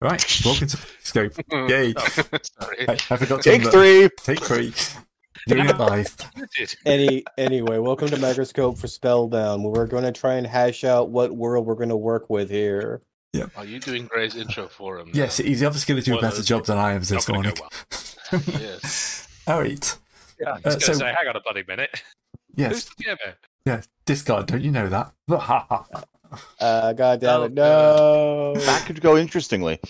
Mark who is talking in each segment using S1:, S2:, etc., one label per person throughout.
S1: Right, welcome to Scope. Yay!
S2: Sorry.
S1: I, I forgot to
S3: Take
S1: unlock-
S3: three.
S1: Take three. Doing it live.
S2: You did.
S4: Any anyway, welcome to Microscope for Spellbound, where we're going to try and hash out what world we're going to work with here.
S2: Are you Oh, doing Gray's intro for him? now?
S1: Yes, he's obviously going to do a
S2: Well,
S1: better
S2: it's
S1: job than I am
S2: not
S1: this
S2: gonna
S1: morning.
S2: go Yes.
S1: All right.
S5: Yeah, I was
S1: Uh,
S5: gonna
S1: so-
S5: say, hang on a bloody minute. Who's
S1: Yes.
S5: the gamer?
S1: Yeah. Discard. Don't you know that? Ha, ha, ha.
S4: Uh, God damn it,
S2: Oh,
S4: no!
S3: That could go interestingly.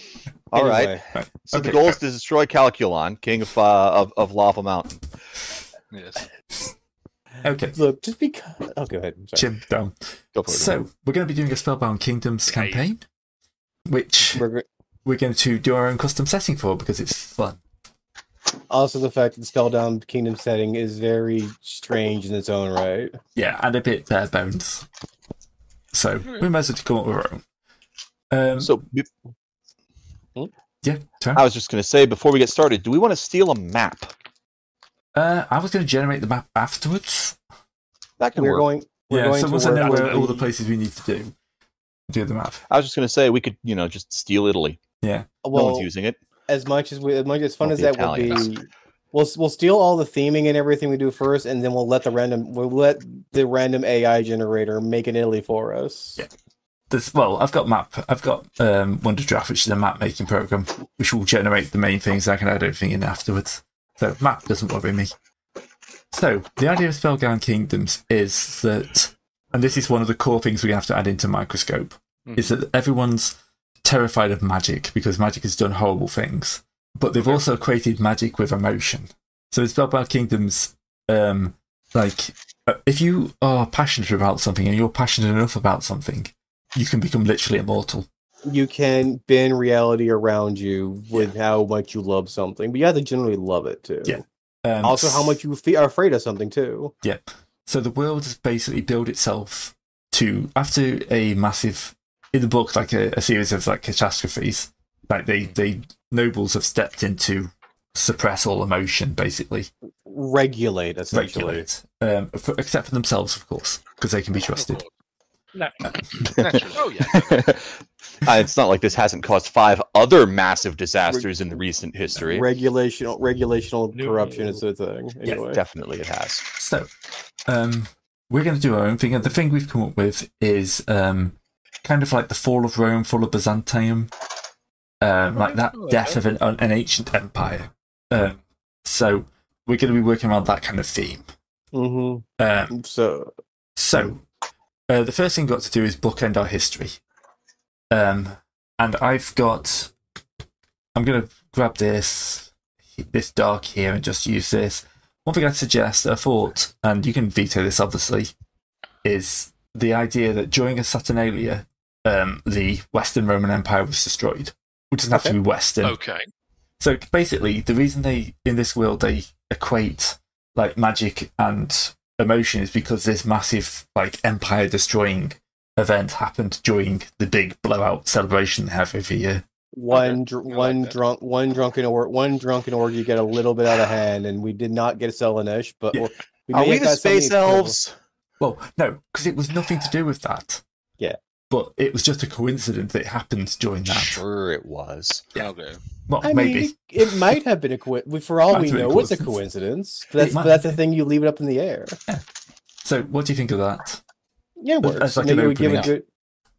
S3: All right.
S4: Anyway,
S3: So
S1: Okay.
S3: the goal is to destroy Calculon, king of uh, of, of Lava Mountain.
S2: Yes.
S1: okay.
S4: Look, just because. Oh, go ahead. I'm sorry.
S1: Jim down.
S3: Go for it.
S1: So we're going to be doing a Spellbound Kingdoms
S5: Hey.
S1: campaign, which
S4: We're,
S1: we're going to do our own custom setting for because it's fun.
S4: also, the fact that Spellbound Kingdom setting is very strange in its own right.
S1: Yeah, and a bit bare bones. So we might as well come up with our own. Um,
S3: So be-
S1: yeah, Tony?
S3: I was just going to say before we get started, do we want to steal a map?
S1: Uh, I was going to generate the map afterwards.
S3: That can
S4: We're
S3: work.
S4: going. We're
S1: yeah,
S4: going
S1: so
S4: to
S1: once I know
S4: work
S1: where all
S4: with
S1: the places we need to do, do the map.
S3: I was just going to say we could, you know, just steal Italy.
S4: Well,
S3: no one's using it.
S4: as much as we, as much as fun
S3: Well,
S4: as
S3: the
S4: that would
S3: Italians.
S4: be, we'll s- we'll steal all the theming and everything we do first, and then we'll let the random we'll let the random AI generator make an Italy for us.
S1: Yeah. There's, well, I've got map. I've got um, Wonder Draft, which is a map making program, which will generate the main things. I can add everything in afterwards. So map doesn't worry me. So the idea of Spellbound Kingdoms is that, and this is one of the core things we have to add into Microscope,
S2: Mhm.
S1: is that everyone's terrified of magic because magic has done horrible things, but they've also created magic with emotion. So in Spellbound Kingdoms, um, like uh, if you are passionate about something and you're passionate enough about something, you can become literally immortal.
S4: You can bend reality around you with how much you love something, but you have to generally love it too.
S1: Yeah. Um,
S4: Also, how much you fe- are afraid of something too.
S1: So the world has basically built itself to after a massive in the book, like a, a series of like catastrophes. Like they, they nobles have stepped in to suppress all emotion, basically.
S4: Regulate essentially.
S1: regulate, um, for, except for themselves, of course, because they can be trusted.
S5: No.
S2: Naturally. Oh, yeah.
S3: Uh, it's not like this hasn't caused five other massive disasters in the recent history.
S4: Regulational, regulational
S5: No.
S4: corruption is the thing. Anyway,
S3: Definitely, it has.
S1: So, um, we're going to do our own thing, and the thing we've come up with is um, kind of like the fall of Rome, fall of Byzantium, um, like that death of an, an ancient empire. Um, so, we're going to be working around that kind of theme.
S4: mm-hmm.
S1: Um,
S4: so
S1: So, uh, the first thing we've got to do is bookend our history. Um, and I've got. I'm going to grab this this dark here and just use this. One thing I'd suggest, I thought, and you can veto this obviously, is the idea that during a Saturnalia, um, the Western Roman Empire was destroyed. Which doesn't have to be Western.
S2: Oh,
S5: Okay.
S1: So basically, the reason they in this world they equate like magic and emotion is because this massive like empire destroying event happened during the big blowout celebration they have every year.
S4: one dr-
S2: I like
S4: one
S2: that.
S4: drunk one drunken or one drunken orgy get a little bit out of hand, and we did not get Selenesh, but
S1: Yeah.
S4: we're- we
S3: Are
S4: may
S3: we
S4: have
S3: the
S4: got something
S3: space
S4: equivalent.
S3: elves?
S1: Well, no, because it was nothing to do with that.
S4: Yeah.
S1: But it was just a coincidence that it happened during that.
S3: Sure, it was.
S1: Yeah.
S2: Okay.
S1: Well,
S4: I
S1: maybe.
S4: mean, it might have been a coincidence. For all
S1: Might
S4: we
S1: have been a
S4: know, it's a
S1: coincidence.
S4: coincidence. But that's,
S1: might-
S4: but that's the thing. You leave it up in the air.
S1: so, what do you think of that?
S4: Yeah,
S1: That's-
S4: it works.
S1: that's like
S4: I mean,
S1: an
S4: it would give a
S1: opening.
S4: good.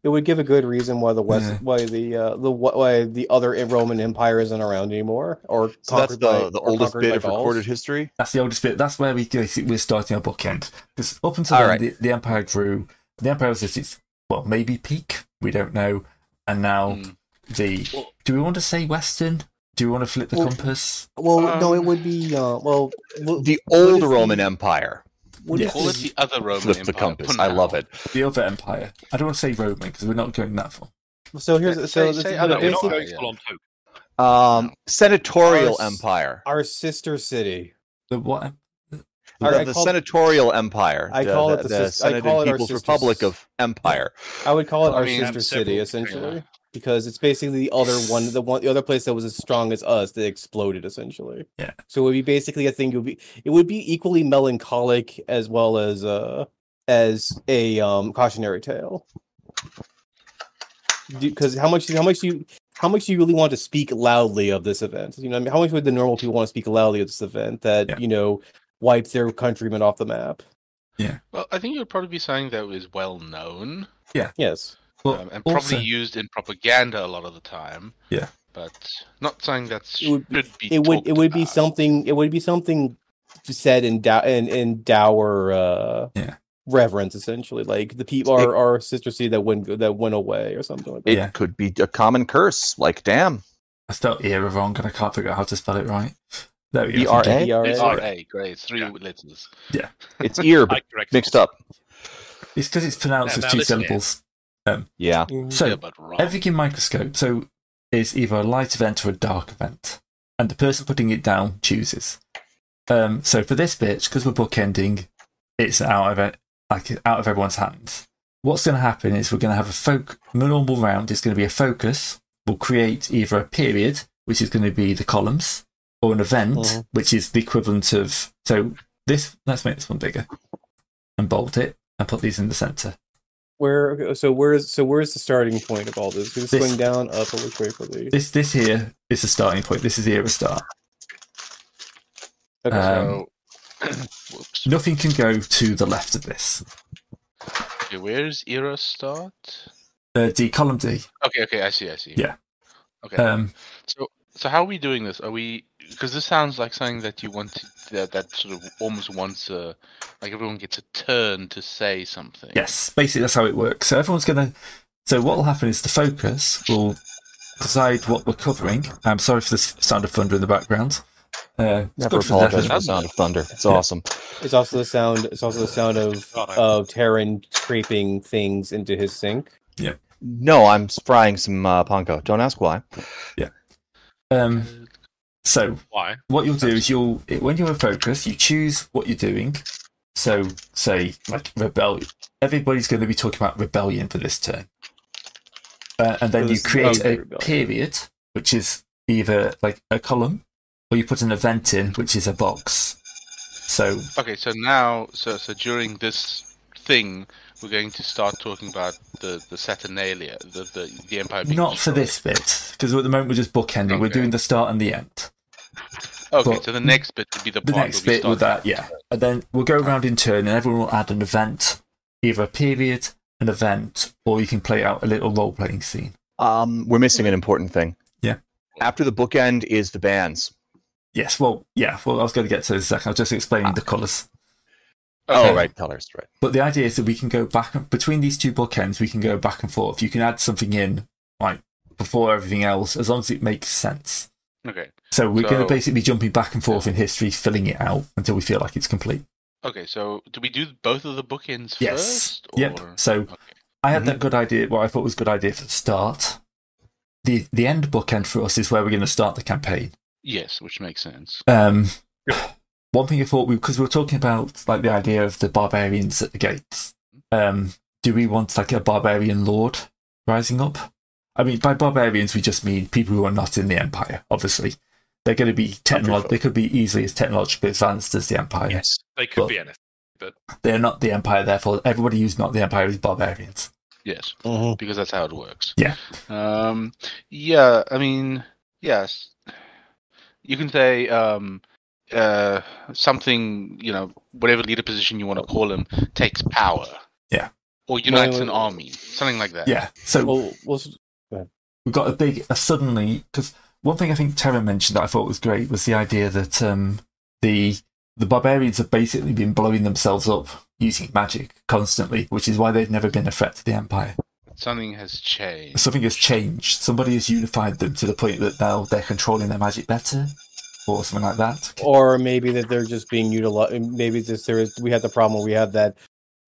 S4: It would give a good reason why the West,
S1: Yeah.
S4: why the uh, the why the other Roman Empire isn't around anymore, or
S3: So that's
S4: conquered by-
S3: the, the
S4: or
S3: oldest
S4: conquered
S3: bit
S4: by
S3: of
S4: Gauls.
S3: recorded history.
S1: That's the oldest bit. That's where we we're starting our bookend. Because up until
S3: All
S1: then,
S3: right.
S1: the, the empire grew. The empire was at its well, maybe peak. We don't know. And now
S3: Hmm.
S2: Mm.
S1: the do we want to say Western? Do we want to flip the
S4: Well-
S1: compass?
S4: Well, no, it
S2: Um,
S4: would be uh, well. what-
S3: The
S4: what
S3: old
S4: is
S3: Roman Empire.
S4: what
S1: Yeah.
S4: is
S2: Call it
S4: the-
S2: the other Roman
S3: Flip the
S2: Empire
S3: compass.
S2: for
S3: I
S2: now.
S3: love it.
S1: The other empire. I don't want to say Roman because we're not going that far.
S4: So here's
S2: Say-
S4: so
S2: say-
S4: this,
S2: say
S4: no,
S2: other
S5: No, we're
S4: this
S5: not
S4: is
S5: going
S2: Yeah.
S5: full on Pope.
S3: Um, senatorial
S4: Ours-
S3: empire.
S4: our sister city.
S1: The what?
S3: The,
S4: I- I
S3: the
S4: called-
S3: senatorial empire.
S4: I call it the sis- I
S3: Senate
S4: call it
S3: and
S4: our
S3: People's
S4: sisters.
S3: Republic of Empire.
S4: I would call it
S5: I
S4: our
S5: mean,
S4: sister
S5: I'm
S4: city
S5: several-
S4: essentially
S5: yeah.
S4: because it's basically the other one, the one, the other place that was as strong as us that exploded essentially.
S1: Yeah.
S4: So it would be basically a thing. It would be it would be equally melancholic as well as uh as a um cautionary tale. Because how much how much do you how much do you really want to speak loudly of this event? You know, I mean, how much would the normal people want to speak loudly of this event that
S1: Yeah.
S4: you know wiped their countrymen off the map?
S2: Well, I think it would probably be something that is well known
S4: Yes,
S1: Well,
S2: um, and
S1: also-
S2: probably used in propaganda a lot of the time.
S1: Yeah.
S2: But not something that
S4: It would
S2: should
S4: be-
S2: be.
S4: it would
S2: talked
S4: it would be
S2: about.
S4: something it would be something said in dow in, in dour uh,
S1: Yeah.
S4: reverence essentially, like the people
S3: It-
S4: our, our sister city that went that went away or something like that.
S3: It
S1: Yeah.
S3: could be a common curse, like damn.
S1: I spelled era wrong and I can't figure out how to spell it right. There we go.
S3: ERA?
S1: thank you.
S4: ERA.
S2: It's RA, great. It's three
S5: Yeah.
S2: letters.
S3: It's ear
S5: I correct.
S3: mixed up.
S1: It's because it's pronounced
S5: Yeah,
S1: as
S5: now
S1: two
S5: listen here.
S1: syllables.
S3: Yeah.
S1: So,
S2: yeah, but wrong.
S1: Everything microscope. So is either a light event or a dark event, and the person putting it down chooses. Um, so for this bit, because we're bookending, it's out of it, like out of everyone's hands. What's going to happen is we're going to have a folk normal round. It's going to be a focus. We'll create either a period, which is going to be the columns, or an event,
S4: Mhm.
S1: which is the equivalent of. So this. Let's make this one bigger, and bold it, and put these in the center.
S4: Where okay, so where's so where's the starting point of all this? Is it
S1: This-
S4: going down, up, or which way for the?
S1: This this here is the starting point. This is the era start.
S4: Okay, so-
S1: um,
S2: so, whoops.
S1: Nothing can go to the left of this.
S2: Okay, where is era start?
S1: Uh, D, column D.
S2: Okay, okay, I see, I see.
S1: Yeah.
S2: Okay.
S1: Um,
S2: so how are we doing this? Are we because this sounds like something that you want to, that that sort of almost wants a like everyone gets a turn to say something.
S1: yes, basically that's how it works. So everyone's going to. So what will happen is the focus will decide what we're covering. I'm sorry for the s- sound of thunder in the background. Uh, it's
S3: Never
S1: good for the
S3: apologize for the
S1: deafening.
S3: sound of thunder. It's
S1: Yeah.
S3: awesome.
S4: It's also the sound. It's also the sound of
S5: Not a-
S4: of Terran scraping things into his sink.
S3: No, I'm frying some uh, panko. Don't ask why.
S1: Um, so
S5: Why?
S1: what you'll do is you'll it- when you're in focus, you choose what you're doing. So say like rebel. Everybody's going to be talking about rebellion for this turn, uh, and then
S4: For
S1: you
S4: this-
S1: create
S4: okay,
S1: a
S4: rebellion.
S1: period, which is either like a column, or you put an event in, which is a box. So
S2: Okay, so now so so during this thing we're going to start talking about the the Saturnalia, the the, the Empire being
S1: not for
S2: destroyed.
S1: this bit because at the moment we're just bookending. We're
S2: Okay.
S1: doing the start and the end.
S2: Okay,
S1: but
S2: so the next bit would be the,
S1: The
S2: part
S1: next
S2: where we
S1: bit with
S2: start-
S1: that, yeah, and then we'll go around in turn, and everyone will add an event, either a period, an event, or you can play out a little role-playing scene.
S3: Um, we're missing an important thing.
S1: Yeah.
S3: After the bookend is the bands.
S1: Yes, well, yeah, well, I was going to get to this in a second. I was just explaining
S2: Ah.
S1: the colours.
S3: Oh, right, colors, right.
S1: But the idea is that we can go back and, between these two bookends, we can go back and forth. You can add something in, like, before everything else, as long as it makes sense.
S2: Okay.
S1: So we're going
S2: So-
S1: to basically be jumping back and forth in history, filling it out until we feel like it's complete.
S2: Okay, so do we do both of the bookends
S1: Yes.
S2: first?
S1: Yep. So
S2: Okay.
S1: I had
S3: Mhm.
S1: that good idea, what I thought was a good idea for the start. The, the end bookend for us is where we're going to start the campaign.
S2: Yes, which makes sense.
S1: Um, one thing I thought because we, were talking about like the idea of the barbarians at the gates. Um, do we want like a barbarian lord rising up? I mean, by barbarians we just mean people who are not in the empire. Obviously, they're going to be technolo- They could be easily as technologically advanced as the empire.
S5: Yes, they could
S1: Well-
S5: be anything.
S1: They're not the empire. Therefore, everybody who's not the empire is barbarians.
S2: Yes, because that's how it works.
S1: Mm-hmm. Yeah.
S2: Um. Yeah. I mean, yes. You can say um, uh, something. You know, whatever leader position you want to call him takes power.
S1: Yeah.
S2: Or unites
S4: wait,
S2: an
S4: wait.
S2: army, something like that.
S1: Yeah. So
S4: Well, well, s-
S1: we got a big a suddenly because one thing I think Terra mentioned that I thought was great was the idea that um, the the barbarians have basically been blowing themselves up using magic constantly, which is why they've never been a threat to the empire.
S2: Something has changed.
S1: Something has changed. Somebody has unified them to the point that now they're controlling their magic better, or something like that.
S4: or maybe that they're just being utilized. Maybe just there is. We have the problem. where We have that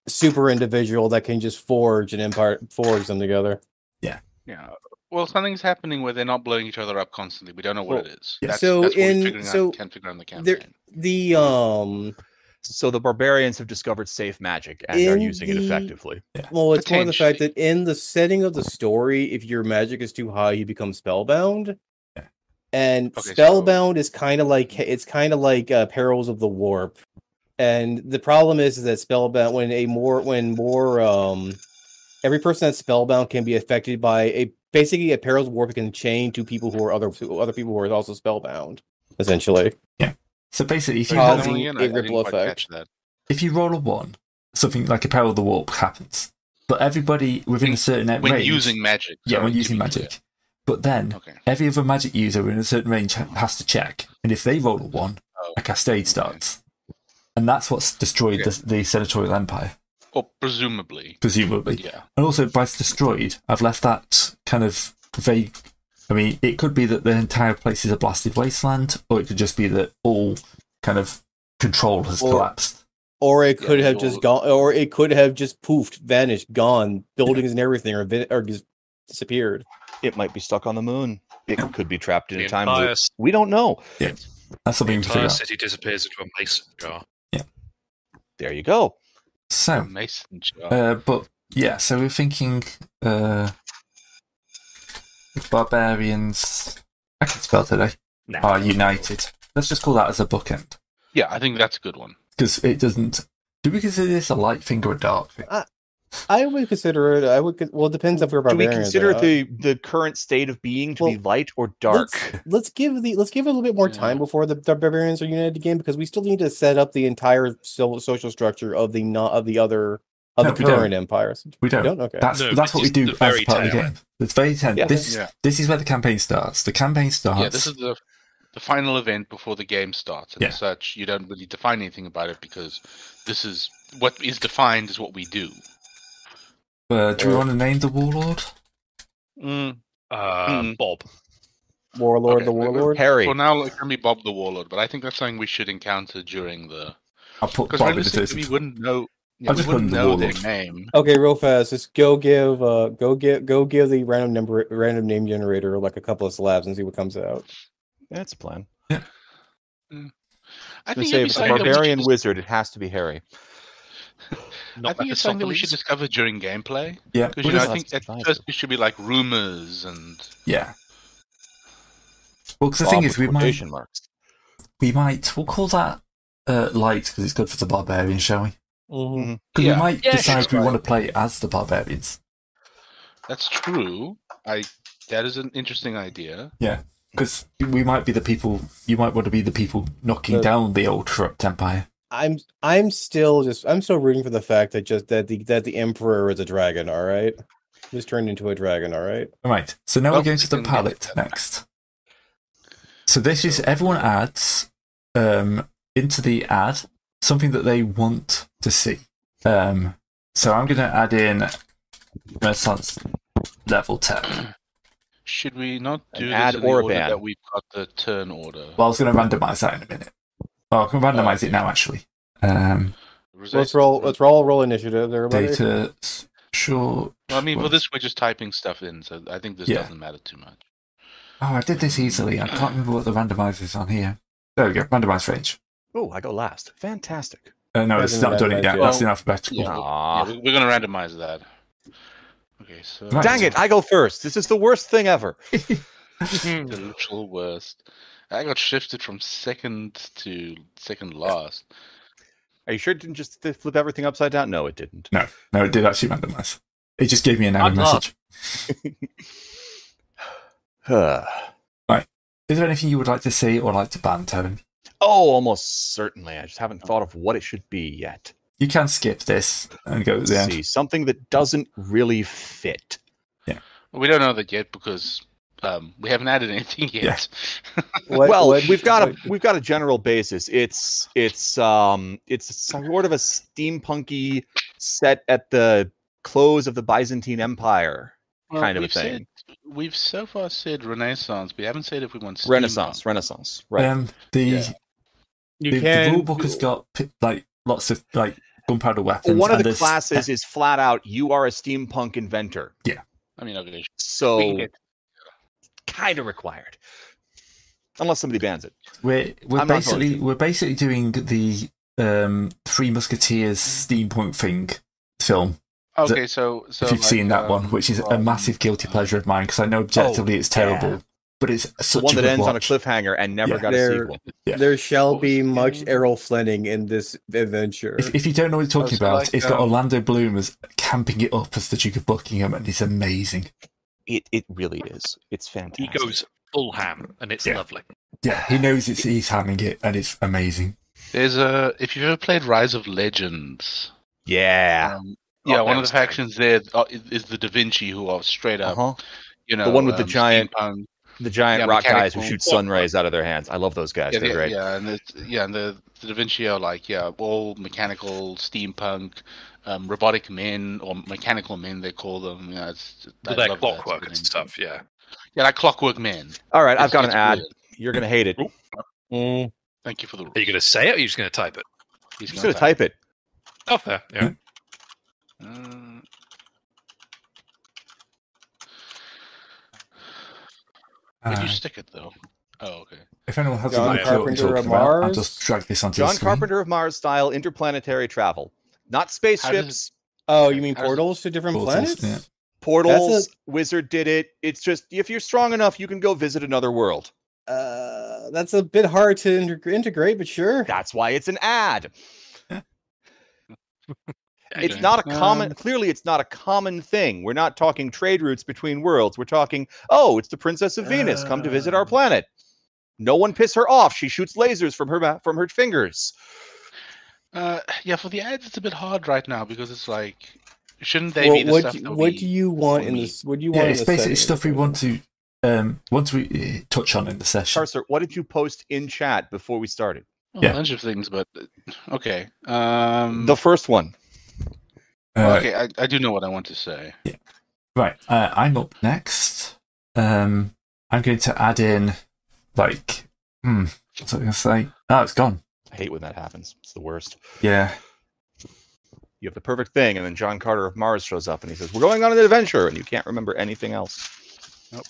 S4: super individual that can just forge an empire, forge them together.
S2: Yeah. Well, something's happening where they're not blowing each other up constantly. We don't know what
S4: Well,
S2: it is.
S1: yeah.
S2: That's,
S4: So
S2: that's what we're
S4: in-
S2: figuring out-
S4: so
S2: can't figure out in the campaign.
S4: there- The um,
S3: So the barbarians have discovered safe magic and are
S4: In
S3: using it
S4: the-
S3: effectively.
S4: well, it's more of the fact
S2: Potentially.
S4: that in the setting of the story, if your magic is too high, you become spellbound.
S1: Yeah.
S4: And
S2: Okay, so-
S4: spellbound is kind of like it's kind of like uh, perils of the warp. And the problem is, is that spellbound when a more when more um every person that's spellbound can be affected by a basically a Perils Warp can chain to people who are other to other people who are also spellbound, essentially.
S1: So basically, if you,
S4: Causing
S1: roll,
S4: Causing
S2: Again,
S4: a
S2: I- I didn't
S4: ripple
S2: quite
S4: effect.
S2: catch that.
S1: if you roll a one, something like a peril of the warp happens. But everybody within a certain
S2: When
S1: range,
S2: using magic.
S1: yeah,
S2: sorry,
S1: when
S2: to
S1: using
S2: be clear.
S1: magic. But then
S2: Okay.
S1: every other magic user within a certain range ha- has to check, and if they roll a one,
S2: Oh,
S1: a cascade
S2: okay.
S1: starts, and that's what's destroyed
S2: Okay.
S1: the, the senatorial empire,
S2: Or presumably.
S1: presumably.
S2: Yeah.
S1: And also, by destroyed, I've left that kind of vague. I mean, it could be that the entire place is a blasted wasteland, or it could just be that all kind of control has
S4: Or-
S1: collapsed.
S4: Or it
S2: Yeah,
S4: could have just
S2: you'll-
S4: gone, or it could have just poofed, vanished, gone, buildings and everything, or, vi- or just disappeared.
S3: It might be stuck on the moon. It could be trapped in
S5: The
S3: a time
S5: entire
S3: loop.
S5: s-
S3: We don't know.
S1: That's
S5: The
S1: something to figure
S5: entire
S1: out.
S5: city disappears into a mason jar.
S3: There you go.
S1: So,
S2: Mason jar.
S1: Oh. uh, but yeah, so we're thinking uh, barbarians. I can spell today. Are united. Let's just call that as a bookend
S2: yeah, I think that's a good one.
S1: because it doesn't. Do we consider this a light thing or a dark thing?
S4: I would consider it. I would. con- Well, it depends if we're
S3: Do we
S4: barbarians. or
S3: consider
S4: not.
S3: the the current state of being to be
S4: Well,
S3: light or dark? Mm.
S4: Let's, let's give the let's give it a little bit more
S2: Yeah.
S4: time before the, the barbarians are united again because we still need to set up the entire so, social structure of the not of the other of
S1: No,
S4: the
S1: we don't.
S4: current empires.
S1: We
S4: You
S1: don't.
S4: don't okay.
S1: That's
S5: No,
S1: that's
S5: this
S1: what we
S5: is
S1: do
S5: the
S1: as
S5: very
S1: part of the
S5: tail
S1: game. It's very tense.
S3: Yeah.
S1: This
S2: Yeah.
S1: this is where the campaign starts. The campaign starts.
S2: Yeah, this is the the final event before the game starts. And
S1: Yeah.
S2: as such, you don't really define anything about it because this is what is defined is what we do.
S1: uh, do we want to name the warlord?
S2: Mm.
S5: Uh,
S2: Hmm.
S5: Bob.
S4: Warlord,
S2: okay,
S4: the
S2: we- we-
S4: warlord.
S3: Harry.
S2: For now, it can be Bob the Warlord, but I think that's something we should encounter during the
S1: I'll put
S2: because
S1: Bob in the first.
S2: we wouldn't know. Yeah, we
S1: just put him
S2: wouldn't
S1: the
S2: know their
S1: Warlord.
S2: name.
S4: Okay, real fast. Just go give uh go give go give the random number random name generator like a couple of slabs and see what comes out.
S3: That's a plan.
S2: I
S3: I'm gonna
S2: think
S3: say
S2: it'd be
S3: if it's a
S2: something that we should
S3: barbarian
S2: dis-
S3: wizard, it has to be Harry.
S5: Not
S2: I think it's something that we should discover during gameplay.
S1: Yeah,
S2: Because
S1: we'll
S2: you know,
S1: just-
S2: I
S3: have
S2: think
S3: to
S2: at
S3: try
S2: first it should be like rumors and
S1: yeah. Well, 'cause the
S3: Bob
S1: thing
S3: with
S1: is, we might
S3: quotation marks.
S1: we might we'll call that uh, light because it's good for the barbarian, shall we?
S4: Mhm.
S1: Because
S2: Yeah.
S1: we might
S5: Yeah,
S1: decide
S4: sure.
S1: we want to play as the barbarians.
S2: that's true. I that is an interesting idea.
S1: Because we might be the people. You might want to be the people knocking
S4: The-
S1: down the old corrupt empire.
S4: I'm I'm still just I'm still rooting for the fact that just that the that the emperor is a dragon. All right, just turned into a dragon. All right.
S1: All right. So now
S2: Well,
S1: we're going
S2: we
S1: to the
S2: can get
S1: palette
S2: to that.
S1: next. So this is everyone adds um, into the ad something that they want to see. Um, so I'm going to add in Renaissance level tech. Well,
S2: Should we not
S3: An
S2: do
S3: ad
S2: this in the
S3: or a
S2: order
S3: ban?
S2: that we've got the turn order?
S1: I was going to randomize that in a minute. Well, I can randomize it now actually. Um,
S2: Rosetta-
S4: Let's roll. Let's roll. Roll initiative, everybody.
S1: data sure.
S2: Well, I mean, for this, we're just typing stuff in, so I think this
S1: Yeah.
S2: doesn't matter too much.
S1: Oh, I did this easily. I can't remember what the randomizer is on here. There we go. Randomize range.
S3: Oh, I go last. Fantastic. Ah.
S1: Uh, no,
S4: That's
S1: it's
S4: in
S1: not done it yet.
S4: randomizer.
S1: That's in alphabetical.
S2: Yeah, we'll- yeah,
S3: Aw.
S2: we- we're going to randomize that. Okay, so
S1: Right.
S3: Dang it, I go first. This is the worst thing ever.
S2: the literal worst. I got shifted from second to second last.
S3: Are you sure it didn't just flip everything upside down? No, it didn't.
S1: No, it did actually randomize. It just gave me an error
S5: I'm not.
S1: message.
S3: Huh.
S1: Is there anything you would like to see or like to ban, Tevin?
S3: oh, almost certainly. I just
S4: Oh.
S3: haven't thought of what it should be yet.
S1: You can skip this and go to the
S3: Let's
S1: end.
S3: see, something that doesn't really fit.
S2: We don't know that yet because um, we haven't added anything yet.
S4: What-
S3: well,
S4: what-
S3: we've got a
S4: what-
S3: we've got a general basis. It's it's um it's sort of a steampunky set at the close of the Byzantine Empire.
S2: Well,
S3: kind of a
S2: we've
S3: thing.
S2: said- we've so far said Renaissance. We haven't said if we want steampunk.
S3: Renaissance, Renaissance, right?
S1: Um, the
S2: Yeah.
S1: the,
S4: you
S1: the
S4: can.
S1: rule book has got pi- like lots of like gunpowder weapons.
S3: One of
S1: and
S3: the
S1: there's-
S3: classes is flat out you are a steampunk inventor.
S2: I mean, okay. we can
S3: So
S2: get-
S3: kind of required. Unless somebody bans it.
S1: We're we're
S3: I'm not going
S1: basically
S3: to.
S1: we're basically doing the um Three Musketeers steampunk thing film.
S2: Okay, so so
S1: if you've
S2: like,
S1: seen that
S2: um,
S1: one, which is a
S2: um,
S1: massive guilty pleasure of mine because I know objectively it's terrible, but it's
S3: uh, Oh, the
S1: such
S3: one
S1: a
S3: that
S1: good
S3: ends on a
S1: watch.
S3: cliffhanger and never
S1: Yeah.
S3: got a
S4: There-
S3: sequel.
S1: Yeah.
S4: There shall
S2: What was
S4: be
S2: the
S4: much
S2: name?
S4: Errol Fleming in this adventure.
S1: If, if you don't know what you're talking
S2: It's
S1: about,
S2: like,
S1: it's got
S3: uh,
S2: um,
S1: Orlando Bloom as camping it up as the Duke of Buckingham, and it's amazing.
S3: It it really is. It's
S5: He
S3: fantastic.
S5: goes full ham, and it's
S1: Yeah.
S5: lovely.
S1: Yeah, he knows it's he's hamming it, and it's amazing.
S2: There's a if you've ever played Rise of Legends.
S3: Yeah.
S2: Um, yeah,
S5: Oh,
S2: one of
S5: that's
S2: the factions there uh, is, is the Da Vinci, who are straight up,
S3: Uh-huh.
S2: you know,
S3: The one with the
S2: um,
S3: giant-
S2: steampunk.
S3: The giant
S2: Yeah,
S3: rock guys who
S2: mechanical-
S3: shoot sun rays out of their hands. I love those guys.
S2: Yeah,
S3: They're
S2: yeah,
S3: great.
S2: yeah, and it's, yeah, and the, the Da Vinci are like, yeah, all mechanical, steampunk, um, robotic men or mechanical men they call them. Yeah, it's, I
S5: With
S2: love that
S5: their
S2: sort
S5: clockwork
S2: of
S5: and
S2: thing.
S5: stuff, yeah.
S2: Yeah, like clockwork men.
S3: All right, I've
S2: It's-
S3: got an
S2: it's
S3: ad.
S2: brilliant.
S3: You're gonna hate it.
S5: Ooh,
S4: Mm.
S2: Thank you for the.
S5: Are you going to say it or are you just going to type it?
S2: He's
S3: I'm just gonna type it.
S5: Oh, fair. Yeah.
S2: Uh, where'd
S1: Uh,
S2: you stick it though? Oh, okay.
S1: if anyone has
S4: John
S1: a clue what I'm
S4: Carpenter of
S1: talking about, I'll
S4: Mars?
S1: just drag this onto the
S3: John
S1: screen.
S3: Carpenter of Mars style interplanetary travel. Not spaceships,
S4: Oh, you mean
S2: How does it-
S4: portals to different
S1: Portals,
S4: planets?
S1: yeah.
S3: portals. Wizard did it. It's just if you're strong enough, you can go visit another world.
S4: Uh, that's a bit hard to inter- integrate, but sure.
S3: That's why it's an ad. It's
S2: Okay.
S3: not a common.
S2: Um,
S3: clearly, it's not a common thing. We're not talking trade routes between worlds. We're talking, oh, it's the Princess of Venus. Come to visit our
S2: Uh.
S3: planet. No one piss her off. She shoots lasers from her ma- from her fingers.
S2: Uh, yeah, for the ads, it's a bit hard right now because it's like, shouldn't they be
S4: Well,
S2: the
S4: what
S2: stuff
S4: do,
S2: that
S4: what
S2: we-
S4: do you want
S2: we
S4: in
S2: need.
S4: this? What do you
S1: Yeah,
S4: want? in
S1: it's
S4: this
S1: basically
S4: segment?
S1: stuff we want to um once we uh, touch on in the session.
S3: Carcer, what did you post in chat before we started?
S2: Well,
S1: Yeah.
S2: A bunch of things, but okay. Um,
S3: The first one.
S1: Uh,
S2: okay, I, I do know what I want to say.
S1: Right, uh, I'm up next. Um, I'm going to add in, like, hmm, what's I going to say? Oh, it's gone.
S3: I hate when that happens. It's the worst.
S1: Yeah,
S3: You have the perfect thing, and then John Carter of Mars shows up and he says, "We're going on an adventure," and you can't remember anything else.
S1: I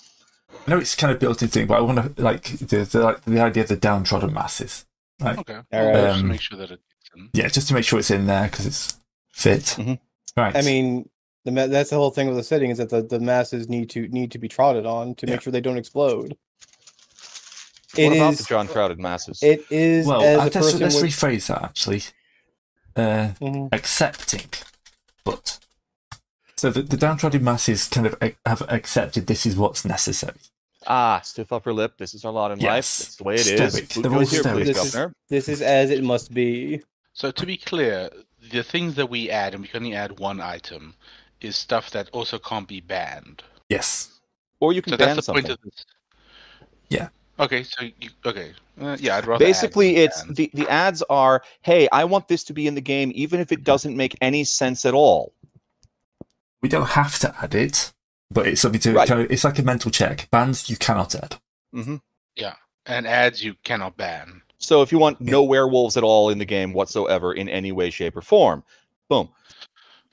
S1: know it's kind of built-in thing, but I want to like the the, like, the idea of the downtrodden masses.
S2: Okay.
S4: All right.
S2: Well, just
S1: Um,
S2: make sure that it gets in.
S1: Yeah, just to make sure it's in there because it's fit.
S3: Mhm.
S1: Right.
S4: Mm-hmm. I mean, the ma- that's the whole thing with the setting is that the, the masses need to need to be trotted on to
S1: Yeah.
S4: make sure they don't explode.
S3: what
S4: It
S3: about
S4: is.
S3: the John Crowded masses?
S4: It is
S1: well,
S4: as
S1: uh,
S4: a
S1: let's,
S4: person.
S1: let's
S4: would-
S1: rephrase that actually. Uh,
S4: Mhm.
S1: accepting, but so the, the downtrodden masses kind of ac- have accepted this is what's necessary.
S3: Ah, stiff upper lip. This is our lot in
S1: Yes.
S3: life. That's the way it
S1: Stoic.
S3: is. Boot
S1: They're
S3: goes
S1: all
S3: here,
S1: stoic.
S3: please,
S4: This is-
S3: governor.
S4: This is as it must be.
S2: So to be clear, the things that we add, and we can only add one item, is stuff that also can't be banned.
S1: Yes.
S3: Or you can
S2: So
S3: ban
S2: that's the
S3: something.
S2: point of this.
S1: Yeah.
S2: Okay. So you, okay. Uh, yeah, I'd rather. add
S3: Basically,
S2: than
S3: it's
S2: ban.
S3: the, the ads are, hey, I want this to be in the game, even if
S2: Mm-hmm.
S3: it doesn't make any sense at all.
S1: we don't have to add it, but it's something to
S3: Right.
S1: kind of, it's like a mental check. Bands you cannot add.
S3: hmm
S2: and ads you cannot ban.
S3: So if you want no werewolves at all in the game whatsoever, in any way, shape, or form, boom.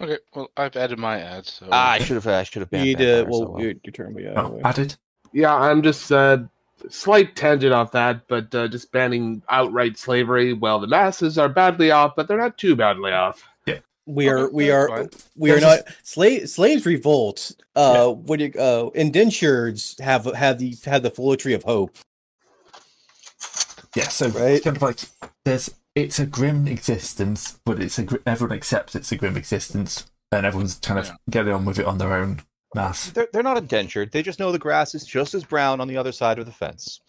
S2: Okay. Well, I've added my ads. So
S3: Ah, I should have. I should have
S4: You
S3: banned.
S4: need to.
S3: vampires,
S4: Well,
S3: oh
S2: uh,
S3: well.
S4: Your, your turn. But yeah.
S1: Oh,
S4: anyway.
S1: added.
S6: Yeah, I'm just uh, slight tangent off that, but uh, just banning outright slavery. Well, the masses are badly off, but they're not too badly off.
S4: we are
S2: Okay,
S4: we
S2: that's
S4: are
S2: fine.
S4: we are
S1: There's
S4: not slave slaves revolt uh what do you uh indentures have have the have the foolery of hope
S1: Yeah, so
S4: Right.
S1: it's kind of like there's it's a grim existence, but it's a gr- everyone accepts it's a grim existence, and everyone's kind of
S2: Yeah.
S1: getting on with it on their own mass.
S3: They're, they're not indentured. They just know the grass is just as brown on the other side of the fence.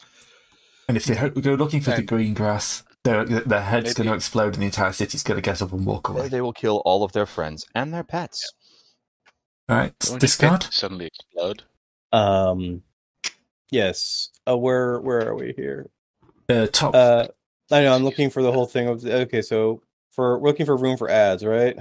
S1: And if they ho- go looking for the
S2: And-
S1: green grass, their their head's
S2: Maybe-
S1: going to explode, and the entire city's going to get up and walk
S3: They,
S1: away.
S3: they will kill all of their friends and their pets.
S1: All right,
S2: Don't just
S1: discard.
S2: Suddenly explode.
S4: um yes uh where where are we here
S1: Uh, top.
S4: uh i know i'm looking for the whole thing of okay so for we're looking for room for ads right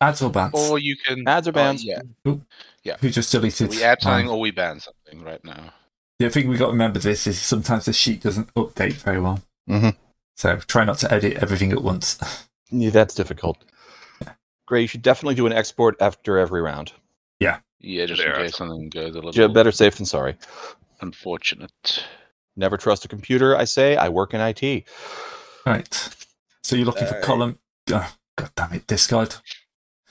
S1: ads or bands?
S2: Or you can
S3: Ads or
S2: oh,
S3: bans?
S2: yeah.
S1: who just deleted?
S2: We add something
S1: mine.
S2: or we ban something right now.
S1: The thing we got to remember this is sometimes the sheet doesn't update very well.
S3: Mhm.
S1: So try not to edit everything at once.
S3: Yeah, that's difficult. Gray, you should definitely do an export after every round.
S2: Yeah, just in
S5: There.
S2: case something goes a little
S3: Ju- Better safe than sorry.
S2: unfortunate.
S3: Never trust a computer, I say. I work in IT.
S1: Right. So you're looking for
S4: Alright.
S1: column. Oh, God damn it, discard.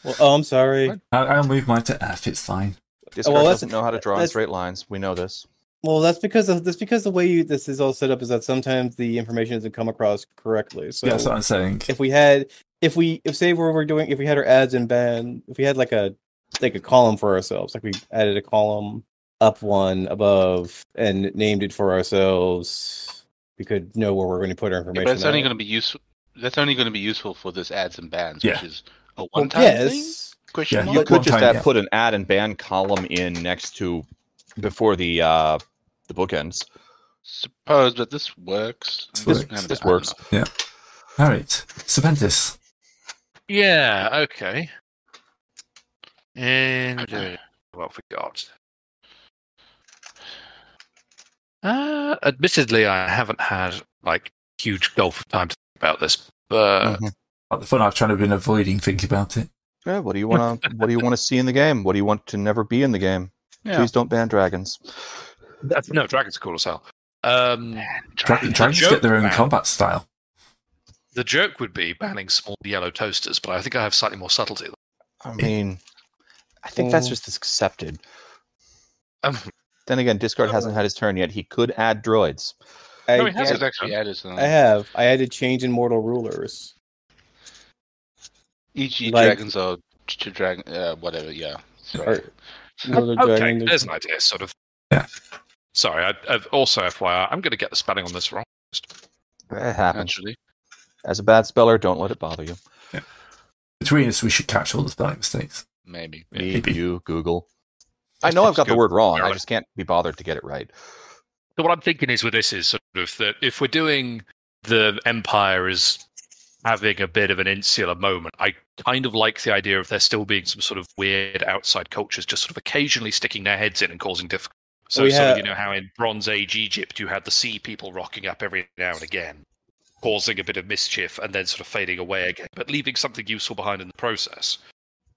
S4: well oh i'm sorry
S1: I, I'll move mine to F. It's fine.
S3: Discord
S4: that's-
S3: doesn't know how to draw in
S4: that's-
S3: straight lines. We know this.
S4: Well, that's because of that's because the way you this is all set up is that sometimes the information doesn't come across correctly. So
S1: that's what I'm saying.
S4: if we had if we if say where we're doing if we had our ads in ban if we had like a like a column for ourselves like we added a column up one above and named it for ourselves we could know where we're going to put our
S2: Yeah,
S4: information
S2: but it's only
S4: out.
S2: going to be useful. That's only going to be useful for this ads and bans,
S1: Yeah.
S2: which is a
S4: Well,
S2: one-time thing.
S4: yes
S2: Question
S1: Yeah,
S2: mark.
S1: you
S3: You could
S1: one
S3: just
S1: time,
S3: add,
S1: yeah.
S3: put an add and ban column in next to before the uh the bookends.
S2: Suppose, but this works.
S1: This
S2: This-
S1: works.
S2: I don't
S3: This
S2: know.
S3: works.
S1: All right, Serpentis.
S5: Yeah, okay. And uh, what have we got? Uh, admittedly, I haven't had like huge gulf of time to think about this,
S2: Uh,
S5: but
S1: Mm-hmm.
S3: Mhm.
S1: Not the fun I've kind of been avoiding thinking about it.
S3: Yeah, what do you want to what do you want to see in the game? What do you want to never be in the game?
S2: Yeah.
S3: Please don't ban dragons.
S5: that's no dragons are cool as hell. Um,
S1: Dra- Dragons
S5: joke
S1: get their own
S5: ban.
S1: combat style.
S5: the joke would be banning small yellow toasters, but I think I have slightly more subtlety.
S3: I mean, I think
S1: Oh.
S3: that's
S4: Mm.
S3: just accepted.
S5: Um,
S3: Then again, Discard
S1: Uh-huh.
S3: hasn't had his turn yet. He could add droids.
S4: I,
S5: No, it
S2: Yeah,
S5: has
S2: it's
S5: it.
S4: I,
S2: actually added something.
S4: I have i had to change in mortal rulers
S2: E.g.
S4: Like-
S2: E dragons or to dragon, uh, whatever. Yeah. Sorry.
S4: Or- Another
S5: Oh, okay,
S4: dragon that-
S5: there's an idea, sort of.
S1: Yeah.
S5: Sorry, I, I've also FYI, I'm going to get the spelling on this wrong.
S3: It happens.
S2: Naturally.
S3: As a bad speller, don't let it bother you.
S1: Between us, we should catch all the spelling mistakes.
S2: Maybe.
S3: Me,
S1: Maybe.
S3: you, Google. I know I've got the
S5: Google.
S3: word wrong. I
S5: Barely.
S3: just can't be bothered to get it right.
S5: So what I'm thinking is with this is sort of that if we're doing the Empire is having a bit of an insular moment, I kind of like the idea of there still being some sort of weird outside cultures just sort of occasionally sticking their heads in and causing difficulty. So
S4: We
S5: sort
S4: have-
S5: of, you know how in Bronze Age Egypt you had the sea people rocking up every now and again, causing a bit of mischief and then sort of fading away again, but leaving something useful behind in the process.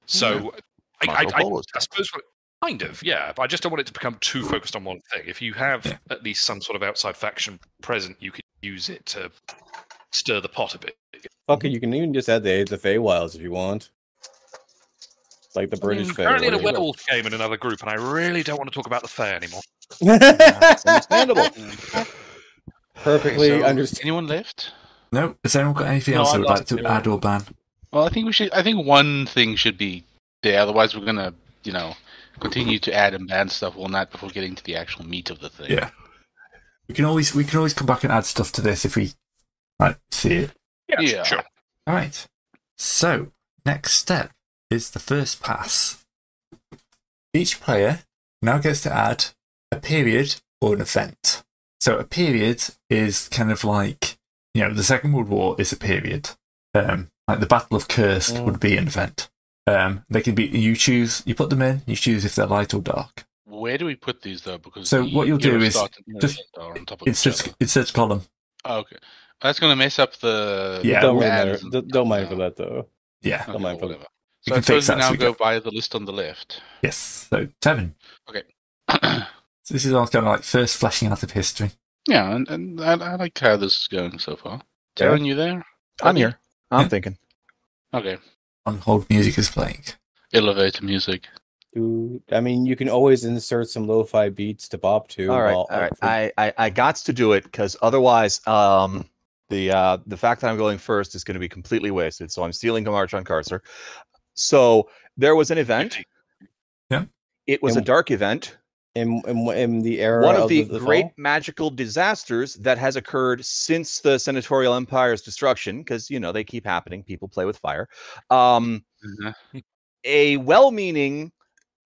S5: So I, I,
S3: Marco
S5: I
S3: Polo's
S5: I suppose what- kind of, yeah. But I just don't want it to become too focused on one thing. If you have
S1: Yeah.
S5: at least some sort of outside faction present, you could use it to stir the pot a bit.
S4: fuck it you can even just add the aids of wilds if you want like the british
S5: I'm
S4: Fey,
S5: currently Mm, in a
S4: whatever.
S5: werewolf game in another group, and I really don't want to talk about the fair anymore.
S3: That's understandable.
S4: perfectly
S2: Okay, so
S4: understand
S2: Anyone left?
S1: No, has anyone got anything
S5: No,
S1: else
S5: I
S1: they would like
S5: lost
S1: to
S5: two.
S1: add or ban?
S2: Well, I think we should. I think one thing should be there. Otherwise, we're gonna, you know, continue to add and ban stuff all night before getting to the actual meat of the thing.
S1: Yeah. We can always we can always come back and add stuff to this if we right see it.
S2: Yeah.
S5: sure.
S1: All right. So, next step is the first pass. Each player now gets to add a period or an event. So, a period is kind of like, you know, the Second World War is a period. Um, like the Battle of Kursk
S4: Mm.
S1: would be an event. Um, they can be, you choose, you put them in, you choose if they're light or dark.
S2: Where do we put these though? Because
S1: So
S2: the
S1: what you'll do
S2: heroes
S1: is
S2: start and
S1: just-
S2: heroes are on top of
S1: It's
S2: each
S1: just,
S2: other.
S1: it's just column.
S2: Oh, okay, that's gonna mess up the
S1: Yeah.
S4: don't,
S2: the
S4: really
S2: ads
S4: matter.
S2: and-
S4: Don't- don't mind for that though
S1: Yeah.
S2: Okay,
S4: Don't mind for
S2: whatever.
S1: You
S2: So I
S1: can fix
S2: suppose we
S1: that as
S2: now
S1: we
S2: go
S1: go.
S2: by the list on the left.
S1: Yes. So, Tevin.
S2: yeah,
S1: So this is all kind of like first fleshing out of history.
S2: and, and I, I like how this is going so far. Darren, you there?
S3: I'm here.
S1: Yeah.
S3: I'm thinking.
S2: Okay.
S1: On hold music is playing.
S2: Elevator music.
S4: Dude, I mean, you can always insert some lo-fi beats to bop to.
S3: All right,
S4: while-
S3: all right. I, I I got to do it because otherwise, um, the uh the fact that I'm going first is going to be completely wasted. So I'm stealing a march on Carcer. So there was an event.
S1: Yeah.
S3: It was a
S4: And-
S3: dark event.
S4: in, in in the era
S3: One of
S4: of
S3: the, great
S4: fall?
S3: magical disasters that has occurred since the Senatorial Empire's destruction, because you know they keep happening. People play with fire. Um, a well-meaning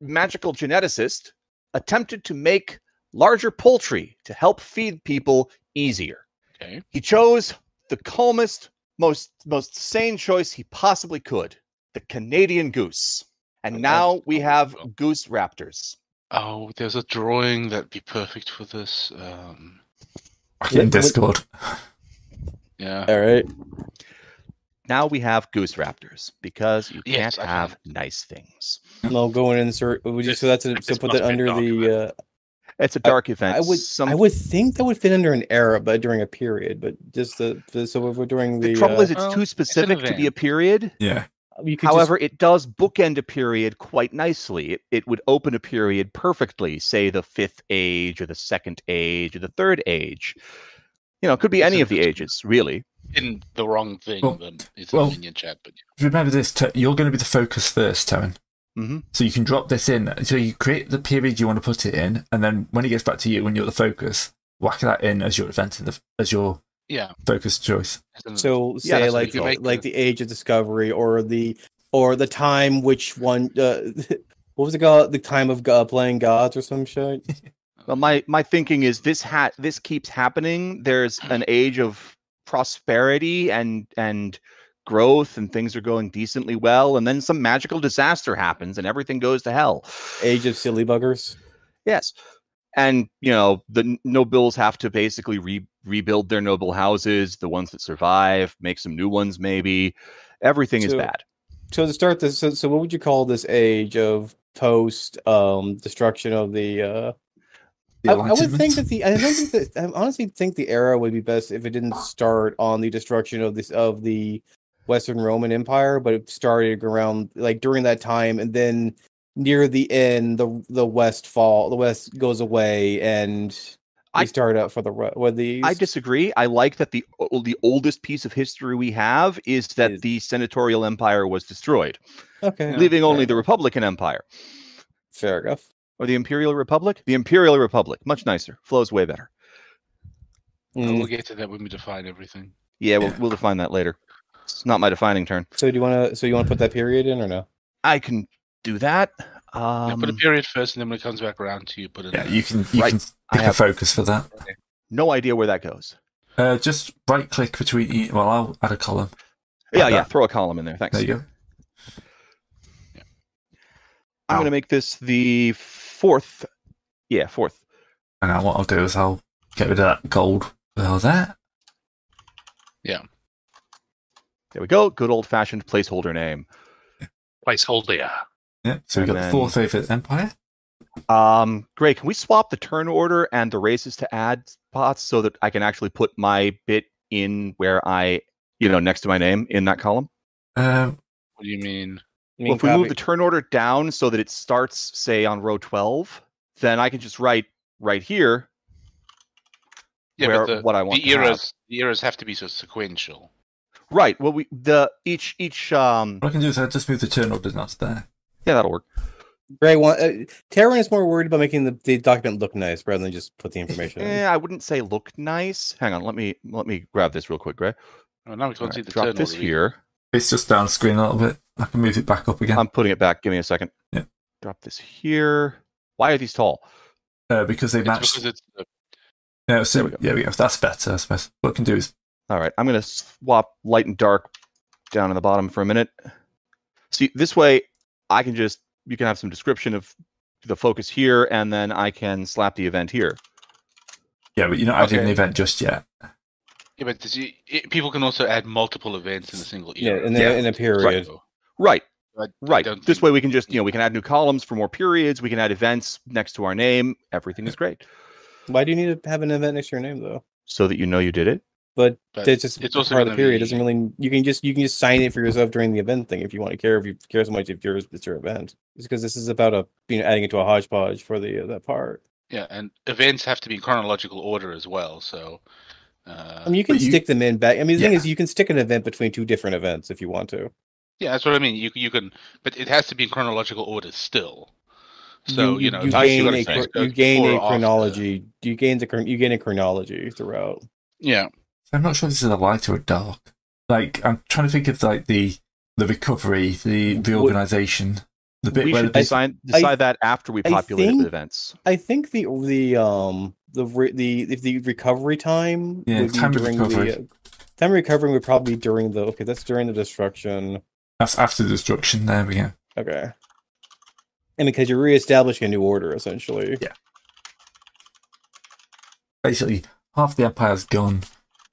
S3: magical geneticist attempted to make larger poultry to help feed people easier.
S2: Okay.
S3: He chose the calmest, most most sane choice he possibly could, the Canadian goose.
S2: I
S3: And
S2: love
S3: now
S2: the
S3: we
S2: Canadian
S3: have
S2: goose.
S3: goose raptors.
S2: Oh, there's a drawing that'd be perfect for this. Um,
S1: Back
S4: Yeah,
S1: in
S4: but-
S1: Discord.
S2: yeah.
S4: All right.
S3: Now we have goose raptors because you
S2: Yes,
S3: can't
S2: I found
S3: have nice things.
S4: And I'll go and insert. Would you,
S5: This-
S4: so that's a,
S5: this
S4: so put that
S5: must be a
S4: under the. Uh,
S5: document.
S3: It's a dark event.
S4: I would
S3: Some-
S4: I would think that would fit under an era, but during a period. But just the, the so if we're during the.
S3: the trouble
S4: uh,
S3: is it's
S2: Well,
S3: too specific to be a
S2: event.
S3: period.
S1: Yeah.
S4: You could
S3: However, it does bookend a period quite nicely. It, it would open a period perfectly, say the fifth age or the second age or the third age. You know, it could be
S2: It's
S3: any of the
S2: interesting.
S3: ages, really.
S2: in the wrong thing,
S1: Well-
S2: then it's
S1: well-
S2: a minion chat. But
S1: Remember this, Ter- you're going to be the focus first, Taryn.
S3: Mhm.
S1: So you can drop this in. So you create the period you want to put it in, and then when it gets back to you, when you're the focus, whack that in as your event, in the, as your
S2: yeah,
S1: focus choice.
S2: it's an-
S4: just,
S3: Mm.
S4: so
S3: Yeah,
S4: say
S3: that's
S4: like
S2: pretty cool.
S4: like the age of discovery or the or the time which one uh, what was it called? The time of God, playing gods or some shit.
S2: uh,
S3: Well, my my thinking is this hat this keeps happening. There's
S4: Hmm.
S3: an age of prosperity and and growth and things are going decently well and then some magical disaster happens and everything goes to hell.
S4: Age of silly buggers.
S3: Yes. And you know, the n- nobles have to basically re- rebuild their noble houses, the ones that survive, make some new ones maybe. Everything is
S4: So-
S3: bad.
S4: So to start this, so, so what would you call this age of post um destruction of the? uh
S1: The
S4: I, I would
S1: Enlightenment.
S4: think that the I don't think that I honestly think the era would be best if it didn't start on the destruction of this of the Western Roman Empire, but it started around like during that time, and then near the end, the the West fall, the West goes away, and we
S3: I-
S4: start up for the re- with the
S3: I
S4: East.
S3: disagree. I like that the o- the oldest piece of history we have is that
S4: Is- Oh,
S3: the senatorial empire was destroyed.
S4: okay
S3: leaving only
S4: fair
S3: the Republican Empire
S4: fair enough.
S3: or the Imperial Republic. The Imperial Republic, much nicer, flows way better.
S2: uh,
S4: Mm.
S2: we'll get to that when we define everything.
S3: Yeah, we'll,
S1: Yeah.
S3: we'll define that later. It's not my defining turn.
S4: So do you want to? So you want to put that period in or no?
S3: I can do that.
S2: Yeah, put a
S3: Um,
S2: period first, and then when it comes back around to you, put it.
S1: Yeah,
S2: in.
S1: you can you
S3: Right.
S1: can
S3: I
S1: pick a
S3: have-
S1: focus for that.
S3: no idea where that goes.
S1: Uh, just right click between. e- Well, I'll add a column.
S3: Yeah,
S1: Like
S3: yeah.
S1: that.
S3: Throw a column in there. Thanks.
S1: There you go.
S3: I'm going
S1: Ow.
S3: to make this the fourth. Yeah, fourth.
S1: And now what I'll do is I'll get rid of that gold well there.
S3: There we go. Good old fashioned placeholder name.
S5: placeholder.
S1: Yeah. So we've got
S3: And
S1: the
S3: then-
S1: fourth over the Empire.
S3: Um, great. Can we swap the turn order and the races to add spots so that I can actually put my bit in where I, you know, next to my name in that column?
S1: Um,
S2: What do you mean?
S4: I
S3: Well,
S4: mean,
S3: if we move
S4: copy-
S3: the turn order down so that it starts, say, on row 12, then I can just write right here
S2: Yeah,
S3: where
S2: but the,
S3: what I want.
S2: the
S3: to have.
S2: eras, the eras have to be so sequential.
S3: Right. Well, we the each each um
S1: what I can do is I'll just move the turn order down to there.
S3: yeah that'll work.
S4: Gray want, uh, Taryn is more worried about making the, the document look nice rather than just put the information. in.
S3: Eh, I wouldn't say look nice. Hang on, let me let me grab this real quick, Greg.
S2: Oh, now we can't
S3: Alright,
S2: see the
S3: drop
S2: turn
S3: this
S2: order either.
S3: here.
S1: It's just down screen a little bit. I can move it back up again
S3: I'm putting it back. Give me a second.
S1: Yeah.
S3: Drop this here. Why are these tall?
S1: uh, because they
S2: It's
S1: match.
S2: because it's the
S1: No, so
S3: There we go.
S1: yeah, we go. That's better, I suppose. What I can do is
S3: All right, I'm going to swap light and dark down in the bottom for a minute. See, this way I can just you can have some description of the focus here and then I can slap the event here.
S1: yeah, but you're not adding
S2: Okay.
S1: an event just yet.
S2: yeah, but does you- it, people can also add multiple events in a single
S4: Yeah,
S2: era.
S4: in, a, in a period.
S2: So,
S3: Right.
S2: I- I
S3: Right.
S2: don't
S3: This
S2: think-
S3: way we can just, you know, we can add new columns for more periods, we can add events next to our name. Everything is great.
S4: Why do you need to have an event next to your name though?
S3: So that you know you did it.
S4: But
S2: but
S4: that's just
S2: it's also
S4: part of
S2: gonna
S4: the period.
S2: be-
S4: Doesn't really. You can just you can just sign it for yourself during the event thing if you want to care if you care so much if yours it's your event. It's because this is about a you know adding it to a hodgepodge for the uh, that part.
S2: Yeah, and events have to be in chronological order as well. So, uh,
S4: I mean, you can
S1: But you-
S4: stick them in back. I mean, the thing
S1: Yeah.
S4: is, you can stick an event between two different events if you want to.
S2: yeah, that's what I mean. You you can, but it has to be in chronological order still. So you, know,
S4: you
S2: I see
S4: gain
S2: what
S4: a,
S2: I'm saying.
S4: chro-
S2: So
S4: you gain
S2: before or
S4: a
S2: after.
S4: chronology. You gain the chron- you gain a chronology throughout.
S2: Yeah,
S1: I'm not sure if this is a light or a dark. Like I'm trying to think of like the the recovery, the reorganization, the bit
S3: we
S1: where
S3: should
S1: the big
S3: decide, decide that after we
S4: I
S3: populate it with
S4: think-
S3: events.
S4: I think the the um the re- the if the recovery time
S1: Yeah,
S4: would be
S1: time of
S4: during
S1: recovery.
S4: the uh, time of recovery would probably be during the okay that's during the destruction
S1: that's after the destruction. There we go.
S4: okay and because you're reestablishing a new order essentially
S1: Yeah. Basically, half the empire's gone,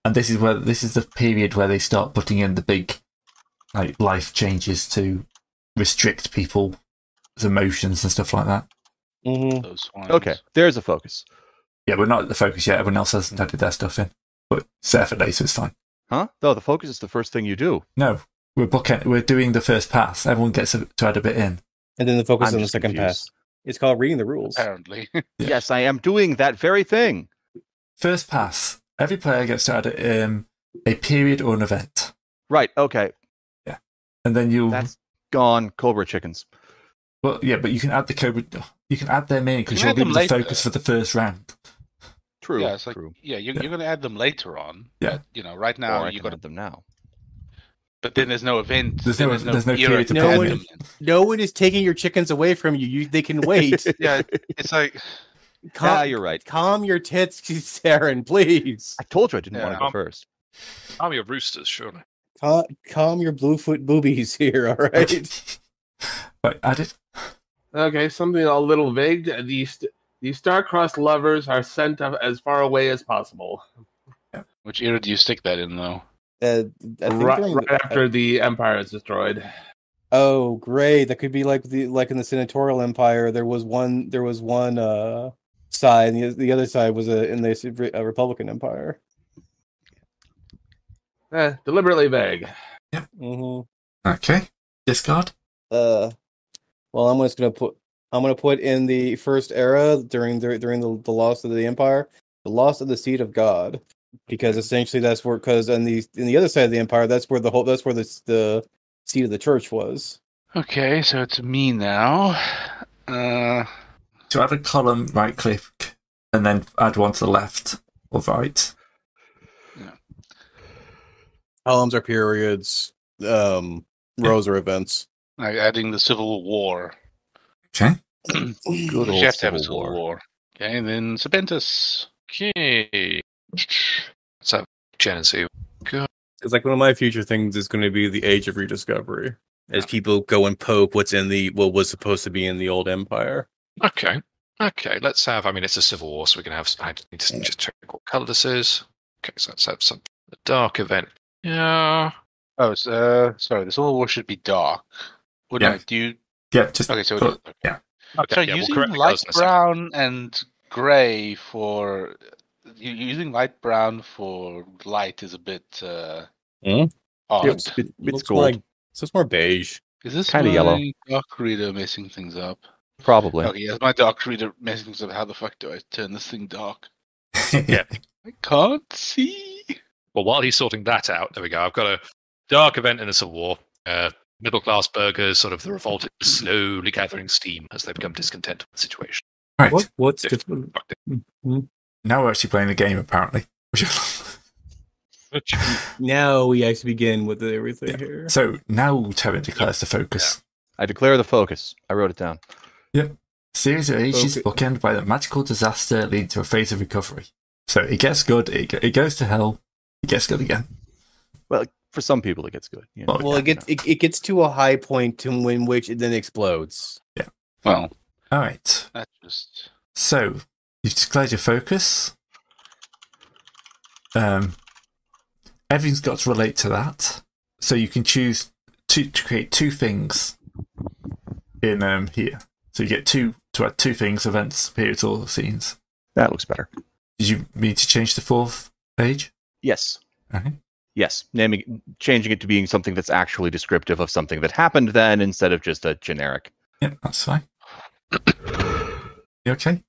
S1: and this is where this is the period where they start putting in the big like life changes to restrict people's emotions and stuff like that.
S4: Mhm.
S2: those ones.
S3: Okay, there's a focus.
S1: Yeah, we're not at the focus yet. Everyone else hasn't added their stuff in, but it's there for later. It's fine.
S3: Huh? No, the focus is the first thing you do.
S1: No, We're booking. We're doing the first pass. Everyone gets a, to add a bit in.
S4: and then the focus
S3: I'm
S4: on the
S3: just
S4: second
S3: confused. Uh,
S4: pass. It's called reading the rules.
S2: apparently.
S1: Yeah.
S3: Yes, I am doing that very thing.
S1: First pass. Every player gets to add um, a period or an event,
S3: Right. Okay.
S1: and then you'll.
S3: That's gone. Cobra chickens.
S1: Well, yeah, but you can add the cobra. You can add them in
S2: You
S1: because
S2: can
S1: you'll
S2: add
S1: be
S2: them
S1: able to
S2: later.
S1: focus for the first round.
S3: True.
S2: Yeah, it's like-
S3: true.
S2: Yeah, you're,
S1: Yeah.
S2: you're going to add them later on.
S1: Yeah.
S2: But, you know, right
S3: or
S2: now
S3: I
S2: you
S3: can
S2: got to.
S3: add them now.
S2: But then there's no event.
S1: There's
S2: then
S1: no- there's no
S2: era
S1: period to
S2: to
S4: put
S2: add
S4: them
S2: them in.
S4: No one is taking your chickens away from you. you they can wait.
S2: Yeah, it's like
S3: Ah,
S4: calm,
S3: you're right.
S4: calm your tits, Saren, please.
S3: I told you I didn't want
S2: Yeah.
S3: to go
S5: Um,
S3: first.
S5: Army of roosters, surely.
S4: Calm, calm your bluefoot boobies here. All right.
S1: right, added.
S6: Okay, something a little vague. These these star-crossed lovers are sent up as far away as possible.
S2: which era do you stick that in though?
S4: Uh, I think
S6: Right,
S4: during the- uh,
S6: right after the empire is destroyed.
S4: Oh, great. That could be like the like in the senatorial empire. There was one. There was one uh, side, and the, the other side was a in the Re- uh, Republican empire.
S6: Eh, deliberately vague.
S4: hmm
S1: Okay. Discard.
S4: Uh, well, I'm just gonna put. I'm gonna put in the first era during the during the, the loss of the empire, the loss of the seat of God, because essentially that's where because on the in the other side of the empire that's where the whole that's where the s- the seat of the church was.
S2: Okay, so it's me now. Uh,
S1: To add a column, right click, and then add one to the left or right.
S4: Columns are periods. Um, rows are events.
S2: like adding the Civil War.
S1: Okay.
S3: Good
S2: Which
S3: old
S2: you have to have a
S3: Civil
S2: Civil
S3: War.
S2: War. Okay, and then Serpentis.
S5: Okay. Let's have Jen and see.
S7: It's like one of my future things is going to be the age of rediscovery, as people go and poke what's in the what was supposed to be in the old empire.
S5: Okay. Okay. Let's have. I mean, it's a civil war, so we can have. I need
S2: Mm.
S5: to just check what color this is. Okay. So let's have some the dark event. Yeah.
S2: Oh, so, uh, sorry, the Civil War should be dark. Wouldn't
S1: Yeah.
S2: it? Do you?
S1: Yep. Just
S2: Okay, so it
S1: Cool.
S2: is- okay.
S1: Yeah.
S5: Okay.
S2: so
S5: yeah, we'll
S2: using
S5: correct the
S2: light
S5: colours in a second.
S2: brown and gray for u- using light brown for light is a bit uh,
S7: Hmm?
S2: odd.
S7: It's, it, it's
S4: Looks
S7: gold.
S4: like-
S7: so it's more beige.
S2: Is this
S3: kinda
S2: my
S3: yellow.
S2: dark reader messing things up?
S3: Probably.
S2: Okay, yes, my dark reader messing things up. How the fuck do I turn this thing dark?
S1: yeah.
S2: I can't see.
S5: Well, while he's sorting that out, there we go. I've got a dark event in the Civil War. Uh, Middle class burghers, sort of the revolt is slowly gathering steam as they become discontent with the situation.
S1: Right.
S7: What, what's
S5: Diff-
S7: different?
S5: Fuck it.
S1: Now we're actually playing the game, apparently.
S7: Now we actually begin with everything
S1: Yeah.
S7: here.
S1: so now Terran declares the focus.
S3: I declare the focus. I wrote it down.
S1: Series of ages
S7: Focus.
S1: bookend by the magical disaster leading to a phase of recovery. So it gets good, it, it goes to hell, it gets good again.
S3: For some people, it gets good. you Oh, know.
S1: Well,
S4: Well, it gets it, it gets to a high point to in which it then explodes.
S2: Well,
S1: All right.
S2: that's just.
S1: So you've declared your focus. Um, everything's got to relate to that. So you can choose to, to create two things in um, here. So you get two to add two things, events, periods, or scenes.
S3: that looks better.
S1: Did you mean to change the fourth page?
S3: Yes.
S1: Okay.
S3: Yes. Naming, changing it to being something that's actually descriptive of something that happened then, instead of just a generic.
S1: Yep, that's fine. You okay?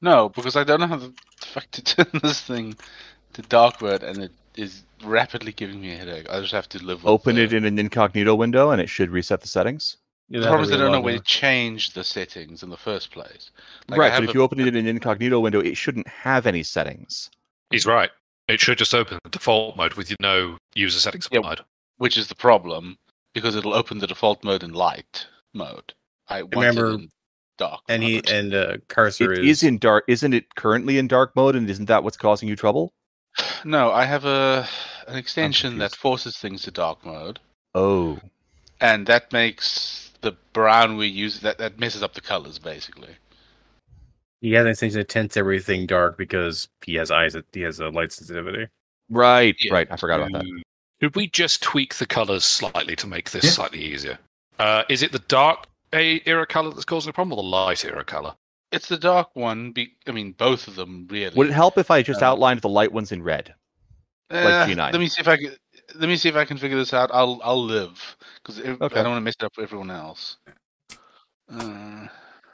S2: No, because I don't know how the fuck to turn this thing to dark mode, and it is rapidly giving me a headache. I just have to live with
S3: Open
S2: the-
S3: it in an incognito window, and it should reset the settings.
S7: You
S2: The
S7: have
S2: problem
S7: to
S2: is I don't know
S7: relog
S2: where to
S7: in.
S2: change the settings in the first place. Like, I
S3: right.
S2: have
S3: But if
S2: a-
S3: you open it in an incognito window, it shouldn't have any settings.
S5: He's right. It should just open the default mode with no user settings
S2: Yeah.
S5: applied.
S2: which is the problem, because it'll open the default mode in light mode. I want it
S7: Remember-
S2: in dark.
S7: And he
S2: mode.
S7: and uh,
S3: It
S7: Carcer
S3: is in dark. Isn't it currently in dark mode? And isn't that what's causing you trouble?
S2: No, I have a an extension that
S3: confused.
S2: forces things to dark mode,
S3: Oh.
S2: and that makes the brown we use that that messes up the colors basically.
S7: He has things that tints everything dark because he has eyes. That he has a light sensitivity.
S3: Right.
S2: Yeah.
S3: Right. I forgot about that.
S5: Could we just tweak the colors slightly to make this
S1: Yeah.
S5: slightly easier? Uh, is it the dark a- era color that's causing the problem, or the light era color?
S2: It's the dark one. Be, I mean, both of them really.
S3: Would it help if I just
S2: Um,
S3: outlined the light ones in red? like
S2: Eh,
S3: G9?
S2: Let me see if I can. let me see if I can figure this out. I'll I'll live because
S3: Okay.
S2: I don't want to mess it up for everyone else. Uh,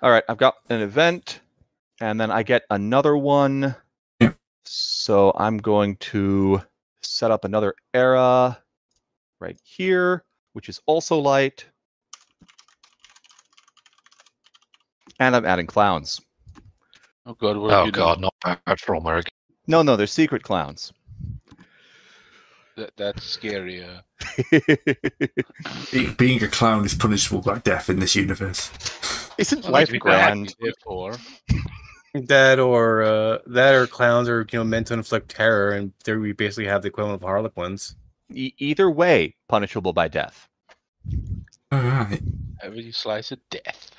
S3: All right, I've got an event, and then I get another one.
S1: Yeah.
S3: So I'm going to set up another era right here, which is also light. And I'm adding clowns.
S2: oh God! What have
S5: Oh
S2: you
S5: god, not bad for Ulmer again.
S3: No, no, they're secret clowns.
S2: Done? That, that's scarier.
S1: Be- Being a clown is punishable by death in this universe.
S3: Isn't
S2: Well,
S3: life
S2: that's what I'm
S3: grand?
S2: Therefore,
S4: That or uh, that or clowns are you know meant to inflict terror, and there we basically have the equivalent of harlequins.
S3: E- either way, punishable by death.
S1: All right,
S2: however you slice it, death.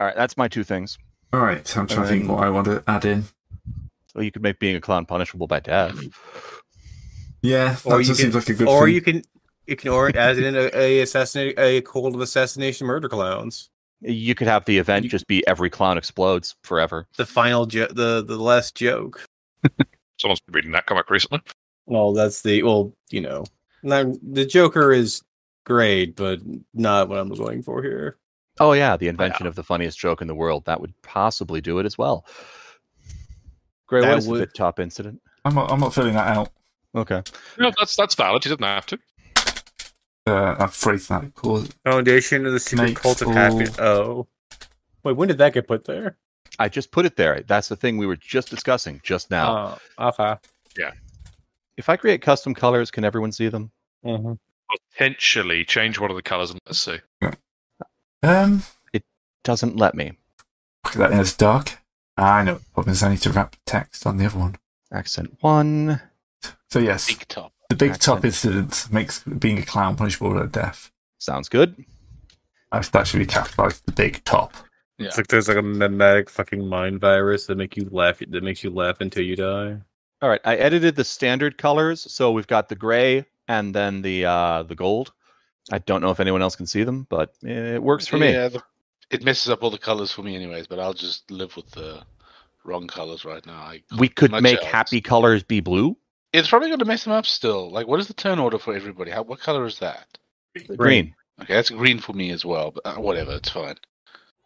S3: All right, that's my two things.
S1: all right. so I'm trying to think what I want to add in.
S3: Well, you could make being a clown punishable by death.
S1: Yeah, that just seems like a good.
S4: or
S1: thing.
S4: you can you can or as in a, a assassinate a cold of assassination murder clowns.
S3: You could have the event just be every clown explodes forever.
S4: The final jo- the the last joke.
S5: Someone's been reading that comic recently.
S4: Well, that's the well you know not, the Joker is great, but not what I'm going for here.
S3: Oh yeah, the invention of the funniest joke in the world. That would possibly do it as well. Gray,
S4: That
S3: what is the
S4: would-
S3: bit top incident?
S1: I'm not. I'm not filling that out.
S3: Okay.
S5: No, that's that's valid. He doesn't have to.
S1: Uh, I've phrased that. Cause
S4: Foundation of the
S1: Snake School.
S4: Oh, wait, when did that get put there?
S3: I just put it there. That's the thing we were just discussing just now.
S4: Oh, okay.
S3: if I create custom colors, can everyone see them?
S4: Mhm.
S5: Potentially change one of the colours and let's see.
S1: um,
S3: Doesn't let me.
S1: look at that in as dark. I know. What is I need to wrap text on the other one.
S3: Accent one.
S1: So yes,
S2: Big top.
S1: the big top
S3: accent.
S1: incident makes being a clown punishable by death.
S3: Sounds good.
S1: I- That should be capitalized. The big top.
S4: It's like there's like a memetic fucking mind virus that make you laugh that makes you laugh until you die.
S3: All right. I edited the standard colors, so we've got the gray and then the uh, the gold. I don't know if anyone else can see them, but it works for me.
S2: Yeah, the, it messes up all the colors for me, anyways. But I'll just live with the wrong colors right now. I,
S3: We could
S2: Much
S3: make
S2: else.
S3: happy colors be blue,
S2: it's probably going to mess them up still. Like, what is the turn order for everybody? How, what color is that?
S3: green.
S2: Okay, that's green for me as well. But uh, whatever, it's fine.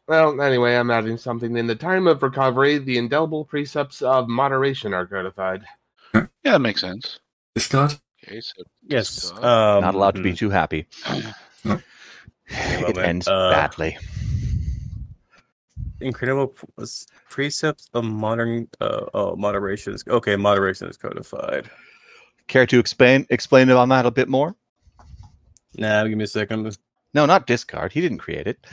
S6: Well, anyway, I'm adding something. In the time of recovery, the indelible precepts of moderation are codified.
S2: Yeah, that makes sense.
S1: Discard.
S2: Okay, so
S4: Yes.
S2: Scott?
S4: Um,
S3: not allowed to
S1: Mm-hmm.
S3: be too happy.
S1: No.
S4: well
S3: it
S4: then,
S3: ends
S4: uh,
S3: badly.
S4: incredible p- s- precepts of modern uh, oh moderation is okay moderation is codified
S3: Care to explain explain on that a bit more?
S4: nah give me a second
S3: No, not discard. He didn't create it.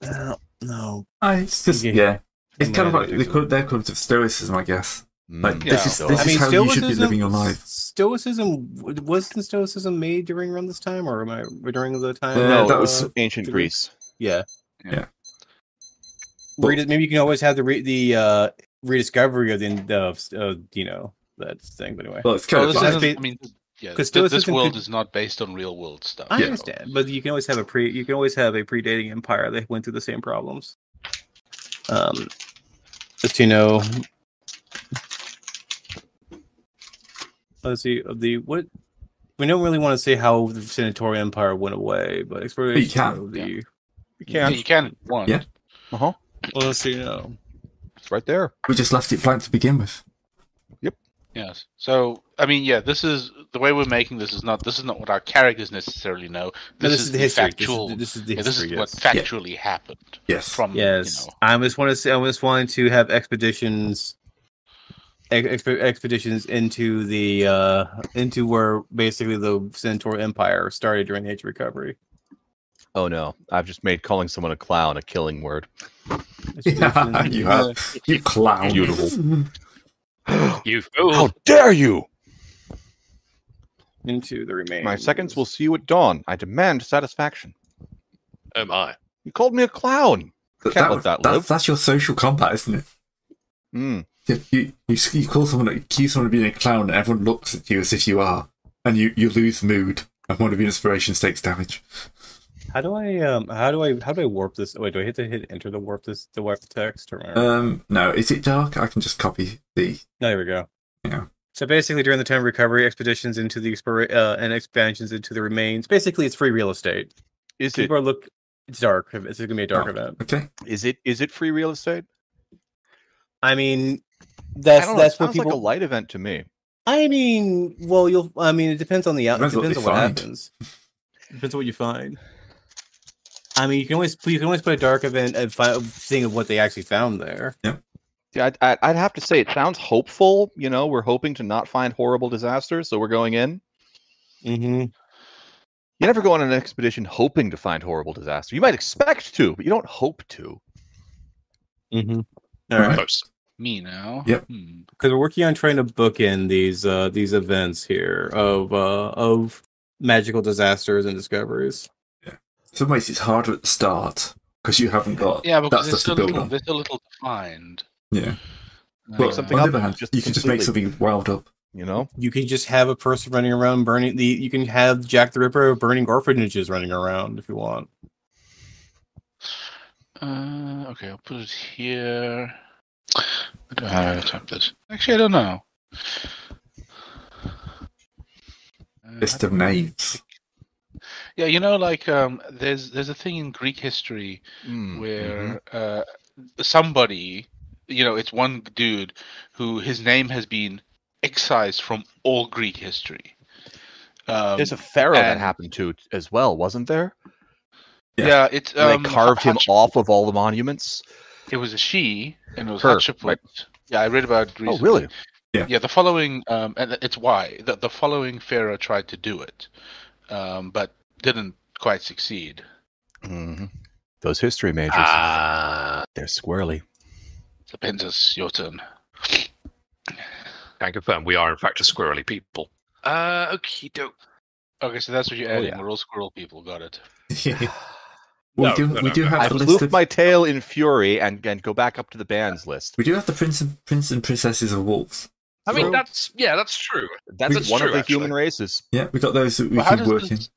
S4: no, no.
S1: I, Uh, it's just
S4: Yeah.
S1: yeah. It's kind of like
S4: Yeah,
S1: the code, their code of stoicism, I uh, guess. Like
S3: Mm,
S1: this
S2: yeah.
S1: is
S3: so-
S1: this
S4: I
S1: is
S4: mean,
S1: how you should be
S4: stoicism,
S1: living your life.
S4: Stoicism w- wasn't Stoicism made during around this time, or am I during the time?
S1: Uh,
S3: no,
S1: that
S4: uh,
S1: was-
S3: ancient
S4: the
S3: Greece.
S4: yeah,
S2: Yeah.
S1: Well-
S4: Redis- maybe you can always have the re- the uh, rediscovery of the end of uh, you know that thing. But anyway,
S1: Well, it's kind
S2: Well,
S1: of
S2: this
S1: like,
S4: I
S2: isn't,
S4: think-
S2: I mean, yeah,
S4: 'cause
S2: th- this
S4: Stoicism
S2: world
S4: could-
S2: is not based on real world stuff.
S4: I
S2: so-
S4: understand, but you can always have a pre. You can always have a predating empire that went through the same problems. Um, just you know, let's see of the what we don't really want to say how the senatorial empire went away, but exploration
S1: can,
S4: of the
S2: Yeah, you can if you want.
S1: Yeah.
S3: Uh huh.
S4: well, let's see you know.
S3: It's right there.
S1: we just left it blank to begin with.
S2: Yes. So I mean, yeah, this is the way we're making this is not this is not what our characters necessarily know.
S4: No, this, is, the history. This is
S2: factual.
S4: the-
S2: yeah,
S4: This is, the
S2: This,
S4: history.
S2: is what
S4: yes.
S1: Yeah.
S2: factually happened
S1: Yes.
S2: from
S4: Yes,
S2: you know.
S4: I just want to say I just wanted to have expeditions, ex- exp- expeditions into the uh into where basically the Centaur Empire started during the Age of Recovery.
S3: Oh no, I've just made calling someone a clown a killing word.
S1: Yeah,
S4: Expeditions-
S1: you have. You clown.
S5: Beautiful.
S3: How
S5: You oh, fool.
S3: dare you!
S4: into the remains.
S3: My seconds will see you at dawn. I demand satisfaction.
S5: Am I?
S3: You called me a clown.
S1: That-
S3: Can't let
S1: that-
S3: that
S1: that-
S3: live.
S1: That's your social combat, isn't it?
S3: Mm.
S1: You, you, you, s- you call someone, accuse someone of being a clown, and everyone looks at you as if you are, and you, you lose mood, and one of your inspirations takes damage.
S4: How do I um? How do I how do I warp this? Wait, do I hit to hit enter the warp this
S1: Uh,
S4: the warp the text or?
S1: Um, no, is it dark? I can just copy the.
S4: no, there Oh, we go.
S1: Yeah.
S7: So basically, during the time of recovery, expeditions into the expir- uh, and expansions into the remains. Basically, it's free real estate.
S3: Is it
S7: People are look. It's dark. It's going to be a dark
S1: Oh.
S7: event.
S1: Okay.
S3: is it is it free real estate?
S7: I mean,
S3: I
S4: That's
S3: don't know,
S4: that's
S3: it
S4: what
S3: sounds like a
S4: people.
S3: light event to me.
S7: I mean, well, you'll. I mean, it depends on the out. It
S1: Depends what
S7: depends
S1: they
S7: on what
S1: find.
S7: happens. Depends on what you find. I mean, you can always you can always put a dark event and fi- seeing of what they actually found there.
S3: Yeah, I'd, I'd- I'd have to say it sounds hopeful. You know, we're hoping to not find horrible disasters, so we're going in.
S4: Mm-hmm.
S3: You never go on an expedition hoping to find horrible disaster. You might expect to, but you don't hope to.
S4: Mm-hmm.
S7: All right.
S5: Most.
S2: Me now.
S1: Yep.
S2: Hmm.
S7: because we're working on trying to book in these uh these events here of uh of magical disasters and discoveries
S1: In some ways, it's harder at the start because you haven't got
S2: Yeah, because
S1: that
S2: there's
S1: stuff to
S2: still,
S1: build
S2: little,
S1: on.
S2: there's still little to find.
S1: Yeah.
S2: Uh,
S1: But
S3: something
S1: on
S3: up
S1: the other hand,
S3: just
S1: you can just make
S3: completely-
S1: something wild up.
S3: You know,
S7: you can just have a person running around burning the you can have jack the ripper burning orphanages running around if you want
S2: Uh, okay, I'll put it here. I don't know how to type this. Actually, I don't know. Uh,
S1: List of names.
S2: yeah, you know, like um, there's there's a thing in Greek history
S3: Mm, mhm.
S2: where uh, somebody, you know, it's one dude who his name has been excised from all Greek history. Um,
S3: there's a pharaoh that
S2: and-
S3: happened to t- as well, wasn't there?
S1: yeah.
S2: yeah. it's
S3: Where
S2: um,
S3: they carved him
S2: Hatshep-
S3: off of all the monuments.
S2: It was a she, and it was
S3: Her,
S2: Hatshepsut.
S3: right.
S2: Yeah, I read about. Recently.
S3: Oh, really?
S2: Yeah, the following, um, and it's why the, the following pharaoh tried to do it, um, but didn't quite succeed.
S3: hmm Those history majors,
S5: Ah,
S3: they're squirrely.
S2: So, Pentas, your turn.
S5: can confirm we are in fact a squirrely people. Uh, okay, doke.
S2: Okay, so that's what you're adding.
S3: Oh, yeah.
S2: We're all squirrel people. Got it.
S1: we
S5: No,
S1: do
S5: no,
S1: we
S5: no,
S1: do
S5: no.
S3: I
S1: have a list
S3: fluffed
S1: of
S3: my tail in fury and, and go back up to the band's list.
S1: we do have the prince and prince and princesses of wolves.
S5: I mean,
S1: Well-
S5: that's yeah, that's true.
S3: That's
S5: That's
S3: one of
S5: true,
S3: the
S5: actually.
S3: human races.
S1: Yeah, we got those that we
S2: But
S1: can work in.
S2: this,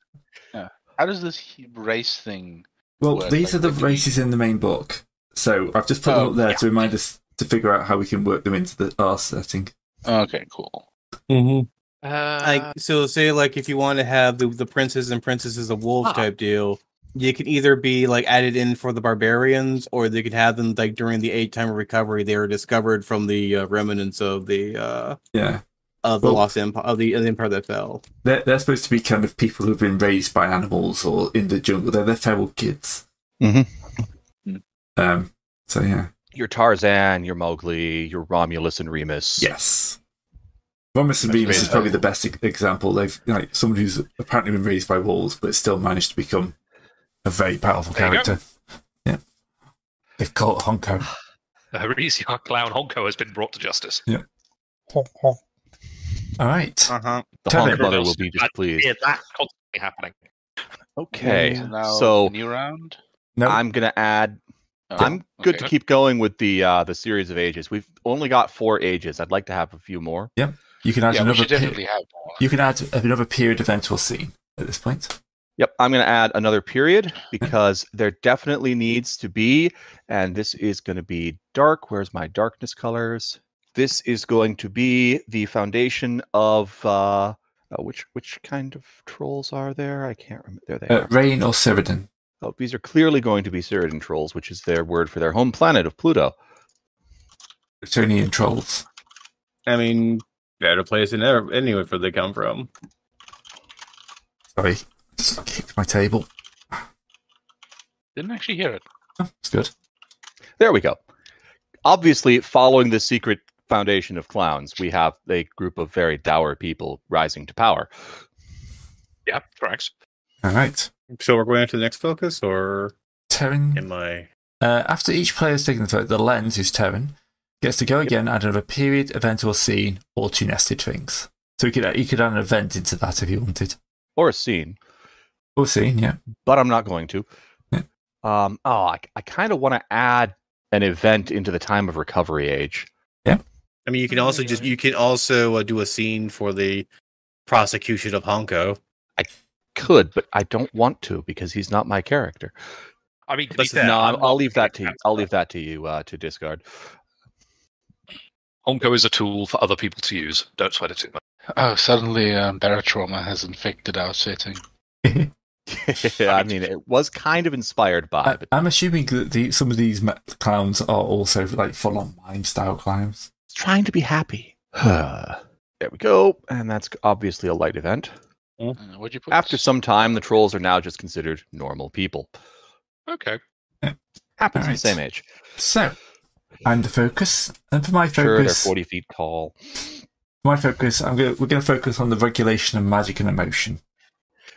S2: yeah, how does this he- race thing?
S1: Well,
S2: work,
S1: these
S2: like,
S1: are
S2: like
S1: the
S2: the-
S1: races in the main book, so I've just put them
S2: Oh,
S1: up there
S5: yeah.
S1: to remind us to figure out how we can work them into the R setting.
S2: Okay, cool.
S4: Mm-hmm.
S5: Uh,
S7: like so say like if you want to have the, the princes and princesses of wolves
S5: Huh.
S7: type deal you can either be like added in for the barbarians or they could have them like during the eight time of recovery they were discovered from the uh, remnants of the uh
S1: Yeah,
S7: of the
S1: Well-
S7: lost empire of the, of the empire that fell.
S1: they're, they're supposed to be kind of people who've been raised by animals or in the jungle. They're the feral kids.
S3: Mhm.
S1: Um. So yeah.
S3: Your Tarzan, your Mowgli, your Romulus and Remus.
S1: Yes. Romulus and
S3: That's
S1: Remus is
S3: really
S1: probably the best e- example. They've like someone who's apparently been raised by wolves, but still managed to become a very powerful
S5: There you go.
S1: character. Yeah. They've caught Honko.
S5: Horizon Clown Honko has been brought to justice.
S1: All right.
S7: Uh-huh.
S3: The
S1: Tell
S3: Honk
S1: them.
S3: Mother will be
S5: I-
S3: displeased.
S5: Yeah, that's constantly happening.
S3: Okay,
S2: So now
S3: so
S2: new round.
S1: No.
S3: I'm gonna add.
S2: Oh,
S3: I'm good to
S2: okay.
S3: keep going with the uh, the series of ages. We've only got four ages. I'd like to have a few more.
S1: you can add
S2: Yeah, we
S1: another.
S2: should
S1: pe-
S2: definitely have more.
S1: You can add another period event or scene at this point.
S3: Yep, I'm gonna add another period because there definitely needs to be, and this is gonna be dark. Where's my darkness colors? This is going to be the foundation of uh, uh, which which kind of trolls are there? I can't remember. There they
S1: Uh,
S3: are.
S1: Rain or Cyrodiil.
S3: Oh, these are clearly going to be Cyrodiil trolls, which is their word for their home planet of Pluto.
S1: Kryptonian trolls.
S7: I mean, better place than ever anyway for they come from.
S1: Sorry, just kicked my table.
S2: Didn't actually hear it.
S1: It's good.
S3: There we go. Obviously, following the secret foundation of clowns, we have a group of very dour people rising to power.
S5: Yeah, tracks.
S1: All right.
S7: So we're going after the next focus or
S1: Terran.
S7: am I
S1: Uh, after each player has taken the vote, the lens, who's Terran, gets to go again and add another period, event, or scene, or two nested things. So you could uh, you could add an event into that if you wanted.
S3: Or a scene,
S1: Or scene, yeah.
S3: but I'm not going to.
S1: Yeah.
S3: Um, oh, I, I kind of want to add an event into the time of recovery age.
S7: I mean you can also just you can also uh, do a scene for the prosecution of Honko.
S3: Could, but I don't want to because he's not my character.
S5: I mean, to be
S7: Listen,
S5: fair,
S3: no, I'm,
S5: I'm
S3: I'll
S5: not
S3: leave that to
S5: gonna
S3: you. I'll leave that to you uh, to discard.
S5: Onko is a tool for other people to use. Don't sweat it too much.
S2: Oh, suddenly um, barotrauma has infected our setting.
S3: I mean, it was kind of inspired by,
S1: I,
S3: but
S1: I'm assuming that the, some of these ma- clowns are also like full on mime style clowns.
S3: it's trying to be happy. there we go. And that's obviously a light event.
S2: Uh, what'd you put?
S3: After some time, the trolls are now just considered normal people.
S5: Okay.
S3: Happens
S1: All
S3: at
S1: right.
S3: the same age.
S1: So, I'm the focus, and for my
S3: Sure, they're
S1: focus,
S3: 40 feet tall.
S1: my focus, I'm gonna, we're going to focus on the regulation of magic and emotion.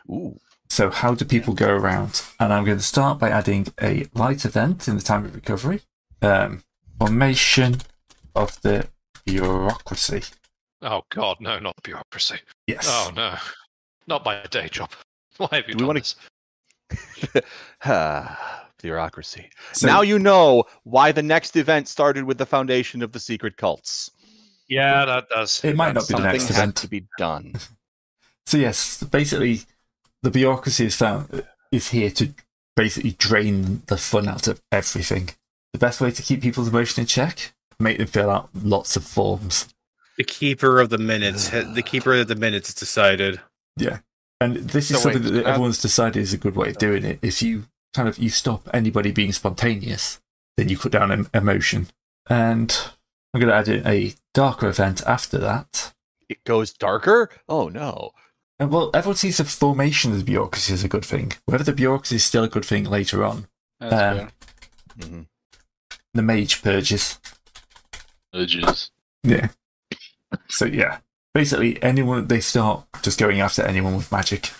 S3: Ooh.
S1: So, how do people go around? And I'm going to start by adding a light event in the time of recovery. Um, formation of the bureaucracy.
S5: Oh God, no, not bureaucracy.
S1: Yes.
S5: Oh no, not my day job. Why have you
S3: Do we
S5: done
S3: wanna-
S5: this?
S3: Bureaucracy.
S1: So-
S3: now you know why the next event started with the foundation of the secret cults.
S5: Yeah, that does.
S1: It might not be the
S3: Something
S1: next
S3: had
S1: event.
S3: to be done.
S1: So yes, basically, the bureaucracy is found is here to basically drain the fun out of everything. The best way to keep people's emotion in check: make them fill out lots of forms,
S7: The keeper of the minutes. ha- the keeper of the minutes decided.
S1: and this is
S2: No, wait,
S1: something that
S2: uh,
S1: everyone's decided is a good way of doing it. If you kind of you stop anybody being spontaneous, then you cut down em- emotion. And I'm going to add in a darker event after that.
S3: It goes darker? Oh no.
S1: And well, everyone sees the formation of the bureaucracy as a good thing. Whether the bureaucracy is still a good thing later on,
S2: That's
S1: um,
S2: fair.
S3: Mhm.
S1: the mage purges.
S2: urges.
S1: Yeah. So yeah, basically anyone they start just going after anyone with magic.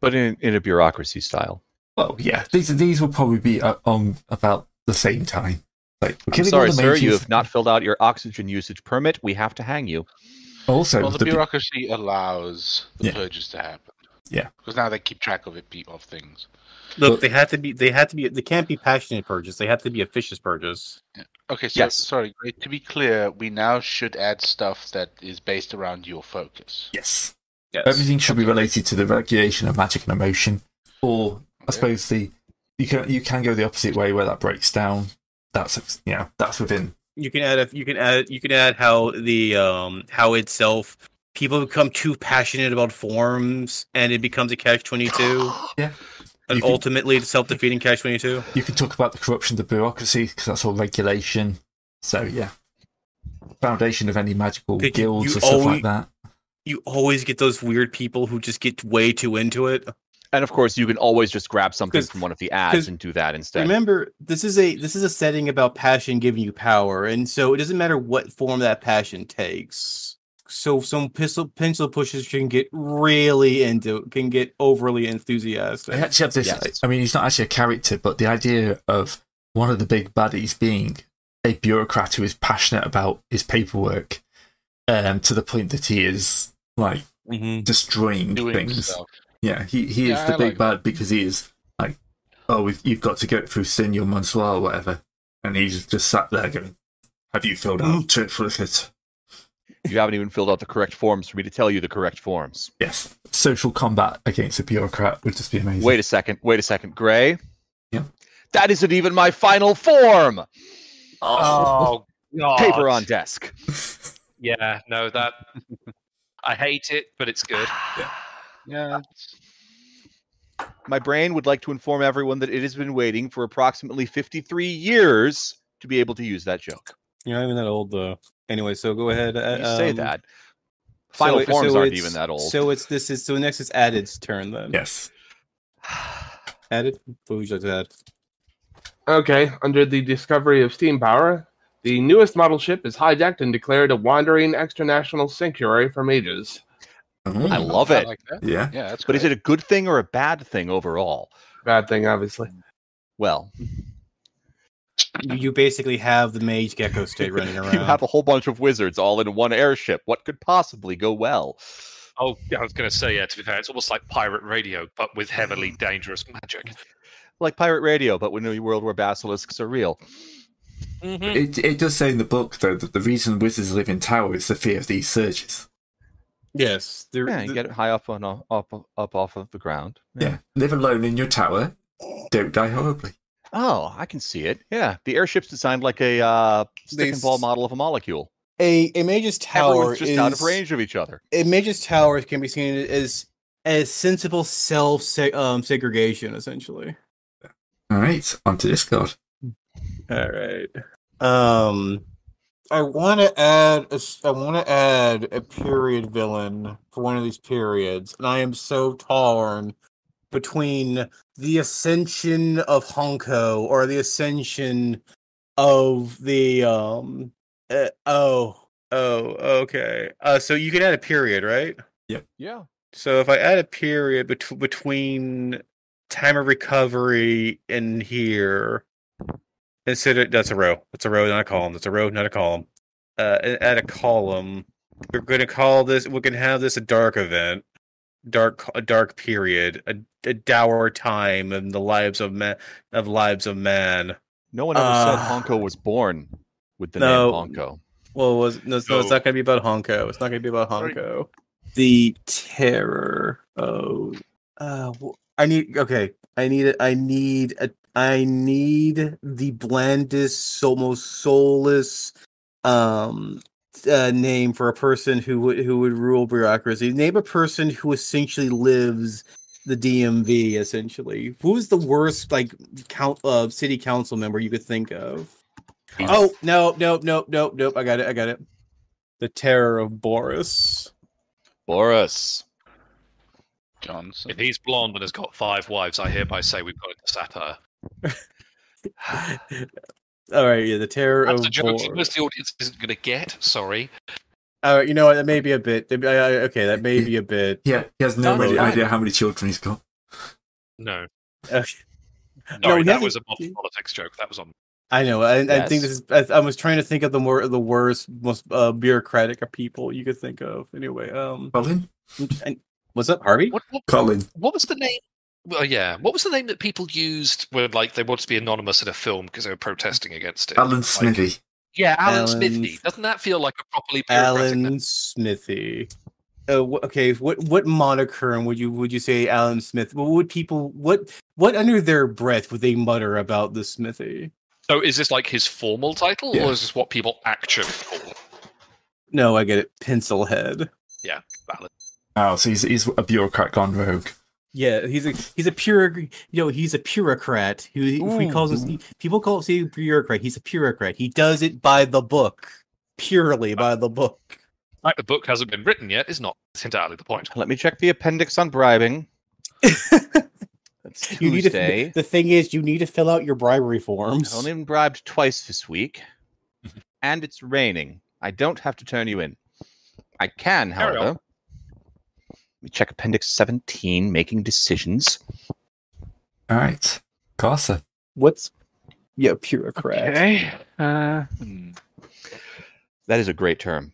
S3: But in, in a bureaucracy style.
S1: Well, yeah, these these will probably be uh, on about the same time. Like we're
S3: I'm
S1: killing all
S3: sorry,
S1: the
S3: sir, you
S1: mages-
S3: have not filled out your oxygen usage permit. We have to hang you.
S1: Also,
S2: Well, the,
S1: the bu-
S2: bureaucracy allows the
S1: Yeah.
S2: purges to happen.
S1: Yeah.
S2: Because now they keep track of it, pe- of things.
S1: Well-
S7: Look, they have to be. They have to be. They can't be passionate purges. They have to be officious purges.
S2: Okay, so
S3: Yes.
S2: sorry. great. To be clear, we now should add stuff that is based around your focus.
S1: yes,
S7: Yes.
S1: everything should be related to the regulation of magic and emotion. Or I
S2: Okay.
S1: suppose the you can you can go the opposite way where that breaks down. That's you know that's within.
S7: you can add. A, you can add. You can add how the um how itself. People become too passionate about forms, and it becomes a catch twenty two, and
S1: You can,
S7: ultimately it's self defeating catch twenty two.
S1: you can talk about the corruption of the bureaucracy because that's all regulation. So yeah, foundation of any magical
S7: Could you-
S1: guilds
S7: you
S1: or stuff
S7: always-
S1: like that.
S7: You always get those weird people who just get way too into it.
S3: And of course, you can always just grab something
S7: 'Cause-
S3: from one of the
S7: 'cause
S3: ads and do that instead.
S7: Remember, this is a this is a setting about passion giving you power, and so it doesn't matter what form that passion takes. So some pencil pencil pushers can get really into can get overly enthusiastic.
S1: I actually have this.
S3: Yes.
S1: I mean, he's not actually a character, but the idea of one of the big baddies being a bureaucrat who is passionate about his paperwork, um, to the point that he is like
S7: Mm-hmm.
S1: destroying
S2: Doing
S1: things.
S2: stuff.
S1: Yeah, he he
S2: Yeah,
S1: is the
S2: I
S1: big
S2: like
S1: bad because he is like, oh, we've, you've got to go through Senor Monsoir or whatever, and he's just sat there going, "Have you filled out
S7: Mm.
S1: triplicate?
S3: You haven't even filled out the correct forms for me to tell you the correct forms.
S1: Yes, social combat against a bureaucrat would just be amazing.
S3: Wait a second. Wait a second. Gray?
S1: Yeah.
S3: That isn't even my final form!
S5: Oh God.
S3: Paper on desk.
S5: Yeah, no, that. I hate it, but it's good.
S2: Yeah.
S3: My brain would like to inform everyone that it has been waiting for approximately 53 years to be able to use that joke.
S4: You're not even that old though.
S7: Anyway, so go ahead.
S3: You
S7: uh,
S3: say
S7: um,
S3: that.
S7: so
S3: Final
S7: it- so
S3: forms aren't
S7: it's-
S3: even that old.
S7: So it's this is so next is Added's turn
S4: oh.
S7: then.
S1: Yes,
S7: Added, what would you like to add?
S6: Okay, under the discovery of steam power, the newest model ship is hijacked and declared a wandering extranational sanctuary for mages.
S1: Mm,
S3: I love it.
S2: like that.
S1: yeah.
S2: Yeah, that's
S3: But is
S2: great.
S3: it a good thing or a bad thing overall?
S6: Bad thing, obviously.
S3: Well,
S7: You, you basically have the mage gecko state running around.
S3: you have a whole bunch of wizards all in one airship. What could possibly go well?
S5: Oh, yeah, I was going to say, yeah, to be fair, it's almost like pirate radio, but with heavily dangerous magic.
S3: Like pirate radio, but in a world where basilisks are real.
S1: It, it does say in the book, though, that the reason wizards live in towers is the fear of these surges.
S7: yes, there,
S3: Yeah, you
S7: the-
S3: get it high up on o- up up off of the ground.
S1: Live alone in your tower, don't die horribly.
S3: Oh, I can see it. Yeah, the airship's designed like a uh,
S7: They
S3: stick and ball
S7: s-
S3: model of a molecule.
S4: a a mage's tower
S3: Everyone's just
S4: is
S3: out of range of each other.
S4: a mage's tower can be seen as as sensible self se- um, segregation essentially.
S1: All right, onto Discord.
S4: All right. Um, I want to add a s I want to add a period villain for one of these periods, and I am so torn between the ascension of Honko or the ascension of the um. Uh, oh, oh, okay. Uh, so you can add a period, right?
S3: Yeah.
S4: So if I add a period bet- between time of recovery and here, consider that's a row. That's a row, not a column. That's a row, not a column. Uh, and add a column. We're going to call this. We're going to have this a dark event, dark a dark period, a, a dour time in the lives of man of lives of man.
S3: No one ever said
S4: Uh,
S3: Honko was born with the
S4: no.
S3: name Honko.
S4: Well, was no,
S5: no, it's No.
S4: not going to be about Honko. It's not going to be about
S2: Sorry.
S4: The terror. Oh, uh, wh- I need. Okay, I need. a- I need. A, I need the blandest, so- most soulless, um, uh, name for a person who would who would rule bureaucracy. Name a person who essentially lives the DMV. Essentially, who's the worst like count of city council member you could think of? Oh no, nope, nope, nope, nope. I got it. I got it. The terror of Boris.
S3: Boris.
S2: Johnson.
S5: If he's blonde and has got five wives, I hereby say we've got into satire.
S4: All right, yeah, the terror
S5: That's
S4: of
S5: a joke that
S4: Boris.
S5: most of the audience isn't going to get. Sorry.
S4: All right, you know what? That may be a bit. I- I- okay, that may be a bit.
S1: Yeah, he has no
S5: No,
S1: idea-
S4: no.
S1: idea how many children he's got.
S5: No.
S4: Okay. No,
S5: Sorry,
S4: he
S5: that
S4: hasn't-
S5: was a modern politics joke. That was on.
S4: I know. I, I
S3: Yes.
S4: think this is. I, I was trying to think of the more the worst, most uh, bureaucratic of people you could think of. Anyway, um,
S1: Colin?
S4: and- what's up, Harvey?
S5: What, what,
S1: Colin.
S5: what was the name? Well, yeah. What was the name that people used when, like, they wanted to be anonymous in a film because they were protesting against it?
S1: Alan
S5: Like-
S1: Smithy.
S5: yeah, Alan,
S4: Alan-
S5: Smithy. Doesn't that feel like a properly bureaucratic name?
S4: Alan Smithy. Uh, wh- okay, what what monochron would you would you say Alan Smith? What would people what what under their breath would they mutter about the Smithy?
S5: So is this like his formal title,
S1: Yeah.
S5: or is this what people actually call him?
S4: No, I get it. Pencil head.
S5: Alan?
S1: Oh, so he's, he's a bureaucrat gone rogue.
S4: Yeah, he's a he's a pure you know he's a bureaucrat. He, he calls us people call him a bureaucrat. He's a bureaucrat. He does it by the book, purely by the book.
S5: Like the book hasn't been written yet, is not it's entirely the point.
S3: Let me check the appendix on bribing. That's
S4: you need to,
S3: Tuesday.
S4: the thing is, you need to fill out your bribery forms.
S3: I've only been bribed twice this week, and it's raining. I don't have to turn you in. I can,
S5: Carry on.
S3: however. Let me check Appendix 17, making decisions.
S1: All right. Carsa.
S4: What's yeah, bureaucrat?
S2: Okay. Uh, hmm.
S3: That is a great term.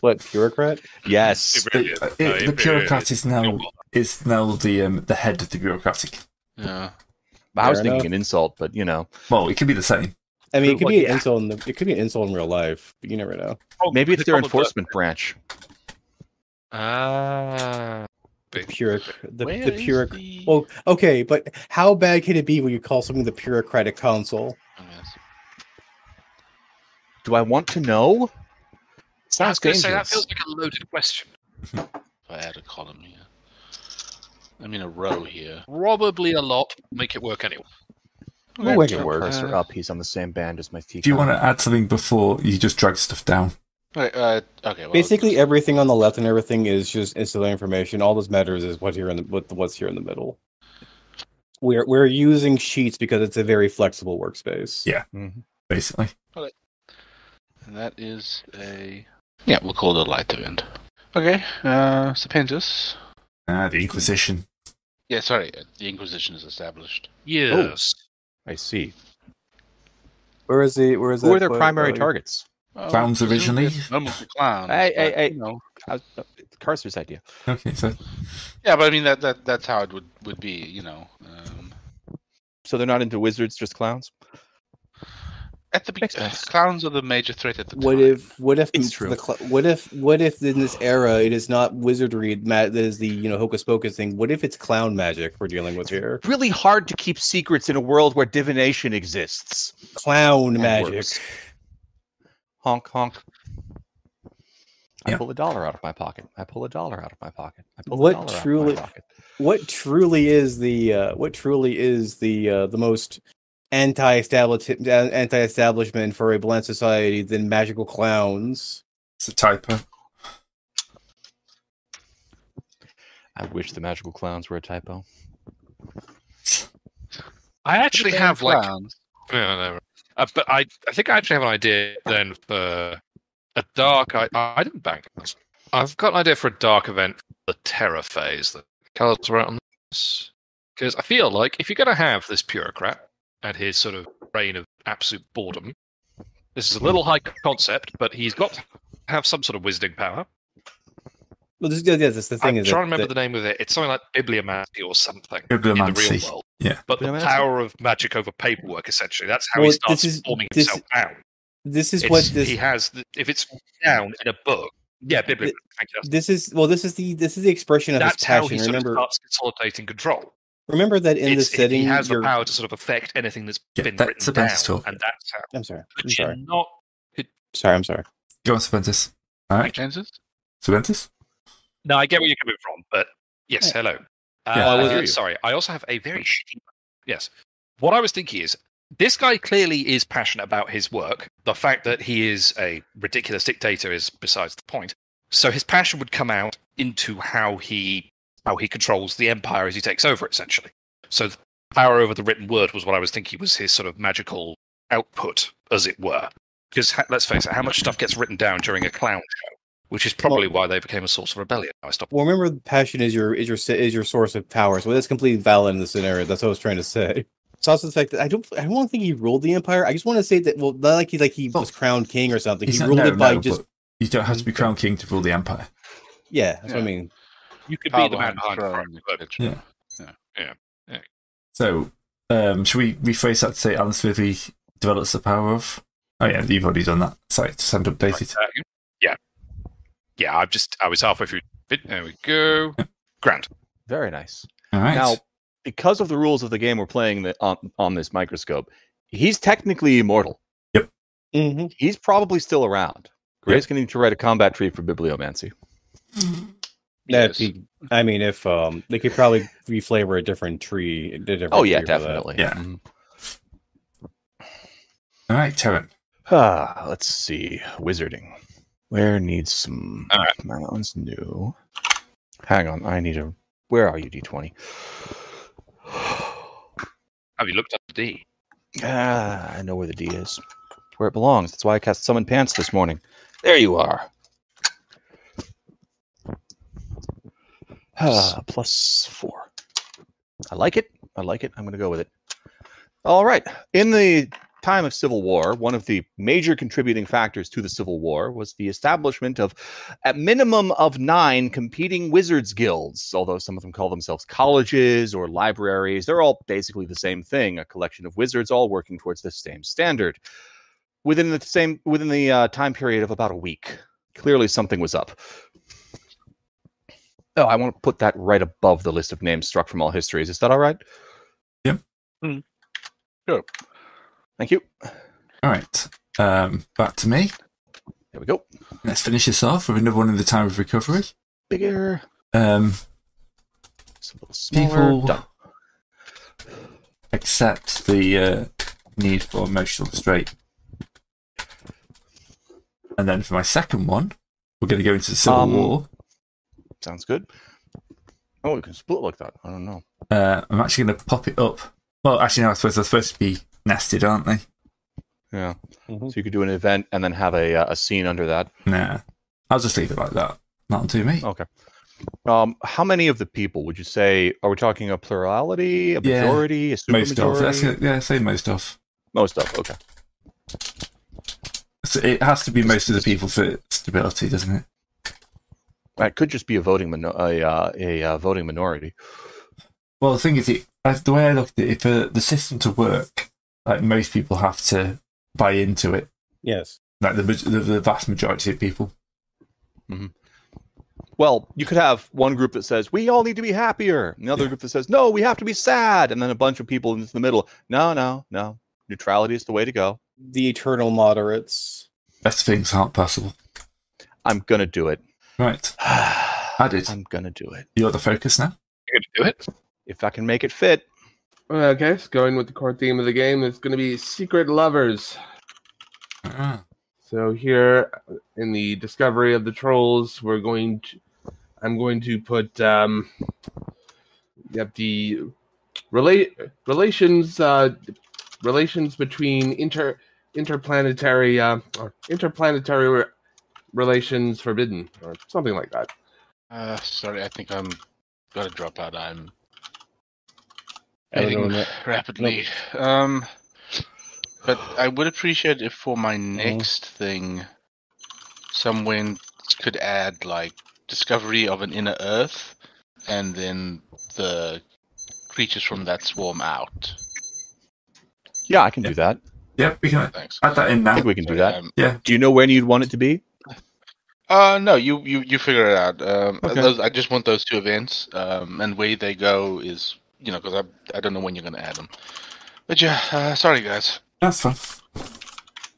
S4: What bureaucrat?
S3: Yes.
S5: It
S1: The,
S5: really is.
S1: uh,
S5: No,
S1: it-
S5: it
S1: the
S5: really
S1: bureaucrat
S5: is.
S1: is now is now the um, the head of the bureaucratic.
S2: Yeah.
S3: I was
S4: Fair
S3: thinking an insult, but you know,
S1: Well, it could be the same.
S4: I mean, it
S3: Who-
S4: could
S3: what-
S4: be an
S3: yeah.
S4: insult. In the, it could be an insult in real life. But you never know.
S3: maybe it's their
S5: Oh, The problem with
S3: enforcement branch.
S5: that- Ah, big.
S4: Pure, the,
S2: Where
S4: the
S2: is
S4: pure.
S2: the- Oh,
S4: Well, okay, but how bad can it be when you call something the bureaucratic council?
S2: Oh, yes.
S3: Do I want to know?
S5: I
S3: Sounds
S5: was going to
S3: dangerous.
S5: say that feels like a loaded question.
S2: If I add a column here, I mean a row here.
S5: Probably a lot. Make it work anyway.
S4: We'll make
S3: Get
S4: it
S3: my
S4: work.
S3: cursor
S2: Uh,
S3: up. He's on the same band as my feet.
S1: Do you want to add something before you just drag stuff down?
S2: Right, uh, okay. Well,
S4: Basically, everything on the left and everything is just insular information. All that matters is what's here in the what, what's here in the middle. We're we're using sheets because it's a very flexible workspace.
S1: Yeah.
S3: Mm-hmm.
S1: Basically,
S2: And that is a yeah. We'll call it a light event. Okay. Uh, Serpentus.
S1: ah, the Inquisition.
S2: Yeah. Sorry. uh, The Inquisition is established.
S5: Yes.
S3: I see.
S4: Where is the where is Uh,
S3: Who are their primary targets?
S2: Oh, Well,
S1: Clowns
S2: presumably
S1: originally?
S2: it's Normal for clowns.
S3: Hey, hey,
S2: but,
S3: hey.
S2: you know.
S3: I, uh, Carcer's idea.
S1: Okay, so
S2: Yeah, but I mean that, that that's how it would would be. You know. Um,
S3: So they're not into wizards, just clowns.
S2: at the
S3: Makes
S2: beginning,
S3: sense.
S2: clowns are the major threat at the
S4: What
S2: time.
S4: if what if
S3: It's
S4: the
S3: true.
S4: cl- what if what if in this era it is not wizardry ma- that is the you know hocus pocus thing? What if it's clown magic we're dealing with here?
S3: Really hard to keep secrets in a world where divination exists.
S4: Clown
S3: That
S4: magic.
S3: works. Honk honk. I
S1: Yeah.
S3: pull a dollar out of my pocket. I pull a dollar out of my pocket. I pull
S4: What
S3: a dollar
S4: truly-
S3: out of my pocket.
S4: what truly is the uh, what truly is the uh, the most anti-establishment anti-establishment for a blunt society than magical clowns?
S1: It's a typo.
S3: I wish the magical clowns were a typo.
S5: I actually have like
S2: Clowns.
S5: Yeah, I know. Uh, but I, I think I actually have an idea then for a dark. I, I didn't bank. on this. I've got an idea for a dark event, for the Terror phase. That Carlos wrote on this because I feel like if you're going to have this bureaucrat and his sort of reign of absolute boredom, this is a little high concept, but he's got to have some sort of wizarding power.
S4: Well, this, yeah, that's the thing
S5: I'm
S4: is
S5: trying
S4: that-
S5: to remember
S4: that-
S5: the name of it. It's something like bibliomancy or something in the
S1: Bibliomancy.
S5: real world.
S1: yeah.
S5: But the
S3: Bibliomancy?
S5: power of magic over paperwork, essentially, that's how
S4: Well,
S5: he
S4: this
S5: starts
S4: is-
S5: forming
S4: this-
S5: himself out.
S4: this is
S5: It's-
S4: what this
S5: he has. The, if it's down in a book, yeah, biblically. thank you,
S4: this is well this is the this is the expression of
S5: that's
S4: his
S5: that's how
S4: passion.
S5: he sort
S4: Remember
S5: of starts consolidating control.
S4: remember that in
S5: It's-
S4: this setting
S5: he has
S4: you're-
S5: the power to sort of affect anything that's
S1: Yeah,
S5: been
S1: that's
S5: written
S1: the best
S5: down,
S1: talk.
S5: and that's how.
S4: I'm sorry. I'm
S5: But you're
S4: sorry.
S5: not.
S4: Sorry, I'm sorry.
S1: Go on, Serpentis. Alright.
S2: Chances?
S1: Serpentis?
S5: No, I get where you're coming from, but yes, hello. Uh,
S1: Yeah,
S3: I hear you.
S5: sorry, I also have a very shitty. Yes, what I was thinking is this guy clearly is passionate about his work. The fact that he is a ridiculous dictator is besides the point. So his passion would come out into how he how he controls the empire as he takes over, essentially. So the power over the written word was what I was thinking was his sort of magical output, as it were. Because ha- let's face it, how much stuff gets written down during a clown show, which is probably why they became a source of rebellion. I stopped.
S4: Well, remember the passion is your is your s- is your source of power. So that's completely valid in this scenario. That's what I was trying to say. It's also the fact that I don't I don't think he ruled the empire. I just want to say that well, not like he like he
S1: Oh.
S4: was crowned king or something.
S1: He's
S4: he
S1: not-
S4: ruled
S1: no,
S4: it by
S1: no,
S4: just
S1: but You don't have to be crown king to rule the empire.
S4: yeah. That's what I
S2: Yeah.
S4: mean.
S5: You could
S2: Power
S5: be the man behind the
S2: throne,
S5: throne, but
S2: etc.
S1: Yeah. So, um, should we rephrase that to say Alan Smithy develops the power of? Oh yeah, you've already done that. Sorry, just haven't updated.
S5: Uh, yeah, yeah. I've just I was halfway through. it. There we go. Grand.
S3: Very nice.
S1: All right.
S3: Now, because of the rules of the game we're playing the, on, on this microscope, he's technically immortal.
S4: Mm-hmm.
S3: He's probably still around. Gray's going to need to write a combat tree for bibliomancy.
S2: Yes.
S4: I mean, if um, they could probably reflavor a different tree. A different
S3: Oh, yeah,
S4: tree for that.
S3: definitely.
S1: Yeah.
S3: Mhm.
S1: All right, Terran.
S3: Ah, let's see. Wizarding. Where needs some.
S5: All
S3: Man, that one's new. Hang on. I need a. Where are you, D20?
S5: Have you looked up the D?
S3: Ah, I know where the D is. Where it belongs. That's why I cast Summon Pants this morning. There you are. Ah, plus four. I like it. I like it. I'm going to go with it. All right. In the time of civil war, one of the major contributing factors to the civil war was the establishment of a minimum of nine competing wizards guilds, although some of them call themselves colleges or libraries. They're all basically the same thing, a collection of wizards all working towards the same standard. Within the same within the uh, time period of about a week, clearly something was up. Oh, I want to put that right above the list of names struck from all histories. Is that all right? Thank you.
S1: All right, um, back to me.
S3: There we go.
S1: Let's finish this off with another one in the time of recovery.
S3: Bigger.
S1: Um,
S3: It's a little smaller.
S1: people
S3: Done.
S1: accept the uh, need for emotional restraint. And then for my second one, we're going to go into the Civil
S3: Um,
S1: War.
S3: Sounds good. Oh, we can split like that. I don't know.
S1: Uh, I'm actually going to pop it up. Well, actually, no, I suppose they're supposed to be nested, aren't they?
S3: Yeah.
S4: Mhm.
S3: So you could do an event and then have a, uh, a scene under that.
S1: Nah. I'll just leave it like that. That'll do me.
S3: Okay. Um, how many of the people would you say? Are we talking a plurality, a
S1: Yeah.
S3: majority, a
S1: most of. That's,
S3: supermajority?
S1: yeah, say most of.
S3: Most of. Okay.
S1: So it has to be most of the people for stability, doesn't it?
S3: That could just be a voting mino- a, uh, a uh, voting minority.
S1: Well, the thing is, it, I- the way I look at it, for the system to work, like most people have to buy into it.
S4: Yes.
S1: Like the maj- the, the vast majority of people.
S3: Well, you could have one group that says we all need to be happier, and the other
S1: Yeah.
S3: group that says no, we have to be sad, and then a bunch of people in the middle. No, no, no. Neutrality is the way to go.
S4: The eternal moderates.
S1: Best things aren't possible.
S3: I'm gonna do it.
S1: Right.
S3: I
S1: did.
S3: I'm gonna do it
S1: You're the focus now.
S5: You're gonna do it.
S3: if I can make it fit.
S6: Uh, okay, so going with the core theme of the game is going to be secret lovers.
S1: Ah,
S6: So here in the discovery of the trolls, we're going to I'm going to put um yep the relate relations uh relations between inter interplanetary uh or interplanetary re- relations forbidden or something like that.
S2: Uh, sorry, I think I'm gotta drop out. I'm
S4: I don't know
S2: fading
S4: that-
S2: rapidly. Um, but I would appreciate if for my next thing, someone could add like discovery of an inner Earth, and then the creatures from that swarm out.
S3: Yeah, I can do that.
S1: Yep, we can
S2: Thanks. Um,
S1: add that in
S3: I
S1: now.
S3: think we can do
S2: Sorry,
S3: that.
S2: I'm-
S3: Do you know when you'd want it to be?
S2: Uh, no, you you you figure it out. Um,
S3: Okay.
S2: those, I just want those two events. Um, and where they go is you know because I I don't know when you're gonna add them. But yeah, uh, sorry guys.
S1: That's fine.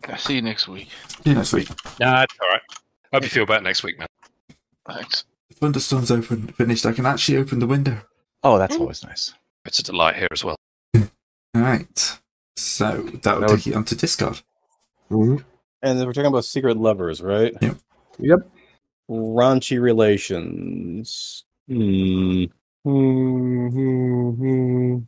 S2: I'll see you next week.
S1: See you next week.
S5: Nah, it's all right. Hope you feel better next week, man.
S2: Thanks.
S1: The thunderstorm's open finished. I can actually open the window.
S3: Oh, that's always nice.
S5: It's a delight here as well.
S1: All right. So that will
S6: That would-
S1: take you onto Discord.
S4: And then we're talking about secret lovers, right?
S1: Yep.
S6: Yep.
S4: Raunchy relations. Hmm. Hmm. Hmm. hmm.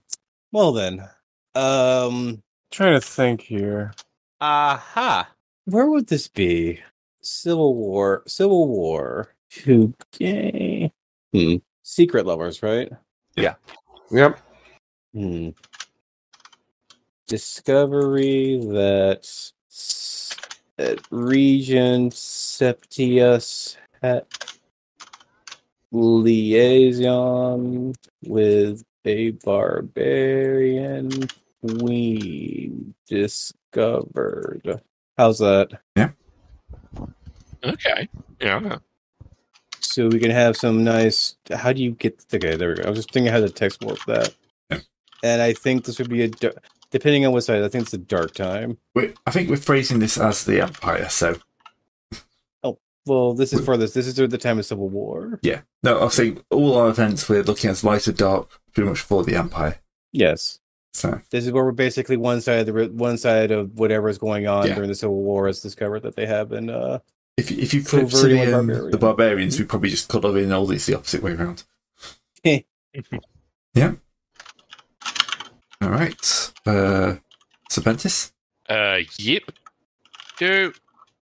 S4: Well then, um, trying to think here.
S3: Aha.
S4: Where would this be? Civil War. Civil War. Okay. Hmm. Secret lovers, right?
S6: Yep.
S4: Hmm. Discovery that, s- that region Septius had liaison with a barbarian queen discovered. How's that?
S5: Okay. Yeah.
S4: So we can have some nice. How do you get? Okay, there we go. I was just thinking how to text warp that.
S1: Yeah.
S4: And I think this would be a dar- depending on what side. I think it's a dark time.
S1: Wait, I think we're phrasing this as the Empire. So
S4: Well, this is for this. This is at the time of civil war.
S1: yeah. No, I'll say all our events we're looking at as light or dark, pretty much for the Empire.
S4: Yes,
S1: So
S4: this is where we're basically one side of the ri- one side of whatever is going on
S1: Yeah.
S4: during the civil war is discovered that they have been. Uh,
S1: if you- if you flip to
S4: Covertly
S1: the, um,
S4: barbarian.
S1: the barbarians, we probably just colour in all these the opposite way around.
S4: Heh.
S1: yeah. All right. Uh, Serpentis.
S5: Uh, yep. Do.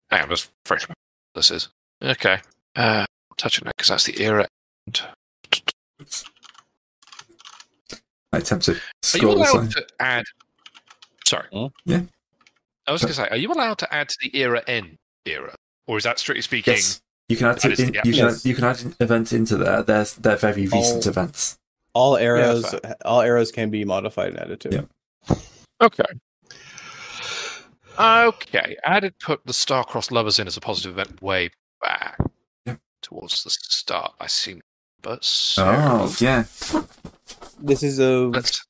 S5: Hang on, just fresh. This is okay. Uh, touch on that because that's the era.
S1: I attempt to
S5: Are you
S1: scroll this line.
S5: allowed to add? Sorry.
S4: Hmm?
S1: Yeah.
S5: I was going to say, are you allowed to add to the era end era, or is that strictly speaking?
S1: Yes. You can add
S5: That
S1: to,
S5: is
S1: in,
S5: the
S1: you can
S4: Yes.
S1: add, you can add events into there. They're they're very recent
S4: Oh.
S1: events.
S4: all arrows,
S3: fine.
S4: all arrows can be modified and added to.
S1: Yeah.
S5: Okay. Okay. I did put the Starcrossed Lovers in as a positive event way back
S1: Yep.
S5: towards the start. I seem, but so
S1: Oh yeah.
S4: This is a
S5: let's-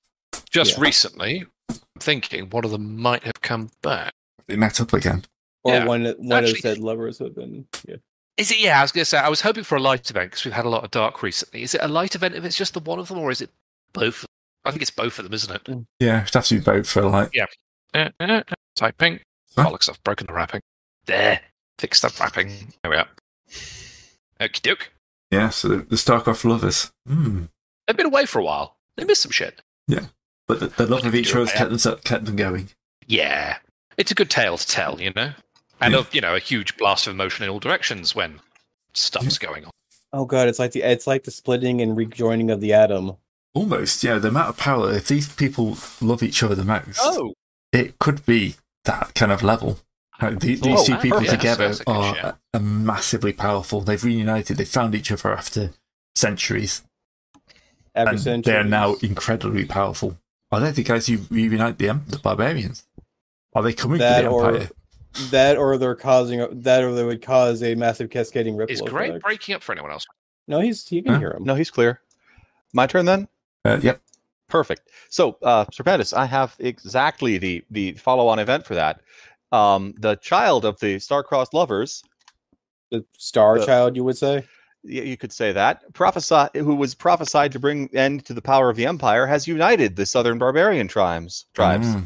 S5: just
S4: Yeah.
S5: recently, I'm thinking one of them might have come back.
S1: They met up again.
S4: or
S5: yeah.
S4: one one of
S5: Actually-
S4: said lovers have been. Yeah.
S5: Is it? Yeah, I was going to say I was hoping for a light event because we've had a lot of dark recently. Is it a light event if it's just the one of them, or is it both? of them? I think it's both of them, isn't it?
S1: Yeah, it'd have to be both for like
S5: Uh, uh, uh, typing.
S1: Huh?
S5: Bollocks! I've broken the wrapping. There, fix the wrapping. There we are. Okie doke.
S1: yeah. So the, the Starcraft lovers. Hmm.
S5: They've been away for a while. They missed some shit.
S1: But the, the love of each other kept them kept them going.
S5: Yeah. It's a good tale to tell, you know? And, of, you know, a huge blast of emotion in all directions when stuff's going on.
S4: Oh god, it's like the it's like the splitting and rejoining of the atom.
S1: Almost. Yeah. The amount of power. If these people love each other the most,
S5: Oh.
S1: it could be that kind of level. Like, the- these
S5: Oh,
S1: two
S5: wow.
S1: people
S5: Yeah,
S1: together
S5: that's a good
S1: are
S5: shout.
S1: a- massively powerful. They've reunited. They found each other after centuries.
S4: After
S1: and they are now e-,
S4: centuries.
S1: incredibly powerful. Are they the guys who reunite the, em- the barbarians? Are they coming for
S4: That
S1: the
S4: or-
S1: empire?
S4: that or they're causing a- that or they would cause a massive cascading ripple.
S5: Is Greg
S4: effect.
S5: breaking up for anyone else?
S4: No, he's you can
S1: Huh?
S4: hear him.
S3: No, he's clear. My turn then.
S1: Uh, yep.
S3: Perfect. So, uh, Serpentis, I have exactly the the follow on event for that. Um, the child of the star-crossed lovers
S4: the star
S3: The-
S4: child, you would say.
S3: Y- you could say that prophesy who was prophesied to bring end to the power of the empire has united the southern barbarian tribes tribes
S1: Mm.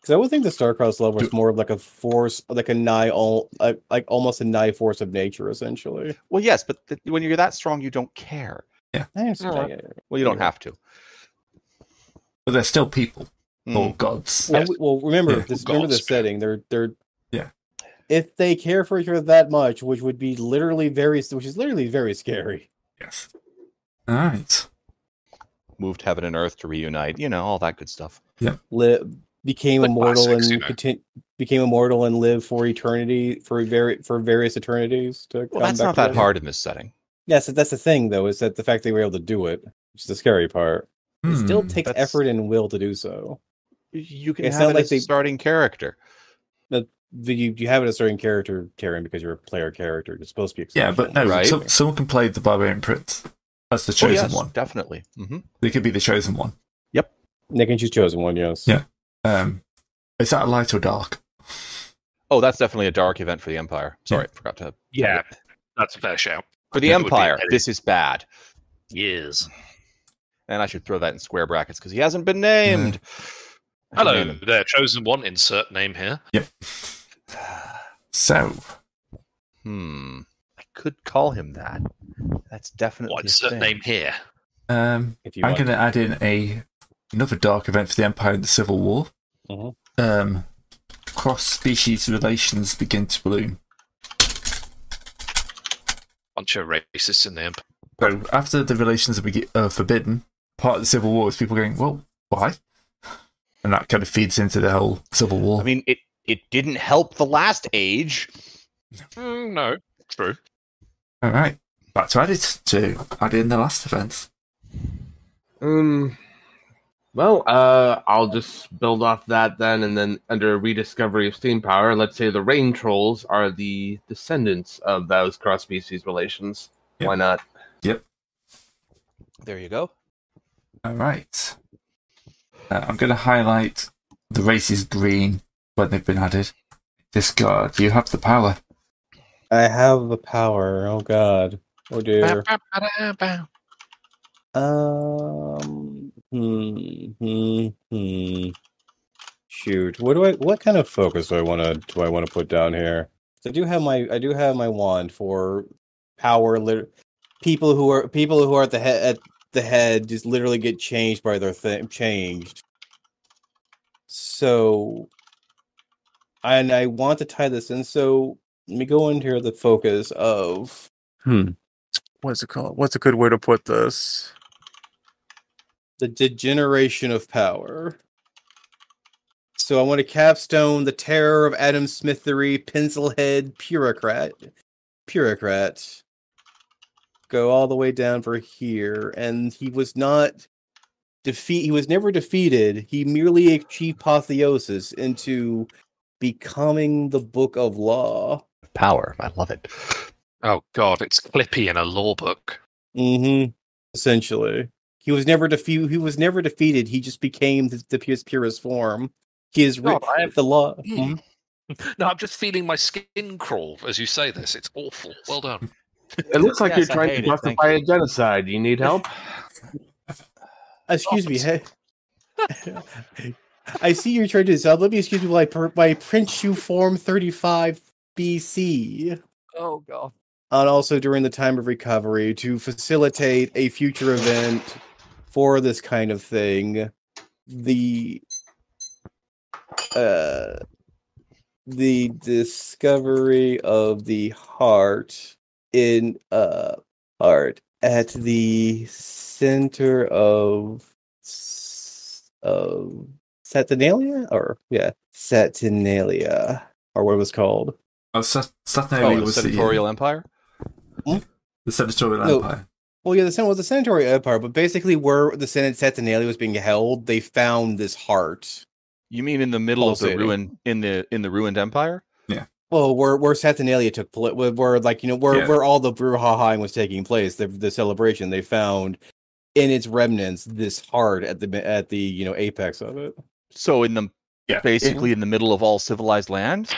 S4: Because I would think the Starcross level is
S1: Do-
S4: more of like a force, like a nigh all, like, like almost a nigh force of nature, essentially.
S3: well yes but th- when you're that strong you don't care
S4: I understand.
S3: Alright.
S4: yeah, yeah,
S3: well you don't have to
S1: But they're still people or
S3: Mm.
S1: gods.
S4: yeah. I w- well, remember
S1: Yeah.
S4: this. Remember the
S5: Gods.
S4: setting. They're they're
S1: Yeah.
S4: If they care for each other that much, which would be literally very, which is literally very scary.
S1: Yes. All right.
S3: moved heaven and earth to reunite you know all that good stuff
S4: Li- became
S5: Like
S4: immortal
S5: classics,
S4: and
S5: you know.
S4: contin- became immortal and live for eternity for very for various eternities. To
S3: well
S4: come
S3: that's
S4: back
S3: not that
S4: together.
S3: hard in this setting
S4: Yes, that's the thing though, is that the fact they were able to do it, which is the scary part. It still
S1: Hmm.
S4: takes
S3: That's-
S4: effort and will to do so.
S3: Y- you can
S4: It's
S3: have
S4: not
S3: it
S4: like
S3: as
S4: they-
S3: a starting character
S4: The, you, you have it a certain character, Karen, because you're a player character. It's supposed to be
S1: Yeah, but no,
S3: Right.
S1: some- someone can play the Barbarian Prince. That's the
S3: Oh,
S1: chosen
S3: yes,
S1: one.
S3: definitely hmm
S1: They could be the chosen one.
S4: They can choose chosen one, yes.
S1: Yeah. Um, is that light or dark?
S3: oh that's definitely a dark event for the empire
S1: Yeah.
S3: sorry forgot to
S5: Yeah, that's a fair shout.
S3: for the
S5: That would be
S3: empire
S5: very-
S3: this is bad
S5: Years.
S3: and i should throw that in square brackets because he hasn't been named I should
S5: Hello
S3: name him.
S5: there, chosen one. Insert name here.
S1: So,
S3: Hmm. I could call him that. That's definitely
S5: What
S3: a
S5: insert
S3: thing.
S5: name here?
S1: um,
S4: If you
S1: I'm
S4: want.
S1: going to add in a another dark event for the Empire in the Civil War.
S4: Mhm.
S3: Mm-hmm.
S1: Um, cross species relations begin to bloom.
S5: Bunch of racists in the empire.
S1: So after the relations are, begi- are uh, forbidden, part of the Civil War is people going, "Well, why?" And that kind of feeds into the whole Civil War.
S3: I mean, it it didn't help the last age.
S5: Mm, no, true.
S1: All right, back to edit to add in the last event.
S6: Um. Well, uh, I'll just build off that then, and then under rediscovery of steam power, let's say the rain trolls are the descendants of those cross species relations.
S1: Yeah.
S6: Why not?
S3: There you go.
S1: All right, uh, I'm going to highlight the races green when they've been added. Discard. You have the power.
S4: I have the power. Oh god. Oh dear. Um hmm, hmm, hmm. Shoot. What do I what kind of focus do I wanna do I wanna put down here? 'Cause I do have my I do have my wand for power lit- people who are people who are at the head at the head just literally get changed by their thing changed. So and I want to tie this in, so let me go into here the focus of hmm. What's it called? What's a good way to put this? The degeneration of power. So I want to capstone the terror of Adam Smithery, pencilhead, bureaucrat, bureaucrat. Go all the way down for here, and he was not defeat. He was never defeated. He merely achieved apotheosis into becoming the book of law.
S3: Power. I love it.
S5: Oh God, it's Clippy in a law book.
S4: Mm-hmm. Essentially, he was never defeated. He was never defeated. He just became the, the purest, purest form. He is ri-
S5: God, I have-
S4: the law.
S5: Hmm. No, I'm just feeling my skin crawl as you say this. It's awful. Well done.
S6: It looks like
S3: Yes, I
S6: you're trying
S3: hate
S6: to
S3: it, thank
S6: justify
S3: you.
S6: a genocide. Do you need help?
S4: Excuse me. Hey. I see you're trying to solve. Let me excuse me while I, pr- while I print you form 35 BC.
S5: Oh God.
S4: And also during the time of recovery to facilitate a future event for this kind of thing. The uh the discovery of the heart in uh heart at the center of s- of Saturnalia or yeah Saturnalia or what it was called
S1: Oh, Sat-
S3: Oh,
S1: Saturnalia
S3: the
S1: was the, uh,
S3: senatorial empire.
S1: the senatorial
S4: No.
S1: empire.
S4: Well, yeah, the Senate was the senatorial empire, but basically where the Senate Saturnalia was being held, they found this heart.
S3: You mean in the middle of the
S4: Pulsating.
S3: ruin in the in the ruined empire?
S4: Well, where where Saturnalia took place, where, where like you know where
S1: Yeah.
S4: where all the brouhaha was taking place, the the celebration they found in its remnants this heart at the at the you know apex of it.
S3: So in the
S1: Yeah.
S3: basically in the middle of all civilized land.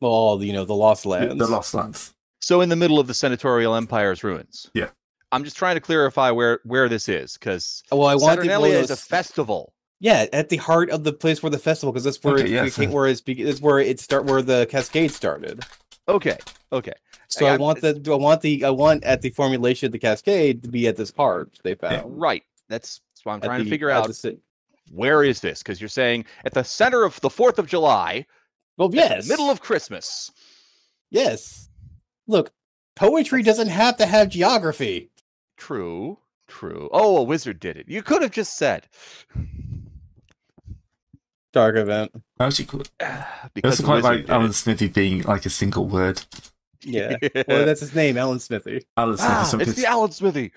S4: Well, all the, you know the lost
S1: The-
S4: lands.
S1: The Lost Lands.
S3: So in the middle of the senatorial empire's ruins.
S1: Yeah.
S3: I'm just trying to clarify where where this is because
S4: Well, I wanted one of
S3: Saturnalia is a
S4: those-
S3: festival.
S4: Yeah, at the heart of the place where the festival, because that's where
S1: Okay,
S4: it,
S1: yeah,
S4: it
S1: so-
S4: came- where it's be- it's where it start where the cascade started.
S3: Okay. Okay.
S4: So
S3: Yeah,
S4: I
S3: I'm-
S4: want the I want the I want at the formulation of the cascade to be at this heart they found.
S3: Right. That's that's what I'm
S4: At
S3: trying to
S4: the-
S3: figure
S4: at
S3: out.
S4: the ci-
S3: where is this? Because you're saying at the center of the Fourth of July,
S4: well, yes,
S3: middle of Christmas.
S4: yes. Look, poetry doesn't have to have geography.
S3: True. True. Oh, a wizard did it. You could have just said
S4: Dark event.
S1: I actually quite, I
S3: because
S1: also
S3: a
S1: quite
S3: wizard
S1: like um,
S3: did
S1: Alan
S3: it.
S1: Smithy being like a single word.
S4: Yeah. Well, that's his name, Alan Smithy.
S1: Alan Smithy,
S3: Ah,
S1: something-
S3: it's the Alan Smithy.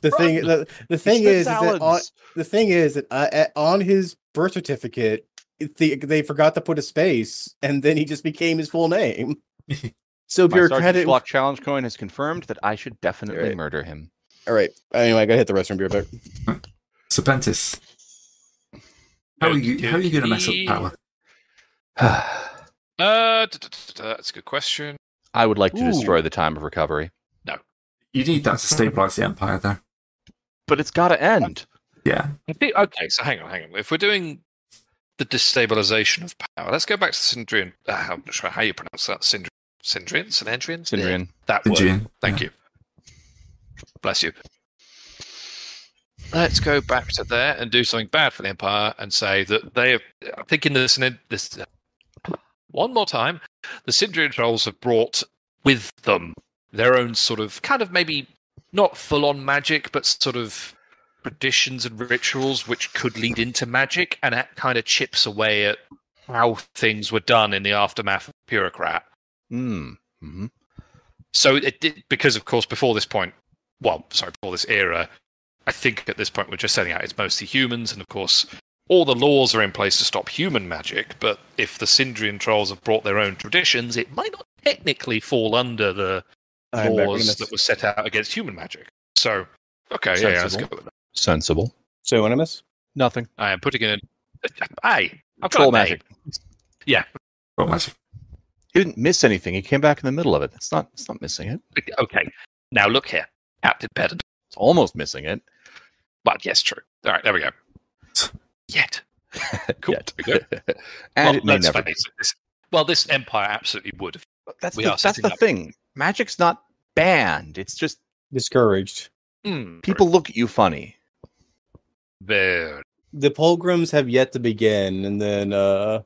S4: The thing,
S3: Run!
S4: the, the thing is, is that on,
S3: Alan's.
S4: the thing is that uh, at, on his birth certificate, it- the, they forgot to put a space, and then he just became his full name. so
S3: My
S4: bureaucratic.
S3: Sergeant Block challenge coin has confirmed that I should definitely
S4: Right.
S3: murder him.
S4: All right. Anyway, I gotta hit the restroom. Be right back.
S1: Serpentis. How are you? How are you going to mess up
S5: Okey-dokey.
S1: power?
S3: I
S5: Uh, da- da- da- da, that's a good question.
S3: would like to
S5: Ooh.
S3: destroy the time of recovery,
S1: You need that to stabilize the empire, though.
S3: but it's got to end.
S1: Yeah,
S5: I think- okay, so hang on, hang on. If we're doing the destabilization of power, let's go back to Syndrian. Uh, I'm not sure how you pronounce that. Syndrian, Syndrian, Synandrian,
S3: Cindrian.
S5: That word.
S1: June.
S5: Thank you. Bless you. Let's go back to there and do something bad for the Empire and say that they have. I'm thinking this, this one more time. The Sindrian trolls have brought with them their own sort of kind of maybe not full on magic, but sort of traditions and rituals which could lead into magic, and that kind of chips away at how things were done in the aftermath of bureaucrat.
S3: Mm. hmm
S5: So it did because, of course, before this point, well, sorry, before this era, I think at this point we're just setting out it's mostly humans, and of course, all the laws are in place to stop human magic. But if the Sindrian trolls have brought their own traditions, it might not technically fall under the
S4: I'm back in a
S5: laws
S4: minute.
S5: that were set out against human magic. So, okay, yeah, yeah, let's go
S3: Sensible.
S5: with that.
S3: Sensible.
S4: So what I miss?
S3: Nothing.
S5: I am putting in. Hey, I've got
S3: Troll
S5: a name.
S3: magic.
S1: Well, magic.
S3: He didn't miss anything. He came back in the middle of it. It's not. It's not missing it.
S5: Okay, now look here, Captain Pedant.
S3: It's almost missing it.
S5: Well, yes, true. All right, there we go. Yet. Cool.
S3: Yet.
S5: There we go.
S3: and
S5: well,
S3: it may
S5: let's
S3: never.
S5: face it, this- well, this empire absolutely would. have-
S3: But That's
S5: we
S3: the,
S5: are
S3: that's
S5: setting
S3: the
S5: up-
S3: thing. Magic's not banned. It's just
S4: discouraged.
S5: Hmm,
S3: people look at you funny.
S5: Very.
S4: The pilgrims have yet to begin, and then uh,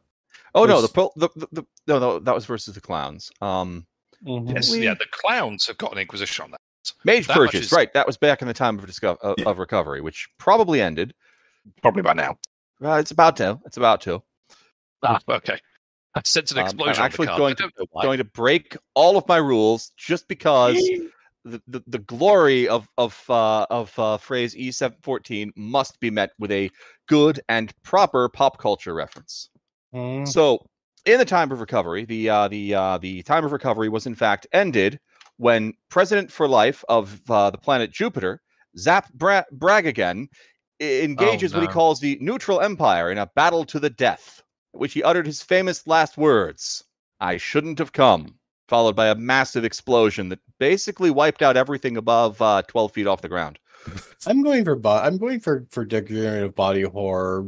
S3: Oh no, the,
S4: There's-
S3: pro- the, the, the no, no, that was versus the clowns. Um,
S5: Yes,
S3: We-
S5: yeah, the clowns have got an inquisition on that.
S3: mage
S5: That much
S3: purchase,
S5: is-
S3: right? That was back in the time of disco- of,
S1: Yeah.
S3: of recovery, which probably ended.
S5: Probably by now.
S3: Uh, it's about to. It's about to.
S5: Ah, okay. I sense an
S3: Um, I'm
S5: explosion.
S3: actually
S5: on the card.
S3: going
S5: I
S3: to-
S5: don't know why.
S3: Going to break all of my rules just because the, the, the glory of of uh, of uh, phrase E seven fourteen must be met with a good and proper pop culture reference. So, in the time of recovery, the uh, the uh, the time of recovery was in fact ended when President for Life of uh, the planet Jupiter, Zap Bra- Brag again, e, engages what he
S5: no.
S3: calls the Neutral Empire in a battle to the death, at which he uttered his famous last words: "I shouldn't have come." Followed by a massive explosion that basically wiped out everything above uh, twelve feet off the ground.
S4: I'm going for bo- I'm going for for degenerative body horror.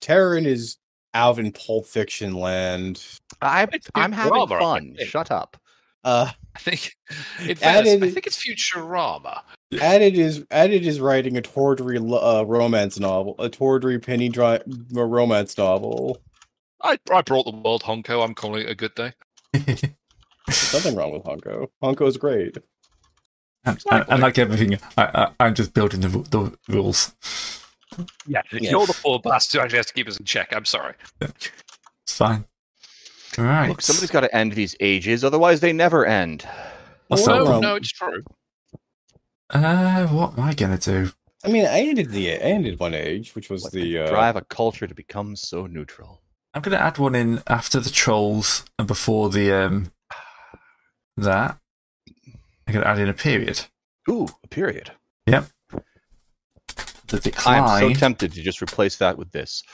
S4: Terran is out in Pulp Fiction land.
S3: I,
S5: It's good
S3: I'm having
S5: drama, I
S3: fun.
S5: think.
S3: Shut up.
S4: Uh,
S5: I think. In fairness,
S4: Added-
S5: I think it's Futurama.
S4: Added is Added is writing a tawdry lo- uh, romance novel, a tawdry penny dry uh, romance novel.
S5: I, I brought the world Honko. I'm calling it a good day.
S4: There's nothing wrong with Honko. Honko's great.
S1: And, and, and like everything, I, I, I'm just building the, ru- the rules.
S5: Yeah, you're the poor bastard who actually has to keep us in check. I'm sorry.
S1: It's fine. All right.
S3: Look, somebody's got to end these ages, otherwise they never end.
S1: What's
S4: Well,
S1: up?
S5: no,
S4: wrong?
S5: no, it's true.
S1: Oh, Uh, what am I gonna do?
S4: I mean, I ended the I ended one age, which was
S3: What
S4: the
S3: could
S4: uh,
S3: drive a culture to become so neutral.
S1: I'm gonna add one in after the trolls and before the um that. I'm gonna add in a period.
S3: Ooh, a period.
S1: The
S3: I am
S1: decline,
S3: so tempted to just replace that with this.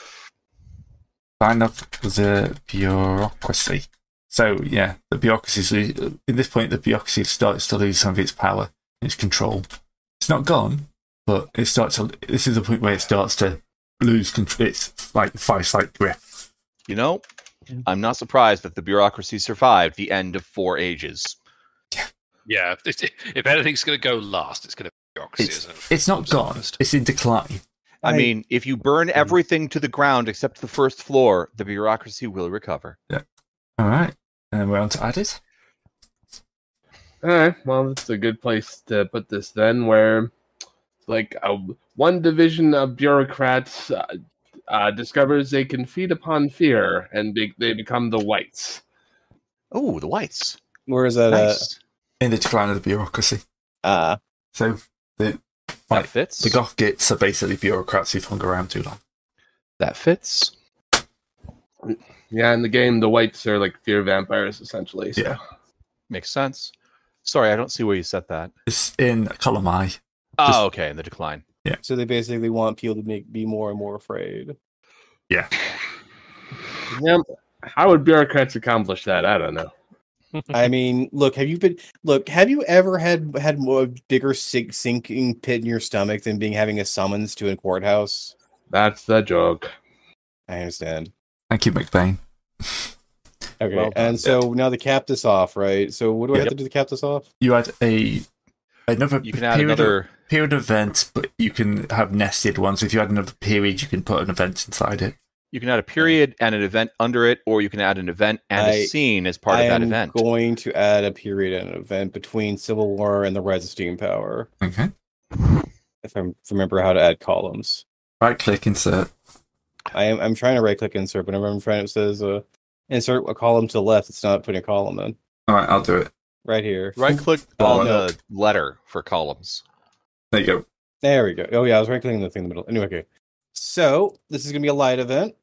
S1: decline of the bureaucracy. So yeah, the bureaucracy at this point the bureaucracy starts to lose some of its power and its control. It's not gone, but it starts to. This is the point where it starts to lose control. It's like vice-like grip.
S3: You know, I'm not surprised that the bureaucracy survived the end of four ages.
S5: Yeah, if, if anything's going to go last, it's going to be bureaucracy,
S1: It's
S5: isn't it?
S1: it's not
S5: It's
S1: gone.
S5: honest.
S1: It's in decline.
S3: I
S7: Right.
S3: mean, if you
S4: Hmm.
S3: burn everything to the ground except the first floor, the bureaucracy will recover.
S1: All right, and then we're on to Addis.
S6: All right. Well, that's a good place to put this then, where like a, one division of bureaucrats uh, uh, discovers they can feed upon fear, and be, they become the whites.
S3: Oh, the whites.
S4: Where is that?
S3: nice.
S1: In the decline of the bureaucracy.
S4: Uh, uh,
S1: So
S3: That
S1: right,
S3: fits.
S1: the goth gits are basically bureaucrats who've hung around too long.
S3: that fits.
S6: Yeah, in the game, the whites are like fear vampires essentially. So.
S1: Yeah.
S3: Makes sense. Sorry, I don't see where you set that.
S1: It's in column I. Just-
S3: Oh, okay, in the decline.
S4: so they basically want people to make, be more and more afraid.
S6: Yeah, How would bureaucrats accomplish that? I don't know.
S4: I mean, look, have you been look, have you ever had had more a bigger sink, sinking pit in your stomach than being having a summons to a courthouse?
S6: That's the joke.
S4: I understand.
S1: Thank you, McBain.
S4: Okay.
S3: Well done.
S4: and so now the cap this off, right? So what do I have
S1: Yep.
S4: to do to cap this off?
S1: You had a another
S3: You can add
S1: period of-
S3: another.
S1: period event, but you can have nested ones. If you had another period, you can put an event inside it.
S3: You can add a period and an event under it, or you can add an event and a
S4: I-
S3: scene as part
S4: I
S3: of that
S4: am
S3: event.
S4: going to add a period and an event between Civil War and the Rise of Steam Power,
S1: Okay.
S4: if I remember how to add columns.
S1: Right click, insert.
S4: I am I'm trying to right click insert, but I'm trying it says uh, insert a column to the left. It's not putting a column in.
S1: All right, I'll do it.
S4: Right here.
S3: Right click
S4: Oh,
S3: on
S4: no.
S3: the letter for columns.
S1: There you go.
S4: There we go. Oh yeah, I was right clicking the thing in the middle. Anyway, okay. So this is gonna be a light event.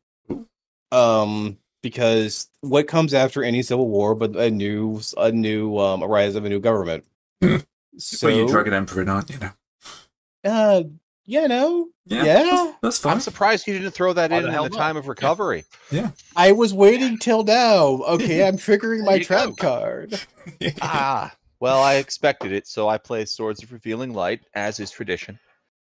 S4: Um, because what comes after any civil war but a new a new um a rise of a new government.
S1: Hmm.
S4: so
S1: well, you're Dragon Emperor, aren't you? Now?
S4: uh you know, yeah.
S1: That's, that's fine.
S3: I'm surprised you didn't throw that
S5: Why
S3: in
S5: the
S3: in
S5: hell
S3: the
S5: not?
S3: time of recovery.
S4: I was waiting till now. Okay, I'm triggering my
S3: There you
S4: trap
S3: go.
S4: card.
S3: ah, well, I expected it, so I play Swords of Revealing Light, as is tradition.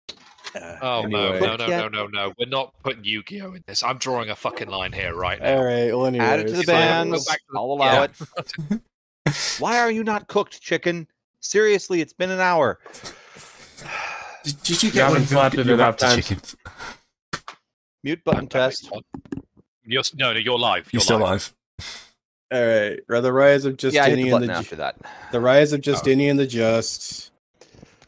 S4: Uh,
S3: Ah,
S5: Oh
S4: anyway.
S5: no, no, no,
S3: Yeah.
S5: no, no, no! We're not putting Yu-Gi-Oh in this. I'm drawing a fucking line here right now.
S4: All right, well anyways.
S3: Add it to the
S5: If I ever go
S3: bands.
S5: back to the-
S3: I'll allow
S5: Yeah.
S3: it. Why are you not cooked, chicken? Seriously, it's been an hour.
S1: Did, did you
S6: You
S1: get
S6: haven't
S1: one
S6: slapped it
S1: you
S6: enough
S1: wrapped the
S6: times.
S1: chicken?
S3: Mute button test.
S5: You're s- no, no, you're live. You're,
S1: You're still
S5: live.
S1: alive.
S4: All right. Or the rise of
S3: yeah, I hit
S4: Justinian
S3: the
S4: and
S3: button
S4: the,
S3: after
S4: Ju-
S3: that.
S4: the rise of
S3: Oh.
S4: Justinian the Just.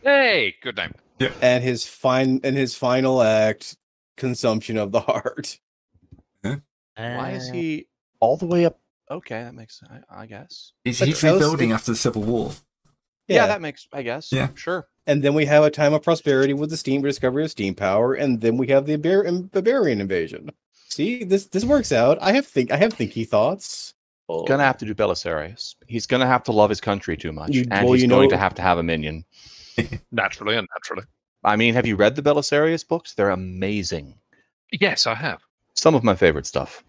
S5: Hey, good name.
S4: and his fine and his final act consumption of the heart
S3: Why is he all the way up? Okay, that makes sense, I, I guess.
S1: Is
S4: But
S1: he
S4: I was-
S1: rebuilding after the Civil War?
S3: Yeah,
S4: Yeah.
S3: that makes, I guess.
S1: Yeah.
S3: Sure.
S4: and then we have a time of prosperity with the steam discovery of steam power and then we have the Iber- Im- barbarian invasion see this this works out i have think i have thinky thoughts oh.
S3: Gonna have to do Belisarius. He's gonna have to love his country too much.
S4: You-
S3: and
S4: well,
S3: he's
S4: you
S3: going
S4: know-
S3: to have to have a minion.
S5: Naturally, unnaturally.
S3: I mean, have you read the Belisarius books? They're amazing.
S5: Yes, I have.
S3: Some of my favorite stuff.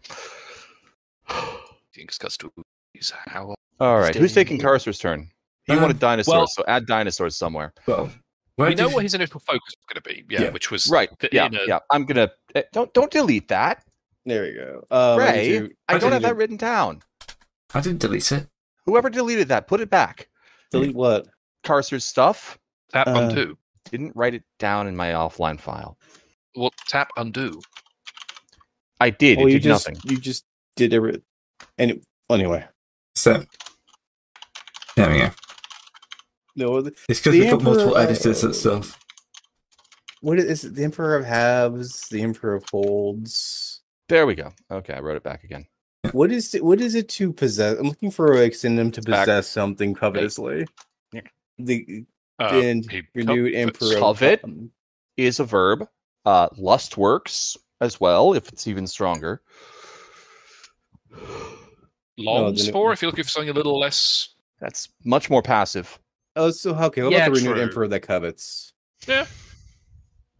S5: Jinx goes to is how
S3: All right. Who's
S5: Still-
S3: taking Carcer's turn? He
S1: Um,
S3: wanted dinosaurs,
S5: well-
S3: so add dinosaurs somewhere.
S1: Well,
S5: we know what his initial focus was going to be. Yeah,
S1: Yeah.
S5: which was
S3: Right.
S5: The,
S3: yeah.
S5: in a-
S3: Yeah. I'm gonna eh, don't don't delete that.
S4: there we go um,
S3: Ray,
S4: to
S3: I
S1: I
S3: don't have
S1: deleted-
S3: that written down.
S1: I didn't delete it.
S3: Whoever deleted that, put it back.
S4: delete what
S3: Carcer's stuff
S5: tap
S4: Uh,
S5: undo.
S3: didn't write it down in my offline file.
S5: Well, tap undo.
S3: I did.
S4: well
S3: it
S4: you
S3: did
S4: just
S3: nothing.
S4: you just did every and it, anyway
S1: So there we go.
S4: no
S1: It's because
S4: The
S1: we've got multiple
S4: Emperor-
S1: editors and stuff.
S4: what is it the emperor of halves the emperor of holds
S3: There we go. Okay, I wrote it back again.
S4: What is it, what is it to possess? I'm looking for a synonym to
S3: back.
S4: possess something covetously.
S3: Yeah.
S4: The
S5: Uh,
S4: and
S5: he
S4: renewed emperor of
S3: Covet?
S4: um,
S3: Is a verb. Uh, lust works as well, if it's even stronger.
S5: longs
S4: then it-
S5: for. If you're looking for something a little less,
S3: That's much more passive.
S4: Oh, so okay. What
S5: Yeah,
S4: about the renewed
S5: true.
S4: emperor that covets?
S5: Yeah.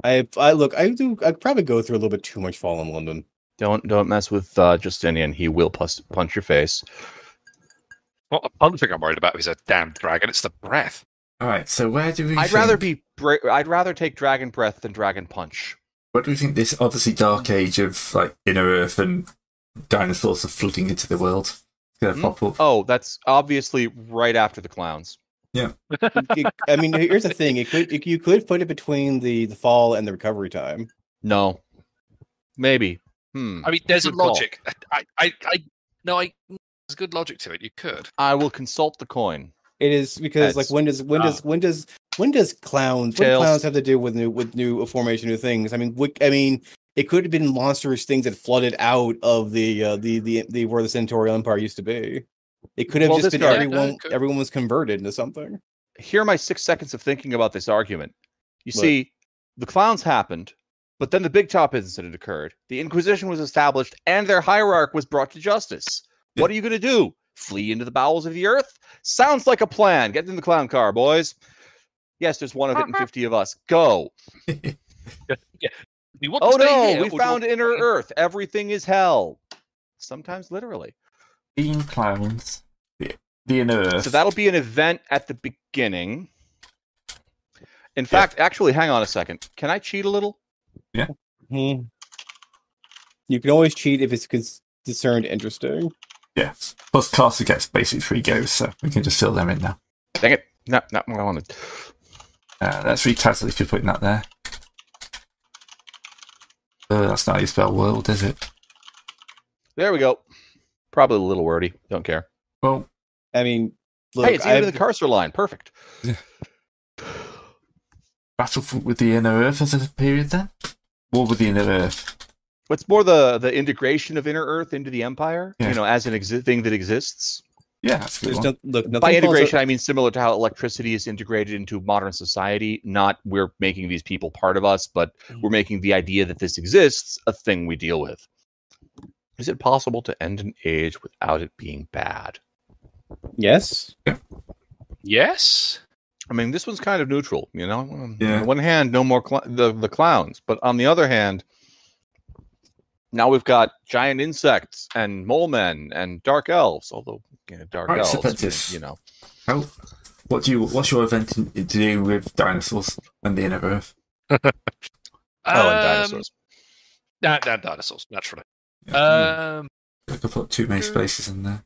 S4: I I look. I do. I probably go through a little bit too much fall in London.
S3: Don't don't mess with uh, Justinian. He will pus- punch your face.
S5: Well, the only thing I'm worried about is a damn dragon. It's the breath.
S1: All right. So where do we?
S3: I'd rather
S1: think-
S3: be. Bra- I'd rather take Dragon Breath than Dragon Punch.
S1: What do we think this obviously dark age of like inner earth and dinosaurs are flooding into the world? It's gonna
S3: Hmm?
S1: pop up.
S3: Oh, that's obviously right after the clowns.
S4: It- I mean, here's the thing: it could it, you could put it between the the fall and the recovery time.
S3: No, maybe. Hmm.
S5: I mean, there's a
S3: Good call.
S5: logic. I, I, I, no, I. There's good logic to it. You could.
S3: I will consult the coin.
S4: It is because
S3: That's-
S4: like when does when does when does when does clowns what do
S3: Tails.
S4: clowns have to do with new with new uh, formation new things? I mean, what, I mean, it could have been monstrous things that flooded out of the uh, the the the where the Centaurial Empire used to be. It could have
S3: Well,
S4: just
S3: this
S4: been
S3: guy-
S4: everyone
S5: could-
S4: everyone was converted into something.
S3: Here are my six seconds of thinking about this argument. You
S4: What?
S3: see, the clowns happened, but then the Big Top incident occurred. The Inquisition was established, and their hierarch was brought to justice. What are you going to do? Flee into the bowels of the earth? Sounds like a plan. Get in the clown car, boys. Yes, there's one of it and 50 of us. Go.
S5: You want to
S3: Oh
S5: stay
S3: no,
S5: here,
S3: we
S5: or do-
S3: found inner earth. Everything is hell. Sometimes literally.
S1: Being clowns. The, the inner earth.
S3: So that'll be an event at the beginning. In fact, actually, hang on a second. Can I cheat a little?
S4: Hmm. You can always cheat if it's cons- discerned interesting.
S1: yeah. Plus Carter gets basically three goes, so we can just fill them in now.
S3: Dang it. No, not what I wanted.
S1: Uh, let's read Catalyst for putting that there. Uh, that's not how you spell world, is it?
S3: There we go. Probably a little wordy. Don't care.
S1: Well,
S4: I mean, look,
S3: hey, it's
S4: I've-
S3: even in the Carcer line. Perfect.
S1: battle f- with the inner earth as a period then? War with the inner earth.
S3: What's more the the integration of inner earth into the empire?
S1: Yeah.
S3: You know, as an exi- thing that exists.
S1: Yeah, that's a good
S4: there's
S1: one.
S4: no, look, nothing
S3: By
S4: falls out-
S3: integration, I mean similar to how electricity is integrated into modern society. Not we're making these people part of us, but
S1: Mm.
S3: we're making the idea that this exists a thing we deal with. Is it possible to end an age without it being bad?
S4: Yes.
S5: Yes.
S3: I mean, this one's kind of neutral, you know. On
S1: Yeah.
S3: the one hand, no more cl- the the clowns, but on the other hand, now we've got giant insects and mole men and dark elves. Although you know, dark
S1: Alright, so
S3: elves,
S1: that's-
S3: you know,
S1: How, what do you? What's your event in- to do with dinosaurs and the inner Earth?
S3: oh, and
S5: Um,
S3: dinosaurs.
S5: Nah, nah, dinosaurs, naturally. Um.
S1: I could put too many spaces in there.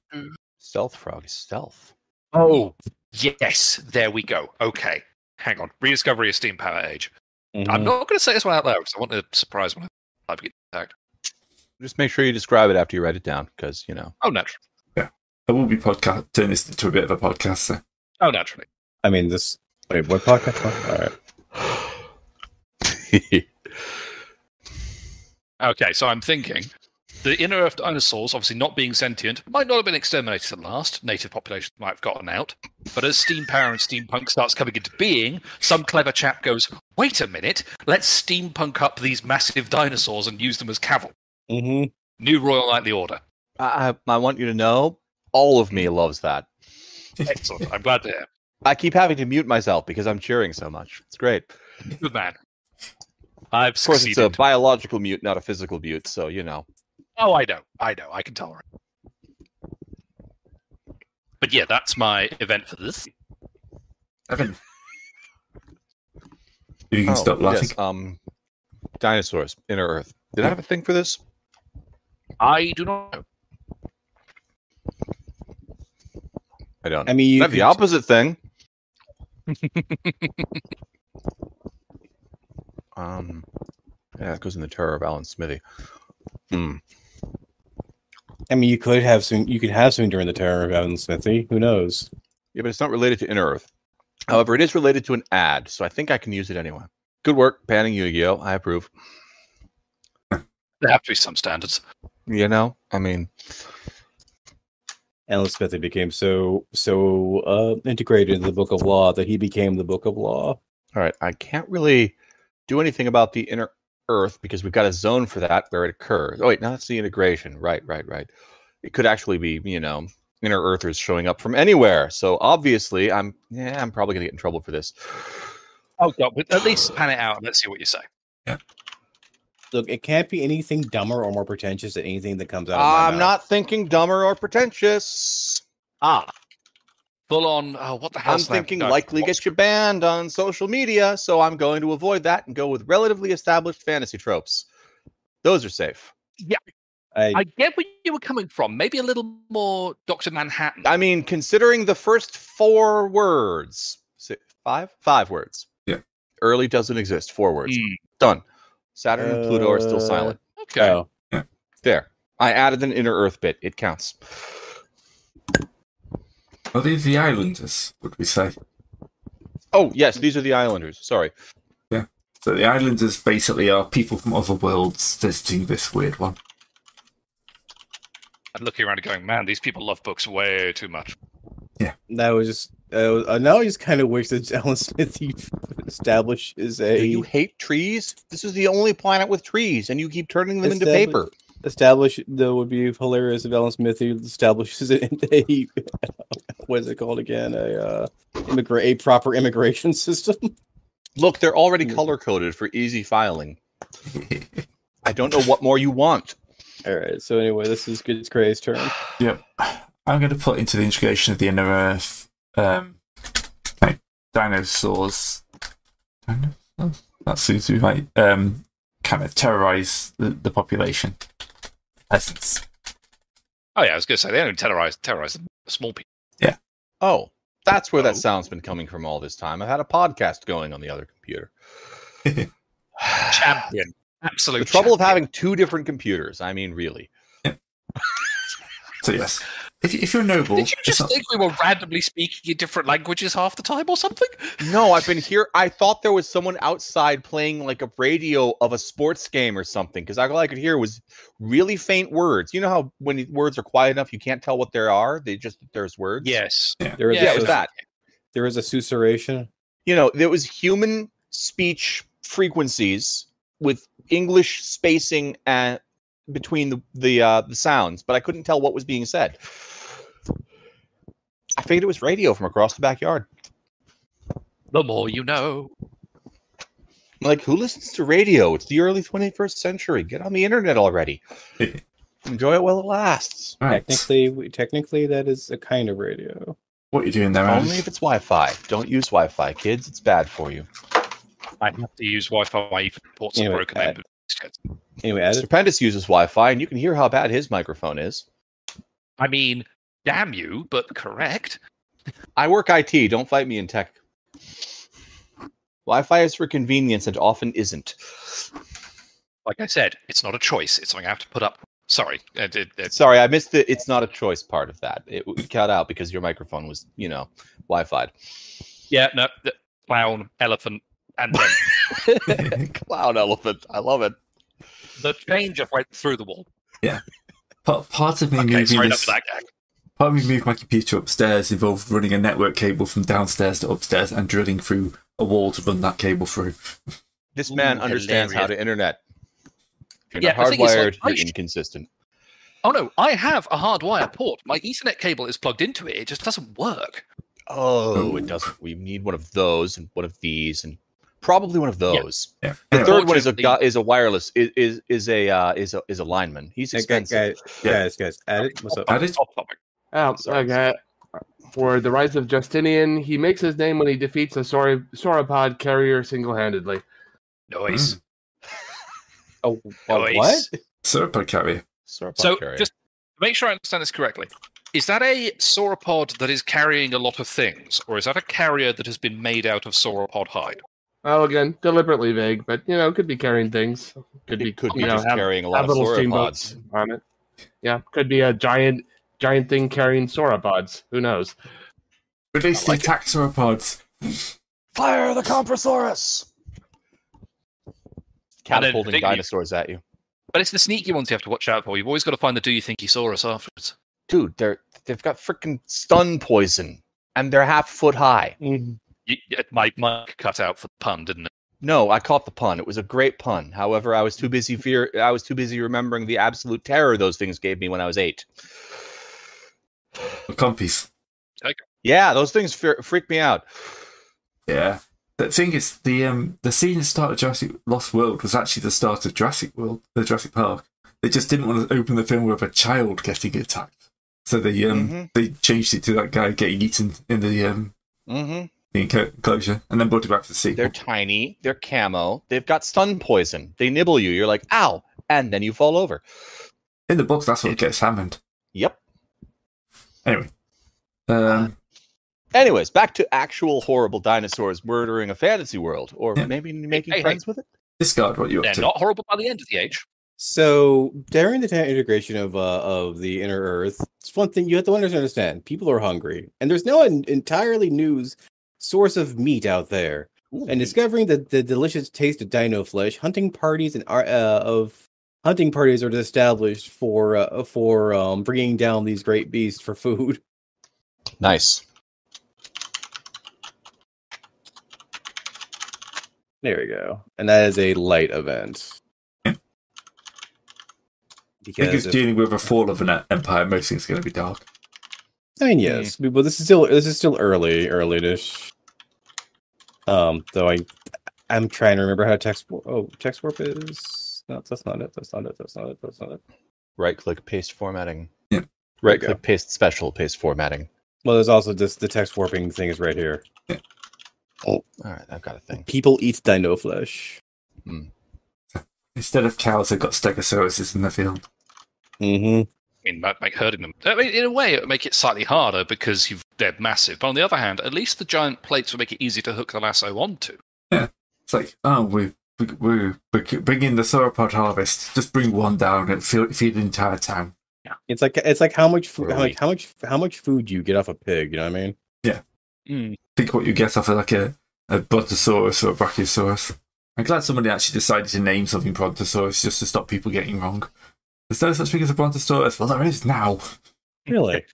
S3: Stealth frog is stealth.
S5: Oh, yes. There we go. Okay. Hang on. Rediscovery of steam power age. I'm
S3: Mm-hmm.
S4: Mhm.
S5: not going to say this one out loud because I want to surprise when I type it. Attacked.
S3: Just make sure you describe it after you write it down, because you know.
S5: Oh, naturally.
S1: I will be podcast turn this into a bit of a podcast. So.
S5: Oh, naturally.
S4: I mean, this. Wait, what podcast? All right.
S5: Okay, so I'm thinking the inner Earth dinosaurs, obviously not being sentient, might not have been exterminated at last. Native populations might have gotten out. But as steam power and steampunk starts coming into being, some clever chap goes, wait a minute, let's steampunk up these massive dinosaurs and use them as cavalry.
S4: Mm-hmm.
S5: New Royal Knightly Order.
S3: I, I I want you to know, all of me loves that.
S5: Excellent. I'm glad to hear.
S3: I keep having to mute myself because I'm cheering so much. It's great.
S5: Good man. I've
S3: Of course,
S5: succeeded.
S3: it's a biological mute, not a physical mute, so you know.
S5: Oh, I know. I know. I can tolerate. But yeah, that's my event for this.
S1: Evan, you can
S3: Oh,
S1: stop laughing.
S3: Yes, um, dinosaurs, inner Earth. Did I have a thing for this?
S5: I do not know.
S3: I don't.
S4: I
S3: I
S4: mean, you
S3: have the
S4: could-
S3: opposite thing. um, yeah, it goes in the Terror of Alan Smithy. Hmm.
S4: I mean, you could have some. You could have some during the terror of Alan Smithy. Who knows?
S3: Yeah, but it's not related to Inner Earth. However, it is related to an ad, so I think I can use it anyway. Good work, panning Yu-Gi-Oh. I approve.
S5: There have to be some standards.
S3: You know, I mean,
S4: Alan Smithy became so so uh, integrated into the Book of Law that he became the Book of Law.
S3: All right, I can't really do anything about the inner Earth because we've got a zone for that where it occurs. Oh wait, now that's the integration. Right, right, right. It could actually be, you know, inner Earthers showing up from anywhere. So obviously, I'm yeah, I'm probably gonna get in trouble for this.
S5: Oh god, but at least pan it out and let's see what you say.
S4: Look, it can't be anything dumber or more pretentious than anything that comes out. Of my
S3: I'm
S4: mouth.
S3: not thinking dumber or pretentious.
S5: Ah, full on. Oh, what the hell?
S3: I'm thinking likely gets you banned on social media, so I'm going to avoid that and go with relatively established fantasy tropes. Those are safe.
S4: I,
S5: I get where you were coming from. Maybe a little more Doctor Manhattan.
S3: I mean, considering the first four words, si five, five words.
S1: Yeah.
S3: Early doesn't exist. Four words.
S5: Mm,
S3: Done. Saturn and Pluto are
S4: Uh,
S3: still silent.
S5: okay.
S4: oh.
S3: There. I added an inner Earth bit. It counts.
S1: Are these the islanders, would we say?
S3: Oh yes, these are the Islanders. Sorry.
S1: So the islanders basically are people from other worlds visiting this weird one.
S5: I'm looking around and going, man, these people love books way too much.
S4: that was just. Uh, uh, now I just kind of wish that Alan Smith he established is a
S3: Do you hate trees? This is the only planet with trees, and you keep turning them into
S4: Established-
S3: paper.
S4: establish though would be hilarious if Alan Smith he establishes it in a what is it called again a uh, immigrant a proper immigration system.
S3: Look, they're already
S4: Hmm.
S3: color coded for easy filing. I don't know what more you want.
S4: All right. So anyway, this is Good Gray's turn.
S1: Yep. I'm going to put into the integration of the inner earth um, like dinosaurs. Dinosaurs? That seems to be like um, kind of terrorize the, the population. Peasants.
S5: Oh yeah, I was going to say they don't terrorize terrorize the small people.
S3: Oh, that's where
S5: Oh.
S3: that sound's been coming from all this time. I've had a podcast going on the other computer.
S5: Champion, absolute.
S3: the trouble of
S5: champion.
S3: having two different computers. I mean, really.
S1: So yes, if, if you're noble,
S5: Did you
S1: it's
S5: just
S1: not-
S5: think we were randomly speaking in different languages half the time or something?
S3: No, I've been here. I thought there was someone outside playing like a radio of a sports game or something because all I could hear was really faint words. You know how when the words are quiet enough, you can't tell what they are. They just there's words.
S5: Yes.
S4: There is
S5: Yeah,
S3: yeah, it
S4: a,
S3: was that.
S4: there is a susurration.
S3: You know, there was human speech frequencies with English spacing and between the the uh, the sounds, but I couldn't tell what was being said. I figured it was radio from across the backyard.
S5: The more you know.
S3: I'm like, who listens to radio? It's the early 21st century. Get on the internet already. Enjoy it while it lasts.
S1: right.
S4: Technically, we- technically that is a kind of radio.
S1: What are you doing there,
S3: Only
S1: Andy?
S3: if it's Wi Fi. Don't use Wi Fi, kids. It's bad for you.
S5: I have to use Wi-Fi. My ports are
S4: Anyway,
S5: broken.
S4: uh, Anyway,
S3: Mr.
S4: added.
S3: Pendis uses Wi Fi, and you can hear how bad his microphone is.
S5: I mean, damn you, but correct.
S3: I work IT. Don't fight me in tech. Wi Fi is for convenience and often isn't.
S5: Like I said, it's not a choice. It's something I have to put up. Sorry. uh, It, it, it-
S3: Sorry, I missed the it's not a choice part of that. It w- cut out because your microphone was, you know, Wi Fi.
S5: yeah, no. The clown, elephant, and then
S3: Cloud elephant. I love it.
S5: the chain just went through the wall.
S1: Pa- Part of me
S5: Okay,
S1: moving
S5: sorry enough
S1: this,
S5: of that gag.
S1: part of me moving my computer upstairs involved running a network cable from downstairs to upstairs and drilling through a wall to run that cable through.
S3: This
S5: Ooh,
S3: man understands how
S5: hilarious.
S3: to internet. If you're
S5: Yeah,
S3: not
S5: I think it's like-
S3: hardwired,
S5: I
S3: you're
S5: sh-
S3: inconsistent.
S5: Oh no, I have a hardwire port. My Ethernet cable is plugged into it. It just doesn't work.
S3: Oh,
S1: Ooh.
S3: it doesn't. We need one of those and one of these and probably one of those.
S1: Yeah.
S3: The
S1: Anyway,
S3: third one is a
S5: Unfortunately-
S3: gu- is a wireless is is, is a uh, is a is a lineman. He's
S4: Guys, guys,
S3: expensive.
S4: guys, guys, guys, added. What's up?
S1: that is
S5: Off topic.
S6: Oh,
S3: Sorry.
S6: okay. For the rise of Justinian, he makes his name when he defeats a saur- sauropod carrier single-handedly.
S5: Noise.
S4: Oh,
S5: Noise.
S4: what?
S1: Serpo carrier.
S3: Sauropod
S5: So
S3: carrier.
S5: just to make sure I understand this correctly. Is that a sauropod that is carrying a lot of things, or is that a carrier that has been made out of sauropod hide?
S6: Oh, again, deliberately vague, but you know, could be carrying things. Could be,
S3: it could be
S6: you know,
S3: just
S6: have,
S3: carrying a lot
S6: have
S3: of
S6: little
S3: sauropods.
S6: steamboats on it. Yeah, could be a giant, giant thing carrying sauropods. Who knows?
S1: Release the
S5: like it.
S1: attack sauropods.
S3: Fire the Comprosaurus!
S5: And then
S3: Catapulting
S5: think you-
S3: dinosaurs at you,
S5: But it's the sneaky ones you have to watch out for. You've always got to find the do you think he saw us afterwards.
S3: dude. They're they've got freaking stun poison, and they're half foot high.
S5: You, yeah, my mic cut out for the pun, didn't it?
S3: No, I caught the pun. It was a great pun. However, I was too busy fear. I was too busy remembering the absolute terror those things gave me when I was eight.
S1: The compies.
S3: Yeah, those things fear- freaked me out.
S1: Yeah. The thing is, the um the scene at the start of Jurassic Lost World was actually the start of Jurassic World, the Jurassic Park. They just didn't want to open the film with a child getting attacked. So they
S5: Mm-hmm.
S1: um
S3: Mhm.
S1: they changed it to that guy getting eaten in the um
S3: hmm
S1: the enco- enclosure, and then brought it back for the sequel.
S3: They're tiny. They're camo. They've got stun poison. They nibble you. You're like, ow, and then you fall over.
S1: in the book, that's what gets Hammond.
S3: Yep.
S1: Anyway, um,
S3: Anyways, back to actual horrible dinosaurs murdering a fantasy world, or
S1: Yeah.
S3: maybe making
S5: hey, hey.
S3: friends with it.
S1: discard what you're up
S5: They're
S1: to.
S5: not horrible by the end of the age.
S4: So during the ta- integration of uh, of the inner Earth, it's one thing you have to understand: people are hungry, and there's no en- entirely new source of meat out there. And discovering the, the delicious taste of dino flesh, hunting parties and ar- uh, of hunting parties are established for uh, for um, bringing down these great beasts for food.
S3: Nice.
S4: There we go. And that is a light event.
S1: Yeah. I think
S4: Because
S1: it's
S4: if-
S1: dealing with a fall of an e- empire. Most things are going to be dark.
S4: I mean, yes, but but this is still this is still early, early-ish. Um, though I, I'm trying to remember how text. warp- Oh, text warp is. No, that's not it. That's not it. That's not it. That's not it.
S3: Right click, paste formatting.
S1: Yeah.
S3: Right
S4: There you go.
S3: click, paste special, paste formatting.
S4: Well, there's also this. The text warping thing is right here.
S3: All right, I've got a thing.
S4: People eat dino flesh.
S1: Instead of cows, they've got stegosauruses in the field.
S4: Mm-hmm.
S5: I mean, that make hurting them. I mean, in a way, it would make it slightly harder because you've, they're massive. But on the other hand, at least the giant plates would make it easy to hook the lasso onto.
S1: It's like, oh, we we we we bring in the sauropod harvest. Just bring one down and feed, feed the entire town.
S4: It's like it's like how much food,
S3: For a
S4: how much,
S3: week.
S4: how much, how much food you get off a pig. You know what I mean?
S1: Think what you get off of like a a brontosaurus or a brachiosaurus. I'm glad somebody actually decided to name something brontosaurus just to stop people getting wrong. There's no such thing as a brontosaurus. Well, there is now.
S4: Really?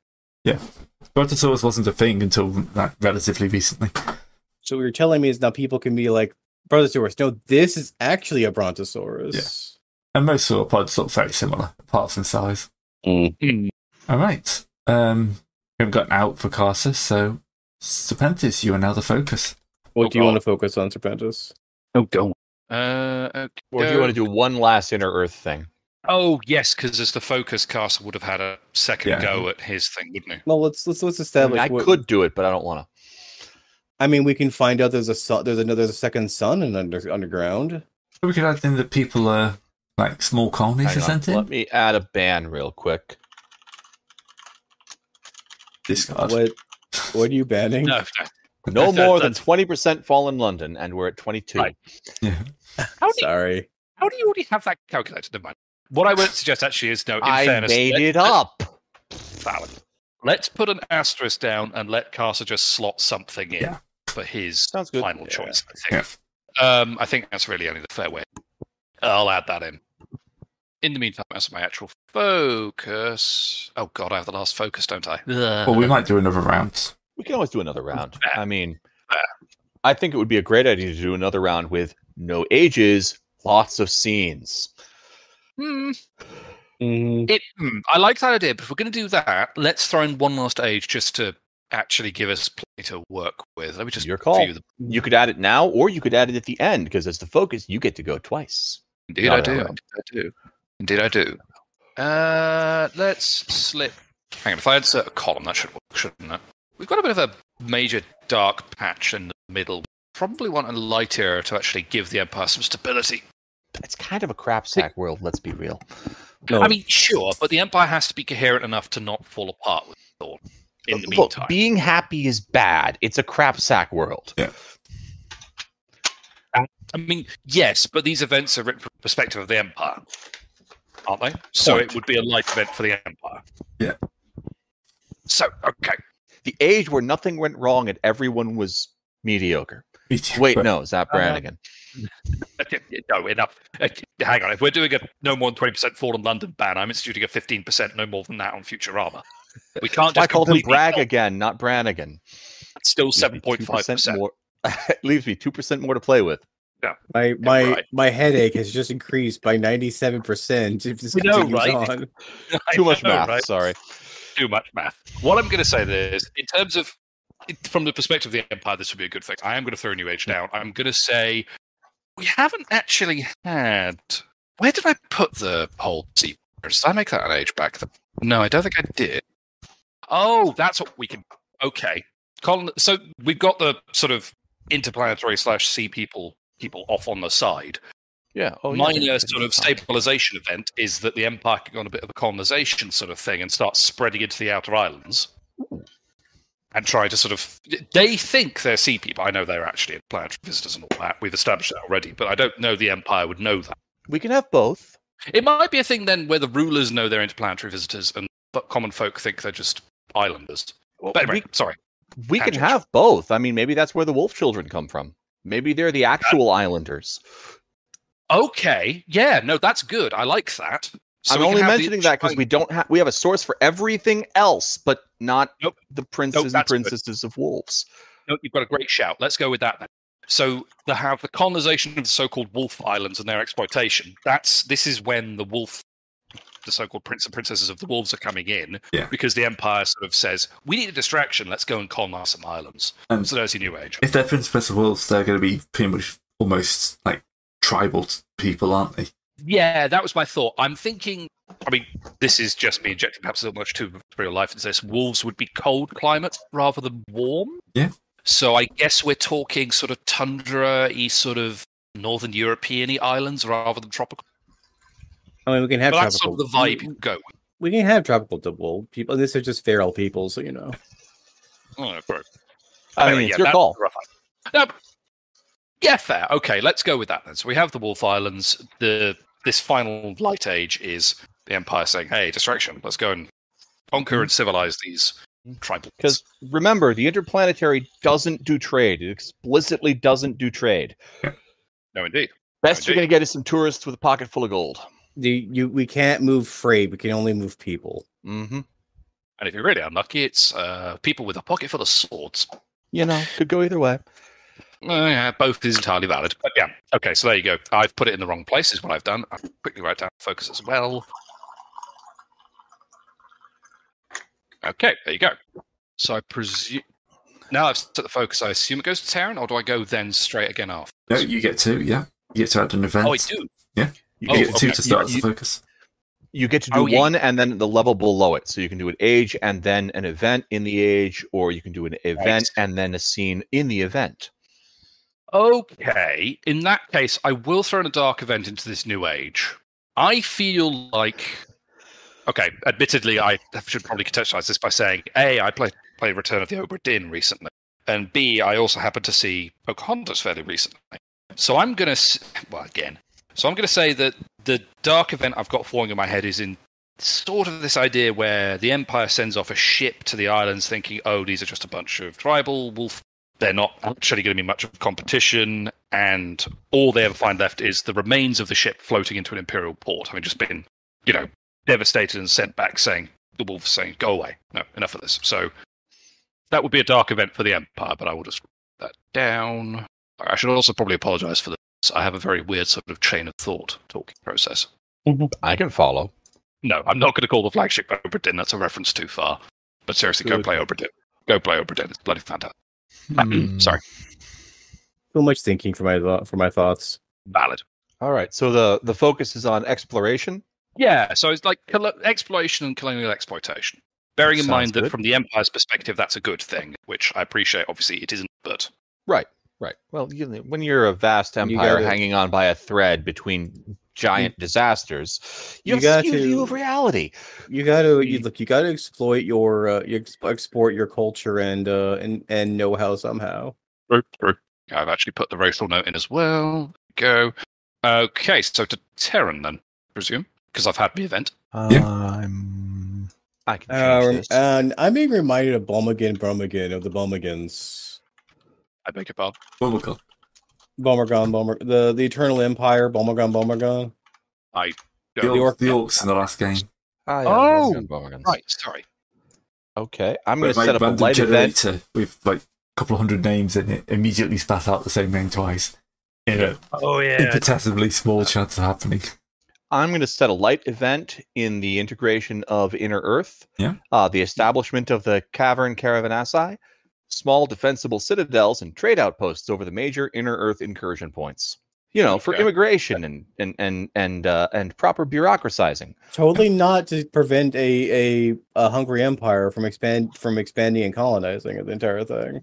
S1: Brontosaurus wasn't a thing until like, relatively recently.
S4: so what you're telling me is now people can be like brontosaurus. No, this is actually a brontosaurus.
S1: And most sauropods look very similar, apart from size.
S5: Hmm.
S1: All right. Um, we haven't gotten out for Carsus, so Serpentis, you are now the focus.
S4: What
S5: Oh,
S4: do you
S5: God.
S4: want to focus on, Serpentis?
S5: Oh, go on. Uh, okay.
S3: Or do you want to do one last inner earth thing?
S5: Oh, yes, because as the focus caster would have had a second
S1: Yeah.
S5: go at his thing, wouldn't he?
S4: Well, let's let's let's
S3: I, mean,
S4: establish.
S3: I
S4: what-
S3: could do it, but I don't want to.
S4: I mean, we can find out there's a su- there's another there's a second sun and under underground.
S1: We could add in that people are like small colonies are sent
S3: Let
S1: in.
S3: me add a ban real quick.
S1: Discard.
S4: What what are you banning?
S3: Mm.
S5: No,
S3: No
S5: That-
S3: more than
S5: that's-
S3: twenty percent fall in London, and we're at twenty-two.
S5: Right.
S1: Yeah.
S5: How, do you,
S4: Sorry.
S5: how do you already have that calculated? Never mind. What I would suggest actually is no, in
S3: I
S5: fairness,
S3: made
S5: let-
S3: it
S5: let-
S3: up.
S5: valid. Let's put an asterisk down and let Carcer just slot something in
S1: Yeah.
S5: for his
S3: Sounds good.
S5: final choice. I think. Um, I think that's really only the fair way. I'll add that in. In the meantime, as my actual focus. Oh God, I have the last focus, don't I?
S1: Well, we might do another round.
S3: We can always do another round. I mean,
S5: Fair.
S3: I think it would be a great idea to do another round with no ages, lots of scenes.
S5: Hmm,
S4: Mm,
S5: it, hmm, I like that idea, but if we're going to do that, let's throw in one last age just to actually give us plenty to work with. Let me just
S3: Your call.
S5: view the
S3: You could add it now, or you could add it at the end, because as the focus, you get to go twice.
S5: Indeed,
S3: No,
S5: I
S3: no,
S5: do.
S3: no.
S5: Indeed, I do. Indeed, I do. Uh, let's slip. Hang on. If I insert a column, that should work, shouldn't it? We've got a bit of a major dark patch in the middle. Probably want a light area to actually give the Empire some stability.
S3: It's kind of a crap sack world. Let's be real.
S5: I mean, sure, but the Empire has to be coherent enough to not fall apart with it all in the
S3: Look,
S5: meantime.
S3: being happy is bad. It's a crap sack world.
S5: I mean, yes, but these events are written from the perspective of the Empire, aren't they? So
S3: Point.
S5: it would be a light event for the Empire.
S1: Yeah.
S5: So, okay.
S3: The age where nothing went wrong and everyone was mediocre. Wait, no, it's
S5: Uh,
S3: not Brannigan.
S5: No, enough. Uh, Hang on. If we're doing a no more than twenty percent fall in London ban, I'm instituting a fifteen percent no more than that on Futurama. We can't
S3: I
S5: just
S3: called him
S5: completely-
S3: Bragg again, not Brannigan.
S5: Still
S3: Leaves me
S5: seven point five
S3: 2%
S5: percent.
S3: more- it leaves me two percent more to play with.
S4: my my
S5: right.
S4: my headache has just increased by ninety seven percent. If this
S5: We know,
S4: continues
S5: right?
S4: on,
S3: Too much math. Sorry.
S5: Too much math. What I'm going to say there is, in terms of it- from the perspective of the Empire, this would be a good thing. I am going to throw New Age down. I'm going to say we haven't actually had. Where did I put the whole sequence? Did I make that an age back? Then? No, I don't think I did. Oh, that's what we can. Okay, Colin. So we've got the sort of interplanetary slash sea people people off on the side.
S2: Yeah. Oh, yeah.
S5: Minor sort of stabilization event is that the Empire can go on a bit of a colonization sort of thing and start spreading into the outer islands and try to sort of. They think they're sea people. I know they're actually planetary visitors and all that. We've established that already, but I don't know the Empire would know that.
S3: We can have both.
S5: It might be a thing then where the rulers know they're interplanetary visitors and but common folk think they're just islanders.
S3: Well,
S5: But anyway,
S3: we,
S5: sorry.
S3: we can
S5: tangent.
S3: have both. I mean, maybe that's where the wolf children come from. Maybe they're the actual islanders.
S5: Okay. Yeah. No, that's good. I like that. So
S3: I'm
S5: we can
S3: only
S5: have the-
S3: mentioning that because we don't have we have a source for everything else, but not
S5: Nope.
S3: the princes and
S5: that's good.
S3: princesses of wolves.
S5: No, you've got a great shout. Let's go with that then. So they have the colonization of the so-called wolf islands and their exploitation. That's this is when the wolf, the so-called prince and princesses of the wolves, are coming in
S1: Yeah.
S5: because the empire sort of says we need a distraction. Let's go and colonize some islands.
S1: And-
S5: so there's the new age.
S1: If they're Principles of Wolves, they're going to be pretty much almost like tribal t- people, aren't they?
S5: Yeah, that was my thought. I'm thinking. I mean, this is just me injecting perhaps so much to real life into this. Wolves would be cold climates rather than warm.
S1: Yeah.
S5: So I guess we're talking sort of tundra y sort of northern European islands rather than tropical.
S4: I mean, we can have
S5: But that's
S4: tropical.
S5: sort of the vibe
S4: We,
S5: you go with.
S4: we can have tropical double people. This is just feral people, so you know.
S5: Oh, no, bro.
S3: I mean,
S5: Anyway,
S3: it's
S5: yeah,
S3: your
S5: that's
S3: call.
S5: a rough idea. No. Yeah, fair. Okay, let's go with that then. So we have the Wolf Islands. The this final light age is the Empire saying, "Hey, distraction! Let's go and conquer
S3: Mm-hmm.
S5: and civilize these tribal."
S3: Because remember, the interplanetary doesn't do trade. It explicitly doesn't do trade.
S5: no, indeed.
S3: Best you're
S5: indeed.
S3: going to get is some tourists with a pocket full of gold.
S4: The, you we can't move freight. We can only move people.
S3: hmm
S5: And if you're really unlucky, it's uh, people with a pocket full of swords.
S3: You know, could go either way.
S5: Uh, yeah, both is entirely valid. But yeah, okay. So there you go. I've put it in the wrong place. Is what I've done. I quickly write down focus as well. Okay, there you go. So I presume now I've set the focus. I assume it goes to Taryn, or do I go then straight again after?
S1: No, you get two, yeah. You get to add an event.
S5: Oh, I do.
S3: You
S1: You
S5: Oh,
S1: get two
S5: okay.
S1: to start
S3: You-
S1: as the focus.
S3: You get to do
S5: Oh, yeah.
S3: one and then the level below it. So you can do an age and then an event in the age, or you can do an event and then a scene in the event.
S5: Okay, in that case, I will throw in a dark event into this new age. I feel like, okay, admittedly, I should probably contextualize this by saying, A, I played play Return of the Obra Dinn recently, and B, I also happened to see Pocahontas fairly recently. So I'm going to, well, again, so I'm going to say that the dark event I've got flowing in my head is in sort of this idea where the Empire sends off a ship to the islands thinking, oh, these are just a bunch of tribal wolf they're not actually going to be much of competition, and all they ever find left is the remains of the ship floating into an imperial port, having just been, you know, devastated and sent back, saying the wolves saying, "Go away, no, enough of this." So that would be a dark event for the empire, but I will just write that down. I should also probably apologise for this. I have a very weird sort of chain of thought talking process.
S3: I can follow.
S5: No, I'm not going to call the flagship Oberdin. That's a reference too far. But seriously, go
S3: Good.
S5: play Oberdin. Go play Oberdin. It's bloody fantastic.
S3: Hmm.
S5: Sorry,
S4: Too much thinking for my thought for my thoughts.
S5: valid.
S3: All right. So the the focus is on exploration.
S5: Yeah, so it's like colo- exploration and colonial exploitation. Bearing in
S3: Sounds
S5: mind that
S3: good.
S5: from the Empire's perspective, that's a good thing, which I appreciate. Obviously, it isn't, but
S3: Right. Right. Well, you, when you're a vast
S4: You
S3: empire
S4: gotta-
S3: hanging on by a thread between giant disasters, you,
S4: You
S3: have a
S4: got
S3: skewed view
S4: to-
S3: of reality.
S4: You got to you, look. You got to exploit your uh, you exp- export your culture and uh and and know how somehow.
S5: I've actually put the racial note in as well. Go. Okay, so to Terran then, I presume, because I've had the event.
S1: Yeah.
S3: Um, I can change
S4: Uh,
S3: this.
S4: and I'm being reminded of Bulmagan, Brumagan of the Bulmagans.
S5: I beg your pardon.
S1: Well, we'll go.
S4: Bulmagon, Bulmar, the the Eternal Empire, Bulmagon, Bulmagon.
S1: The,
S5: Go.
S1: orcs,
S4: orc-
S1: the orcs in the last game.
S3: Ah,
S5: Oh,
S3: Bowman, Bowman.
S5: Right, sorry.
S3: Okay. I'm
S1: Where
S3: going to set up a
S1: random
S3: light event.
S1: generator with like a couple of hundred names in it immediately spat out the same name twice. In a
S5: Oh,
S1: imperceptibly small chance of happening.
S3: I'm going to set a light event in the integration of Inner Earth.
S1: Yeah.
S3: Uh, the establishment of the cavern Caravanasai, small defensible citadels and trade outposts over the major Inner Earth incursion points. you know, for
S2: Okay.
S3: immigration and and and and uh, and proper bureaucratizing.
S4: Totally not to prevent a, a a hungry empire from expand from expanding and colonizing the entire thing.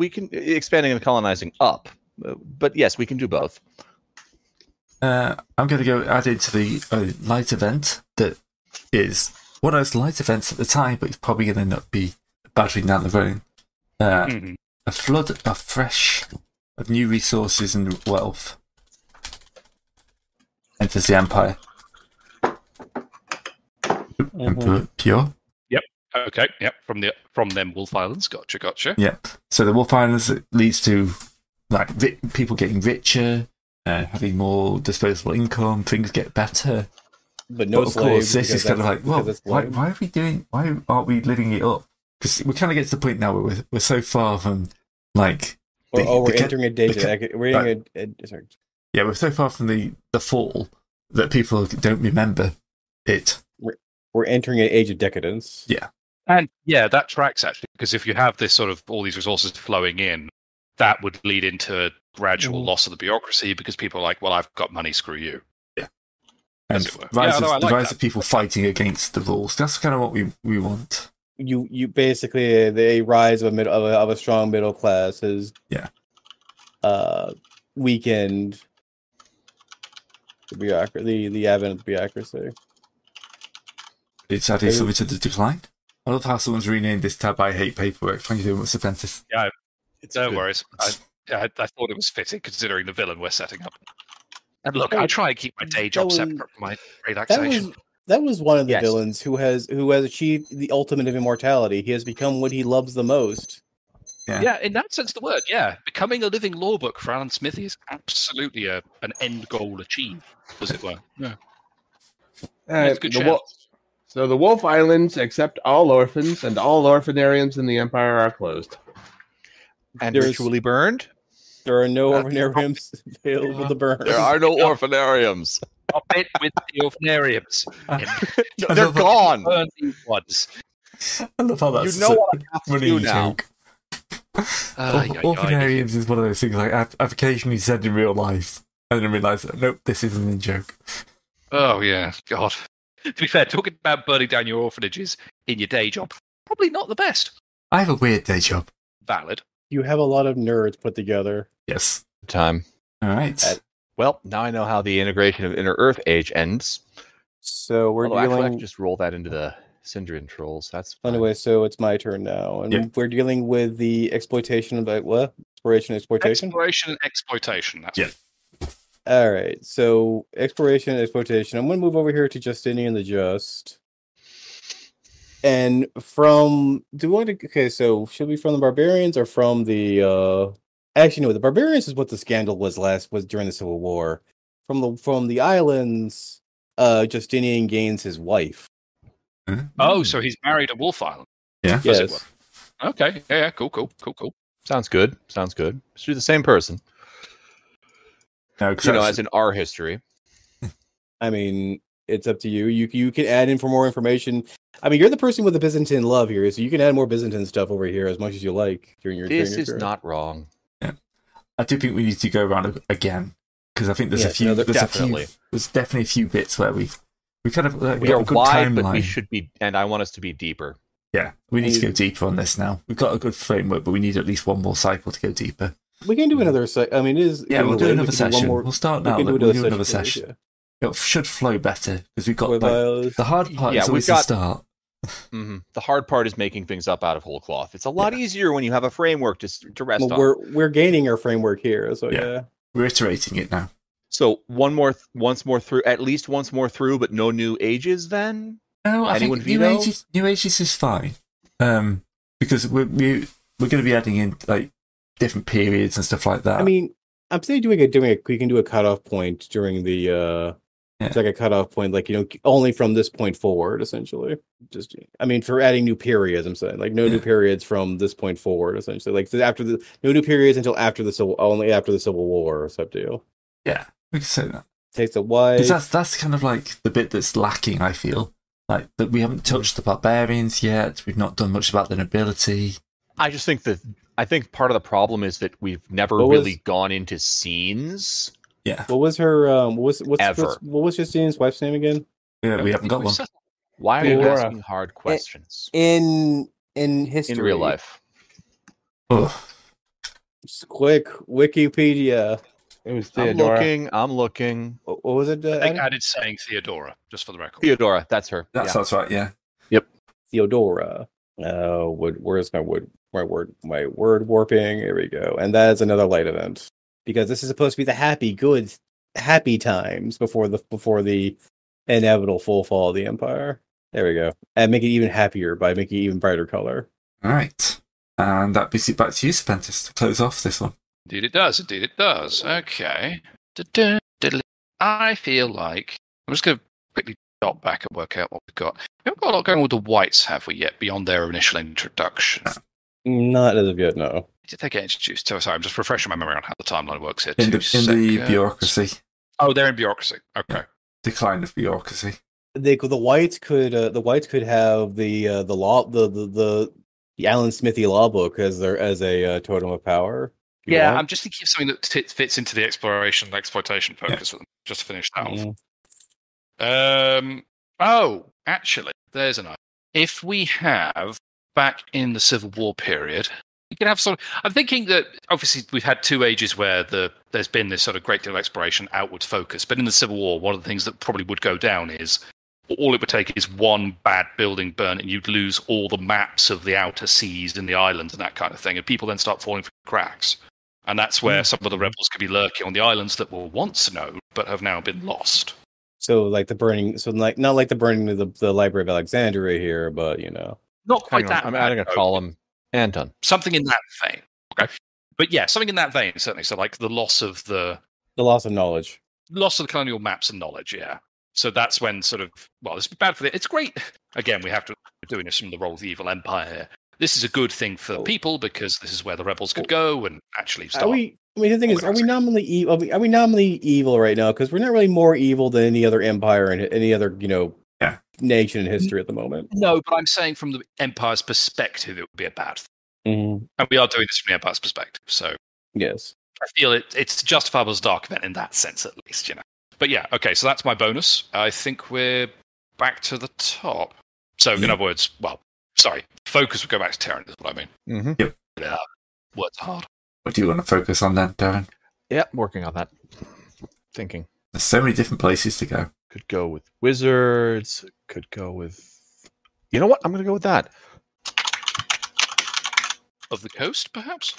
S3: We can e, expanding and colonizing up, Uh, but yes, we can do both.
S1: Uh, I'm going to go add into the uh, light event that is one of those light events at the time, but it's probably going to not be battering down the road. Uh,
S5: Mhm.
S1: A flood of fresh, of new resources and wealth enters the empire. Emperor Pure.
S5: Okay, yep. From the from them Wolf Islands, gotcha, gotcha.
S1: Yeah. So the Wolf Islands leads to like ri- people getting richer, uh, having more disposable income, things get better.
S4: But no
S1: but of
S4: slaves.
S1: course, this is
S4: because
S1: kind of
S4: that's-
S1: like, well,
S4: because that's
S1: why,
S4: lame.
S1: why are we doing? Why aren't we living it up? Because we kind of get to the point now where we're, we're so far from like
S4: Or,
S1: the-
S4: oh, we're
S1: the ca-
S4: entering a day.
S1: the ca-
S4: that- We're entering a, a sorry.
S1: yeah, we're so far from the the fall that people don't remember it.
S4: We're entering an age of decadence.
S5: And yeah, that tracks actually, because if you have this sort of all these resources flowing in, that would lead into gradual
S4: Mhm.
S5: loss of the bureaucracy because people are like, Well, I've got money, screw you.
S1: And
S5: As it were. Yeah,
S1: rise
S5: no,
S1: of,
S5: I
S1: the
S5: like
S1: rise
S5: that.
S1: of people fighting against the rules. That's kind of what we, we want.
S4: You you basically the rise of a middle of a, of a strong middle class is
S1: Yeah.
S4: Uh, weakened the bureaucracy, the, the advent of the bureaucracy.
S1: It's adding
S4: Maybe-
S1: something to the decline. I love how someone's renamed this tab I hate paperwork. Thank you very much, Apprentice.
S5: no
S3: good.
S5: worries. I, I, I thought it was fitting considering the villain we're setting up. And look, I
S4: That-
S5: try and keep my day
S4: that
S5: job
S4: was-
S5: separate from my
S4: That
S5: relaxation.
S4: was that was one of the
S3: Yes.
S4: villains who has who has achieved the ultimate of immortality. He has become what he loves the most.
S1: Yeah.
S5: Yeah, in that sense, the word, yeah. Becoming a living law book for Alan Smithy is absolutely a, an end goal achieved, as it were. Yeah.
S6: Uh,
S5: That's a good
S6: the
S5: shout.
S6: wo- so the Wolf Islands accept all orphans, and all orphanariums in the Empire are closed.
S3: And
S4: There's-
S3: ritually burned.
S4: There are no
S5: Uh,
S4: orphanariums
S1: uh,
S4: available to burn.
S3: There are no orphanariums.
S5: Stop it with the orphanariums.
S3: They're gone.
S5: Burn these ones.
S1: I love how
S3: You
S1: that's a
S3: know what I have to
S1: running
S3: do now.
S1: joke.
S5: Ay,
S1: Orph-
S5: ay, ay.
S1: Orphanariums is one of those things like I've, I've occasionally said in real life and then realised, nope, this isn't a joke.
S5: Oh yeah, God. To be fair, talking about burning down your orphanages in your day job, probably not the best.
S1: I have a weird day job.
S5: Valid.
S4: You have a lot of nerds put together.
S1: Yes.
S3: Time.
S1: All right.
S4: At-
S3: Well, now I know how the integration of Inner Earth Age ends.
S4: So we're
S3: Although actually, I
S4: dealing.
S3: can just roll that into the Sindarin trolls. That's fine.
S4: Anyway, so it's my turn now, and
S1: Yeah.
S4: we're dealing with the exploitation of like what exploration exploitation.
S5: Exploration and exploitation. That's
S1: Yeah.
S4: All right, so exploration exploitation. I'm going to move over here to Justinian the Just. And from do we want to okay? So should we from the barbarians or from the? uh Actually, no. The barbarians is what the scandal was last was during the Civil War. From the from the islands, uh Justinian gains his wife.
S5: Oh, so he's married at Wolf Island. As it
S4: Yes.
S5: Okay. Yeah, yeah. Cool. Cool. Cool. Cool.
S3: sounds good. Sounds good. It's the same person.
S1: no, 'cause
S3: You know,
S1: that's-
S3: as in our history.
S4: I mean, it's up to you. You you can add in for more information. I mean, you're the person with the Byzantine love here, so you can add more Byzantine stuff over here as much as you like during your.
S3: This
S4: during your
S3: is
S4: turn.
S3: not wrong.
S1: I do think we need to go around a- again because I think there's a
S4: Yes,
S1: few.
S4: no, there-
S1: there's a
S3: definitely.
S1: few. There's definitely a few bits where we we kind of like,
S3: We
S1: got
S3: are
S1: a good
S3: wide,
S1: timeline.
S3: but we should be, and I want us to be deeper.
S1: Yeah, we need to
S4: And-
S1: go deeper on this now. We've got a good framework, but we need at least one more cycle to go deeper.
S4: We can do another. Se- I mean, it is.
S1: Yeah, we'll
S4: either way,
S1: do another
S4: we can
S1: session.
S4: one more.
S1: We'll start
S4: we
S1: now.
S4: can
S1: We'll
S4: do another,
S1: session.
S4: session.
S1: It should flow better because we've got
S4: With,
S1: like,
S4: uh,
S1: the hard part
S3: Yeah,
S1: is
S3: we've
S1: always
S3: got-
S1: the start.
S3: hmm The hard part is making things up out of whole cloth. It's a lot easier when you have a framework to, s- to rest
S4: well,
S3: on.
S4: we're we're gaining our framework here, so
S1: Yeah.
S4: yeah.
S1: We're iterating it now.
S3: So one more, th- once more through, at least once more through, but no new ages. Then
S1: No, I
S3: Anyone
S1: think New
S3: veto?
S1: Ages, New Ages is fine um, because we're we, we're going to be adding in like different periods and stuff like that.
S4: I mean, I'm saying doing a doing a we can do a cutoff point during the. uh
S1: Yeah.
S4: It's like a cutoff point, like you know, only from this point forward, essentially. Just, I mean, for adding new periods, I'm saying like no new
S1: Yeah.
S4: periods from this point forward, essentially. Like so after the no new periods until after the civil, only after the Civil War, sub deal
S1: yeah, we can say that.
S4: takes a wife.
S1: Because that's that's kind of like the bit that's lacking. I feel like that we haven't touched the barbarians yet. We've not done much about the nobility.
S3: I just think that I think part of the problem is that we've never
S4: What was-
S3: really gone into scenes.
S1: Yeah,
S4: What was her? Um, what was what's,
S3: Ever.
S4: what's what was Justine's wife's name again?
S1: yeah we haven't got one.
S3: Why are you
S6: Pandora.
S3: asking
S4: Eh,
S3: hard questions
S4: In in history,
S3: in real life?
S1: Ugh.
S4: Just quick Wikipedia.
S6: It was
S3: I'm
S6: Theodora.
S3: looking. I'm looking.
S4: What what was it? Uh,
S5: I think
S4: Adam?
S5: added saying Theodora, just for the record.
S3: Theodora, that's her.
S1: That sounds right. Yeah,
S4: Theodora. Uh, wood. Where's my wood? My word. My word warping. Here we go. And that is another light event because this is supposed to be the happy, good, happy times before the before the inevitable full fall of the empire. There we go. And make it even happier by making it even brighter color.
S1: all right. And that brings it back to you, Serpentis, to close off this one.
S5: Indeed, it does. Indeed, it does. Okay. Du-dun, diddly. I feel like I'm just going to quickly dot back and work out what we've got. We haven't got a lot going on with the whites, have we yet? Beyond their initial introduction,
S4: Not as of yet, no.
S5: did they get introduced? Oh, sorry, I'm just refreshing my memory on how the timeline works here.
S1: In
S5: Two
S1: the, in the
S5: seconds.
S1: bureaucracy,
S5: Oh, they're in bureaucracy. Okay.
S1: decline of bureaucracy.
S4: They could- the whites could uh, the whites could have the uh, the law the the the, the Alan Smithy law book as their as a uh, totem of power. if you
S5: Yeah,
S4: want.
S5: I'm just thinking of something that tit- fits into the exploration and exploitation focus. with them, Just to finish that off.
S4: Mm.
S5: Um, oh, actually, there's an idea. If we have back in the Civil War period, we can have some. I'm thinking that obviously we've had two ages where the there's been this sort of great deal of exploration, outward focus. But in the Civil War, one of the things that probably would go down is all it would take is one bad building burn, and you'd lose all the maps of the outer seas and the islands and that kind of thing. And people then start falling through cracks. And that's where
S3: Hmm.
S5: some of the rebels could be lurking on the islands that were once known but have now been lost.
S4: So like the burning, so like not like the burning of the, the Library of Alexandria here, but you know,
S5: Not
S3: Hang
S5: quite
S3: on,
S5: that.
S3: I'm
S5: bad,
S3: adding a
S5: though.
S3: column. Anton.
S5: Something in that vein. Okay. But yeah, something in that vein, certainly. So like the loss of the
S4: the loss of knowledge.
S5: loss of the colonial maps and knowledge, yeah. So that's when sort of well, it's bad for the it's great. Again, we have to we're doing this from the role of the evil empire here. This is a good thing for the
S3: Oh.
S5: people because this is where the rebels could go and actually start.
S4: Are we? I mean, the thing
S5: Oh,
S4: is,
S5: wait,
S4: are we
S5: I'm
S4: nominally evil? Are we, are we nominally evil right now? Because we're not really more evil than any other empire and any other you know
S1: Yeah.
S4: nation in history at the moment.
S5: No, but I'm saying from the empire's perspective, it would be a bad thing. And we are doing this from the empire's perspective, so
S4: Yes.
S5: I feel it, it's justifiable as a dark event in that sense, at least, you know. But yeah, okay, so that's my bonus. I think we're back to the top. So, in
S1: Yeah.
S5: other words, well, sorry, focus would go back to Terran, is what I mean.
S3: Mm-hmm.
S5: Yeah, words are hard.
S1: What do you want to focus on then, Darren?
S3: Yep, working on that. Thinking.
S1: There's so many different places to go.
S3: Could go with wizards. Could go with. You know what? I'm gonna go with that.
S5: Of the coast, perhaps?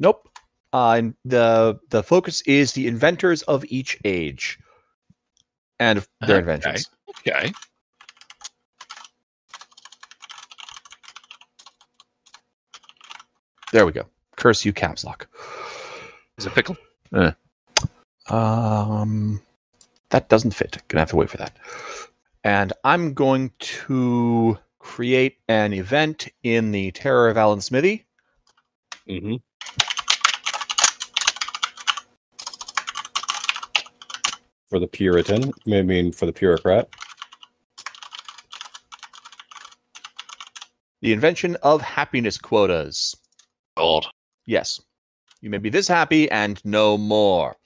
S3: Nope. Uh, and the the focus is the inventors of each age, and of their
S5: Okay.
S3: inventions.
S5: Okay.
S3: There we go. Curse you, caps lock.
S5: Is a pickle.
S3: Um, that doesn't fit. Gonna have to wait for that. And I'm going to create an event in the Terror of Alan Smithy.
S4: Mm-hmm. For the Puritan, I mean, for the bureaucrat.
S3: The invention of happiness quotas.
S5: God.
S3: Yes. You may be this happy and no more.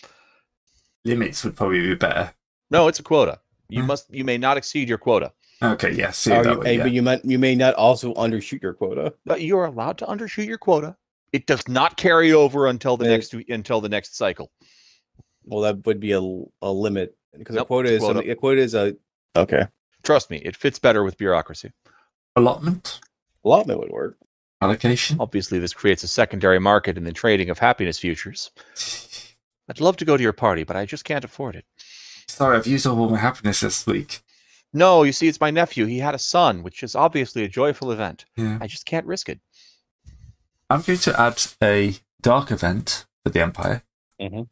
S1: Limits would probably be better.
S3: No, it's a quota. You
S1: Hmm.
S3: must you may not exceed your quota.
S1: Okay, yeah, see
S4: Are
S1: it that
S4: you,
S1: way.
S4: eh,
S1: yeah.
S4: But you might, you may not also undershoot your quota.
S3: But you are allowed to undershoot your quota. It does not carry over until the
S4: Eh.
S3: next until the next cycle.
S4: Well, that would be a, l- a limit because a
S3: Nope,
S4: quota
S3: it's
S4: is
S3: quota.
S4: something- a quota is a okay
S3: Trust me, it fits better with bureaucracy.
S1: Allotment,
S4: allotment would work.
S1: allocation.
S3: Obviously, this creates a secondary market in the trading of happiness futures. I'd love to go to your party, but I just can't afford it.
S1: Sorry, I've used all my happiness this week.
S3: No, you see, it's my nephew. He had a son, which is obviously a joyful event.
S1: Yeah.
S3: I just can't risk it.
S1: I'm going to add a dark event for the Empire
S4: Mhm.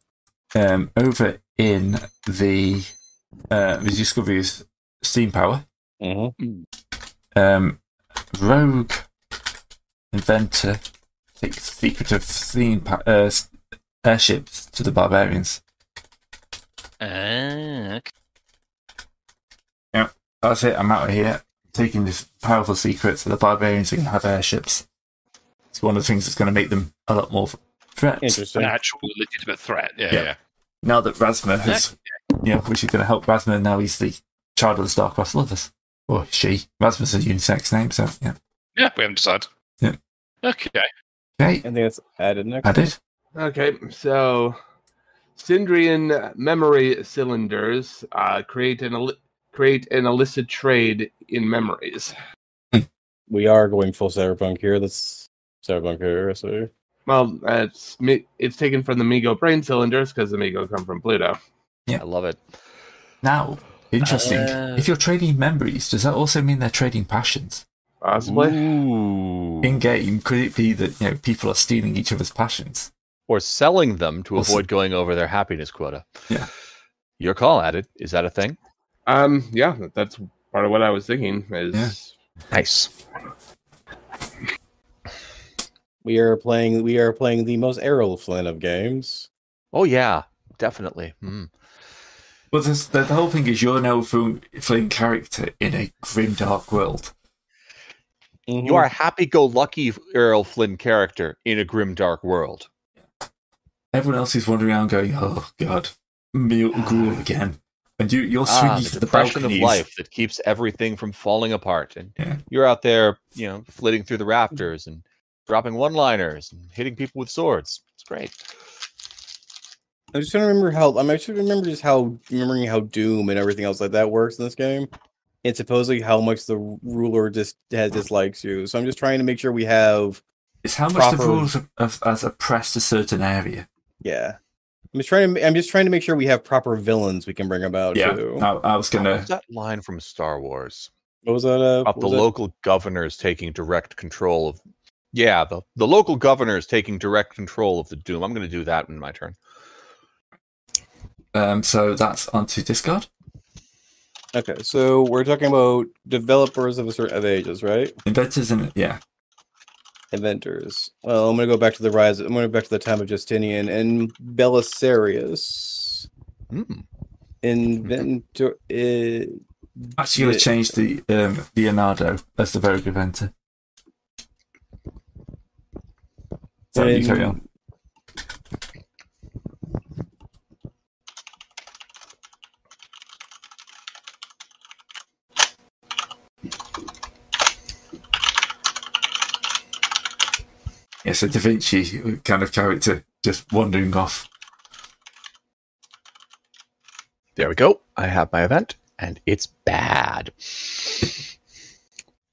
S1: um, over in the uh, the discovery of steam power.
S4: Mm-hmm.
S1: Um, rogue inventor takes secret of steam pa- uh, s- airships to the barbarians.
S5: Uh,
S1: That's it. I'm out of here. Taking this powerful secret, so the barbarians are going to have airships. It's one of the things that's going to make them a lot more threat.
S4: Interesting.
S5: an actual legitimate threat. Yeah,
S1: Yeah.
S5: yeah.
S1: Now that Rasma has, yeah, which is going to help Rasma. Now he's the child of the Starcross lovers, or she. Rasma's a unisex name, so yeah.
S5: Yeah, we haven't decided.
S1: Yeah.
S5: Okay.
S1: Okay,
S4: think that's added next.
S1: added.
S6: Okay, so Syndrian memory cylinders uh, create an illi- create an illicit trade in memories.
S4: We are going full cyberpunk here. That's cyberpunk here. So
S6: Well, uh, it's mi- it's taken from the Migo brain cylinders because the Migo come from Pluto.
S3: I love it.
S1: Now, interesting.
S3: Uh.
S1: if you're trading memories, does that also mean they're trading passions?
S6: Possibly.
S3: Ooh.
S1: In game, could it be that you know people are stealing each other's passions?
S3: Or selling them to
S1: Well, s-
S3: avoid going over their happiness quota.
S1: Yeah.
S3: Your call at it. Is that a thing?
S6: Um, yeah, that's part of what I was thinking. Is
S3: Nice.
S4: we are playing. We are playing the most Errol Flynn of games.
S3: Oh yeah, definitely. Mm.
S1: Well, this, the, the whole thing is you're now from playing character in a grim, dark world.
S4: Mm-hmm.
S3: You are a happy-go-lucky Errol Flynn character in a grim, dark world.
S1: Everyone else is wandering around going, "Oh God, meal gruel again," and you you're swinging
S3: Ah,
S1: for
S3: the
S1: the
S3: depression of
S1: balconies.
S3: life that keeps everything from falling apart, and
S1: Yeah.
S3: you're out there, you know, flitting through the rafters and dropping one-liners and hitting people with swords. It's great.
S4: I'm just trying to remember how. I'm actually remember just how remembering how Doom and everything else like that works in this game, and supposedly how much the ruler just has dislikes you. So I'm just trying to make sure we have.
S1: It's how much the
S4: proper-
S1: rules of, of, has oppressed a certain area.
S4: Yeah, I'm just trying to. I'm just trying to make sure we have proper villains we can bring
S3: Oh,
S4: about.
S1: yeah,
S4: too.
S1: I, I was
S3: What
S1: gonna.
S3: was that line from Star Wars?
S4: What was that? Uh,
S3: About
S4: what
S3: the
S4: was that?
S3: local governors taking direct control of. Yeah, the, the local governors taking direct control of the Doom. I'm going to do that in my turn.
S1: Um, so that's onto Discord.
S4: Okay, so we're talking about developers of a certain of ages, right?
S1: Inventors and yeah,
S4: Inventors. Well, I'm gonna go back to the rise. I'm gonna go back to the time of Justinian and Belisarius.
S3: Mm.
S4: Inventor. Uh,
S1: actually gonna
S4: Yeah.
S1: change the um, Leonardo as the very good inventor. So you carry on. Yes, a Da Vinci kind of character just wandering off.
S3: There we go. I have my event, and it's bad.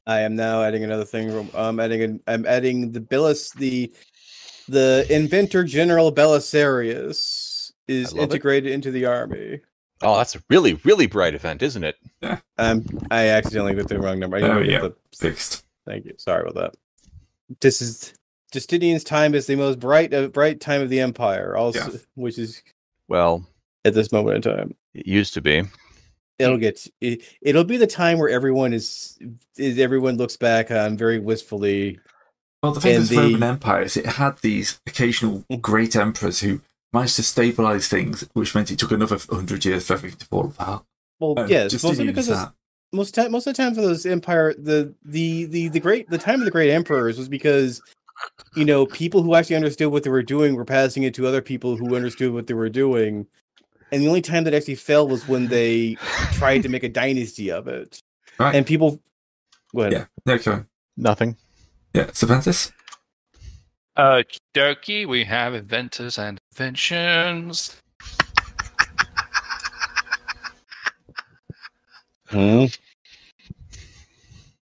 S4: I am now adding another thing. from- I'm adding. An, I'm adding the Belis. The the inventor general Belisarius is
S3: love it.
S4: integrated into the army.
S3: Oh, that's a really, really bright event, isn't it?
S4: Um, I accidentally put the wrong number. I
S1: There
S4: didn't
S1: we
S4: get
S1: go.
S4: the
S1: Fixed.
S4: Thank you. Sorry about that. This is Justinian's time is the most bright uh, bright time of the empire, also which is
S3: Well,
S4: at this moment in time.
S3: it used to be.
S4: It'll get it, it'll be the time where everyone is is everyone looks back on very wistfully.
S1: Well, the thing
S4: And
S1: with the Roman
S4: the-
S1: Empire is it had these occasional great emperors who managed to stabilize things, which meant it took another hundred years for everything to fall apart.
S4: Well,
S1: Um,
S4: yes,
S1: just to
S4: mostly
S1: use
S4: because it's-
S1: that.
S4: most time most of the time for those empire the the the the great the time of the great emperors was because you know people who actually understood what they were doing were passing it to other people who understood what they were doing, and the only time that actually fell was when they tried to make a dynasty of it.
S1: Right.
S4: And people go ahead.
S1: Yeah. No, come on.
S3: Nothing.
S1: Yeah, Cervantes.
S5: Uh, Doki, we have inventors and inventions.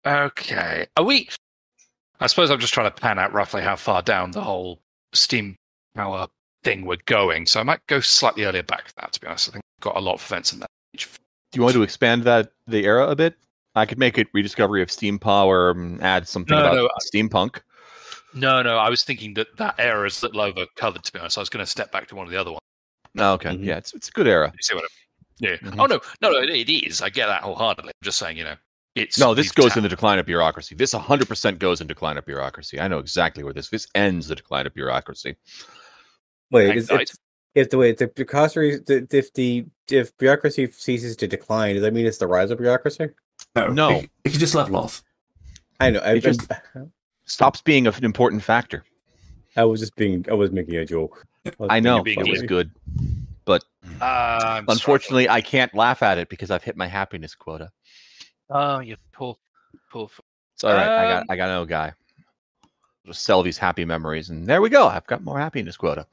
S5: Okay. Are we? I suppose I'm just trying to pan out roughly how far down the whole steam power thing we're going. So I might go slightly earlier back to that, to be honest. I think we've got a lot of events in that.
S3: Do you want to expand that the era a bit? I could make it rediscovery of steam power, and add something
S5: No,
S3: about
S5: no,
S3: steampunk.
S5: No, no, I was thinking that that era is that Lova covered, to be honest. I was going to step back to one of the other ones.
S3: Oh, okay,
S4: Mhm.
S3: yeah, it's it's a good era.
S5: You see what I mean? Yeah.
S3: Mhm.
S5: Oh, no, no, no, it is. I get that wholeheartedly. I'm just saying, you know, it's.
S3: No, this
S5: we've
S3: goes
S5: tapped-
S3: in the decline of bureaucracy. This 100% goes in decline of bureaucracy. I know exactly where this. This ends the decline of bureaucracy.
S4: Wait,
S5: Thanks,
S4: is, if,
S5: guys.
S4: if the way the bureaucracy the- if the if bureaucracy ceases to decline, does that mean it's the rise of bureaucracy?
S1: No,
S3: No.
S1: It, it could just level off.
S4: I know. I,
S3: It just-
S4: I,
S3: Stops being an important factor.
S4: I was just being. I was making a joke.
S3: I know
S5: being
S3: it was
S5: easy.
S3: good, but
S2: Uh, I'm
S3: Unfortunately, I can't laugh at it because I've hit my happiness quota.
S8: Oh, you poor, poor. f-
S3: It's all right. I got
S2: Um,
S3: I got an old guy. Just sell these happy memories, and there we go. I've got more happiness quota.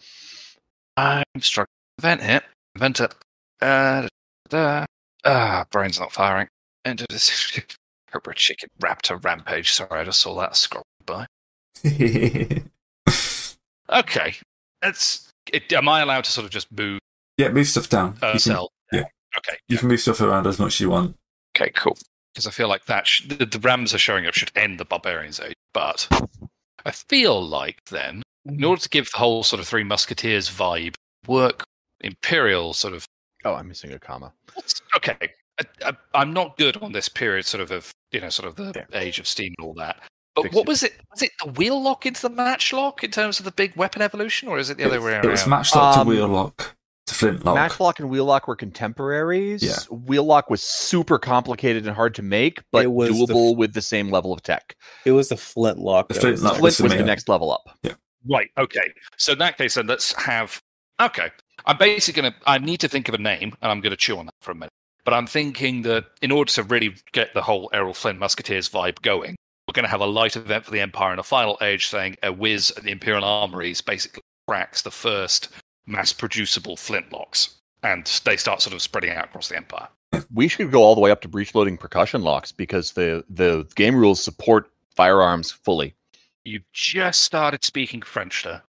S8: I'm struggling. Event hit. Event it. Uh, da, da. Ah, brain's not firing. Enter this Cobra Chicken Raptor Rampage. Sorry, I just saw that scroll by. Okay, that's. It, am I allowed to sort of just move
S1: yeah, move stuff down.
S5: Uh,
S1: you, can,
S5: sell?
S1: yeah.
S5: Okay.
S1: you can move stuff around as much as you want.
S5: Okay, cool. Because I feel like that sh- the, the Rams are showing up should end the Barbarians age, but I feel like then,
S1: Mm.
S5: in order to give the whole sort of Three Musketeers vibe, work Imperial sort of.
S3: Oh, I'm missing a comma.
S5: Okay, I, I, I'm not good on this period, sort of of you know, sort of the
S3: Fair.
S5: Age of Steam and all that. But
S3: Fix
S5: what
S3: it.
S5: was it? Was it the wheel lock into the match lock in terms of the big weapon evolution, or is it the other
S1: it,
S5: way around?
S1: it was matchlock
S3: Um,
S1: to wheel lock to flintlock.
S3: Matchlock and Wheelock were contemporaries.
S1: Oh, Yeah.
S3: Wheelock was super complicated and hard to make, but
S4: It was the f-
S3: doable with the same level of tech.
S4: It was the flintlock.
S1: The
S4: that was-
S1: flintlock.
S3: Flint
S1: was the
S3: was the
S1: main-
S3: next level up.
S5: Right. Okay. So in that case, then let's have. Okay. I'm basically gonna. I need to think of a name, and I'm gonna chew on that for a minute. But I'm thinking that in order to really get the whole Errol Flynn Musketeers vibe going, we're gonna have a light event for the Empire in a final age, saying a whiz at the Imperial Armories basically cracks the first mass-producible flintlocks, and they start sort of spreading out across the Empire.
S3: We should go all the way up to breech loading percussion locks because the the game rules support firearms fully.
S5: You've just started speaking French, there.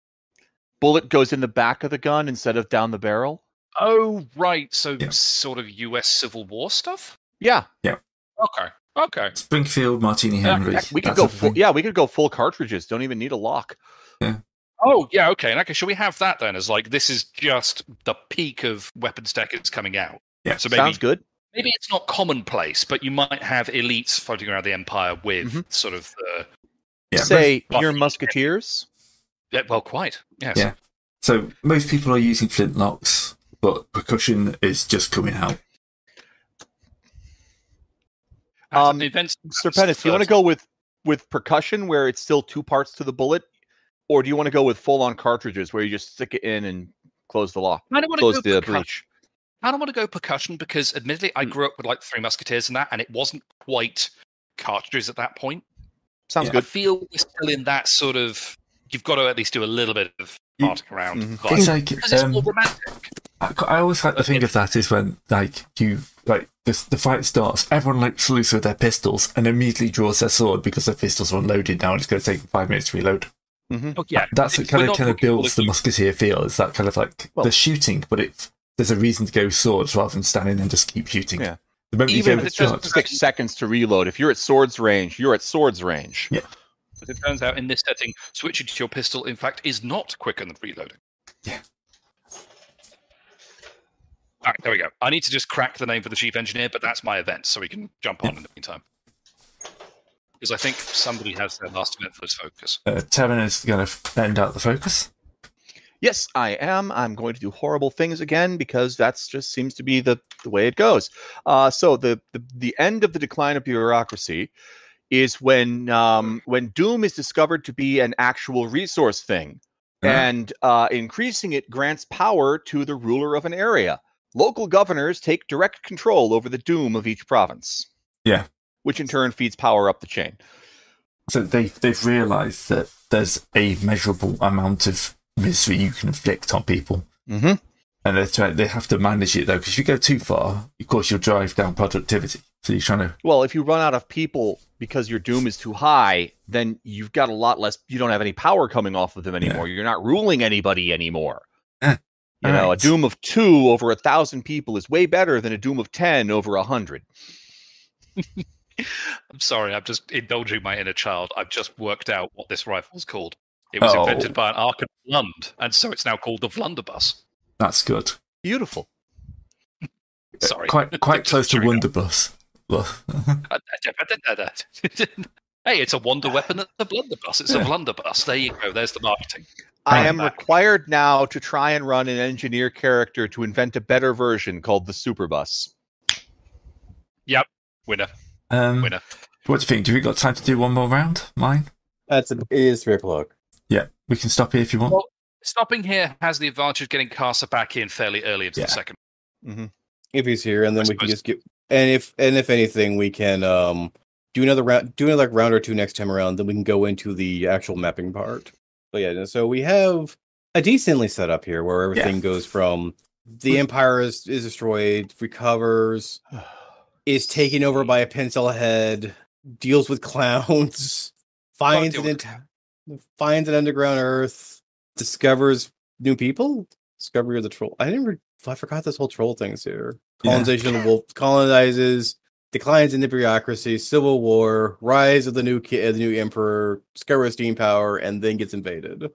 S3: Bullet goes in the back of the gun instead of down the barrel.
S5: Oh, right. So
S1: Yeah.
S5: sort of U.S. Civil War stuff.
S3: Yeah,
S5: Okay. Okay.
S1: Springfield Martini Henry.
S3: heck, we could
S1: that
S3: go.
S1: type of
S3: Full,
S1: thing.
S3: yeah, we could go full cartridges. Don't even need a lock.
S5: Oh yeah, okay. And okay, should we have that then? As like this is just the peak of weapons tech that's coming out.
S1: Yeah,
S5: So maybe
S3: Sounds good.
S5: maybe it's not commonplace, but you might have elites floating around the empire with
S1: Mm-hmm.
S3: Mhm.
S5: sort of uh, the
S1: Yeah,
S3: Say
S5: most-
S3: you're musketeers.
S5: yeah, well, quite yes.
S1: Yeah. So most people are using flintlocks, but percussion is just coming out.
S5: As
S3: Um,
S5: the events,
S3: Sir Pettis, do you want to go with with percussion where it's still two parts to the bullet, or do you want to go with full on cartridges where you just stick it in and close the lock,
S5: I don't want
S3: close
S5: to go
S3: the
S5: percussion.
S3: breech?
S5: I don't want to go percussion because, admittedly,
S1: Mm.
S5: I grew up with like Three Musketeers and that, and it wasn't quite cartridges at that point.
S3: Sounds
S1: Yeah.
S5: I
S3: good.
S5: feel we're still in that sort of. You've got to at least do a little bit of
S1: You-
S5: farting around.
S3: Mhm.
S5: vibe.
S1: It's like
S5: because it's
S1: um,
S5: more romantic.
S1: I, I always like to think of that is when like you like the, the fight starts, everyone like salutes with their pistols and immediately draws their sword because their pistols are unloaded now and it's going to take them five minutes to reload.
S5: Oh, yeah,
S1: That's
S5: If
S1: what kind
S5: we're
S1: of
S5: not
S1: kind of
S5: looking for
S1: builds
S5: the
S1: the musketeer feel. It's that kind of like
S3: Well-
S1: they're shooting, but it there's a reason to go swords rather than standing and just keep shooting.
S3: Yeah.
S1: The moment
S5: Even
S1: you
S5: if
S1: go
S5: it's
S1: with
S5: just
S1: charge,
S3: Six seconds to reload. If you're at swords range, you're at swords range.
S1: Yeah.
S5: As it turns out, in this setting, switching to your pistol, in fact, is not quicker than reloading.
S1: Yeah.
S5: All right, there we go. I need to just crack the name for the chief engineer, but that's my event, so we can jump on in the meantime. Because I think somebody has their last event for this focus.
S1: uh, Terran is going to end out the focus.
S3: Yes, I am. I'm going to do horrible things again because that's just seems to be the, the way it goes. Uh, so the, the the end of the decline of bureaucracy is when um, when Doom is discovered to be an actual resource thing,
S1: Uh-huh.
S3: and uh, increasing it grants power to the ruler of an area. Local governors take direct control over the Doom of each province.
S1: Yeah.
S3: which in turn feeds power up the chain.
S1: So they they've realised that there's a measurable amount of misery you can inflict on people.
S3: Mm-hmm.
S1: and they're trying, they have to manage it though because if you go too far of course you'll drive down productivity so you're trying to
S3: Well, if you run out of people because your doom is too high, then you've got a lot less. You don't have any power coming off of them anymore. You're not ruling anybody anymore.
S1: Eh,
S3: You know,
S1: alright.
S3: a doom of two over a thousand people is way better than a doom of ten over a hundred.
S5: I'm sorry, I'm just indulging my inner child. I've just worked out what this rifle's called. It was
S1: Oh.
S5: invented by an Arkan Lund, and so it's now called the Vlunderbuss.
S1: that's good
S3: Beautiful.
S5: Sorry.
S1: quite quite
S5: Just
S1: close to
S5: chewing up.
S1: wonderbus well,
S5: hey, it's a wonder weapon at the blunderbuss. It's
S1: Yeah.
S5: a blunderbuss. There you go. There's the marketing.
S3: I
S1: Right.
S3: am required now to try and run an engineer character to invent a better version called the Superbus.
S5: Winner,
S1: um,
S5: winner.
S1: what do you think do we got time to do one more round mine
S4: That's a, it is three o'clock.
S1: yeah we can stop here if you want
S5: Well- Stopping here has the advantage of getting Casa back in fairly early into
S1: Yeah.
S5: the second.
S4: if he's here, and then we
S5: I
S4: can
S5: suppose-
S4: just get and if and if anything, we can um do another round, do another like round or two next time around. Then we can go into the actual mapping part. But yeah, so we have a decently set up here where everything goes from the empire is, is destroyed, recovers, is taken over by a pencil head, deals with clowns, finds
S5: deal
S4: an
S5: with
S4: ent- finds an underground earth, discovers new people, discovery of the troll. I never, I forgot this whole troll thing's here.
S1: Yeah.
S4: Colonization of the wolf colonizes, declines in the bureaucracy, civil war, rise of the new ki- uh, the new emperor, discovers steam power, and then gets invaded.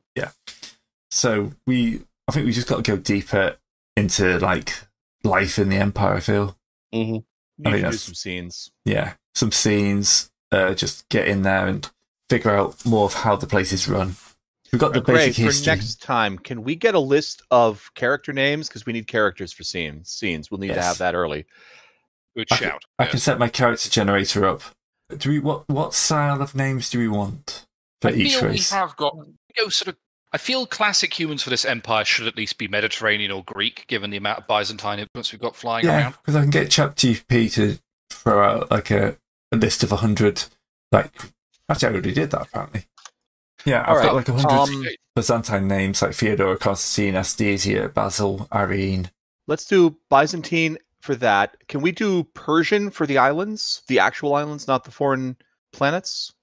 S1: So we, I think we just got to go deeper into like life in the empire. I feel,
S4: Mm-hmm.
S1: I think
S3: You should do
S1: that's-
S3: some scenes.
S1: yeah, some scenes. Uh, just get in there and figure out more of how the place is run. We've got the
S3: Great.
S1: basic
S3: For
S1: history.
S3: next time, can we get a list of character names? Because we need characters for scenes. Scenes. We'll need to
S1: Yes.
S3: have that early.
S5: Good
S1: I can-
S5: shout.
S1: I
S5: Yeah.
S1: can set my character generator up. Do we what what style of names do we want for
S5: I
S1: each
S5: feel
S1: race?
S5: we have got you know, sort of. I feel classic humans for this empire should at least be Mediterranean or Greek, given the amount of Byzantine influence we've got flying
S1: yeah,
S5: around.
S1: because I can get ChatGPT to throw out like a, a list of hundred. Like actually, I already did that apparently. Yeah, I've
S3: All
S1: got
S3: right,
S1: like a hundred
S3: um,
S1: Byzantine names like Theodora, Constantine, Astasia, Basil, Irene.
S3: Let's do Byzantine for that. Can we do Persian for the islands? The actual islands, not the foreign planets?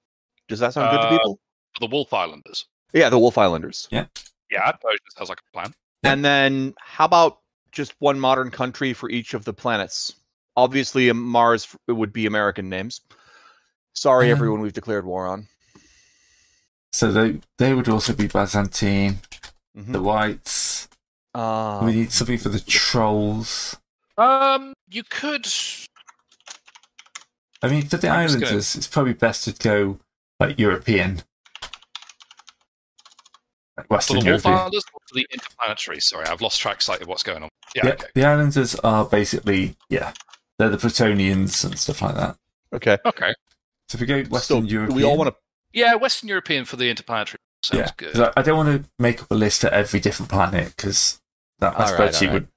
S3: Does that sound good
S5: Uh,
S3: to people?
S5: The Wolf Islanders.
S3: Yeah, the Wolf Islanders.
S5: Yeah, Persian sounds like a plan.
S3: And then how about just one modern country for each of the planets? Obviously, um, Mars f- would be American names. Sorry,
S1: Um,
S3: everyone, we've declared war on.
S1: So they they would also be Byzantine.
S3: Mhm.
S5: Mm-hmm.
S1: The whites.
S3: Uh,
S1: we need something for the trolls.
S5: Um, you could.
S1: I mean, for the
S5: I'm just
S1: islanders, it's probably best to go like European, like
S5: For
S1: Western
S5: the Wolf
S1: European.
S5: Islanders or for the interplanetary? Sorry, I've lost track slightly of what's going on. Yeah,
S1: Yeah,
S5: okay.
S1: the islanders are basically yeah, they're the Bretonians and stuff like that.
S3: okay.
S5: Okay.
S1: So if we go Western
S3: So, do
S1: European,
S3: We all want to.
S5: Yeah, Western European for the interplanetary sounds
S1: yeah,
S5: good.
S1: 'cause I, I don't want to make up a list for every different planet because that my
S3: All right, all
S1: spreadsheet
S3: right.
S1: would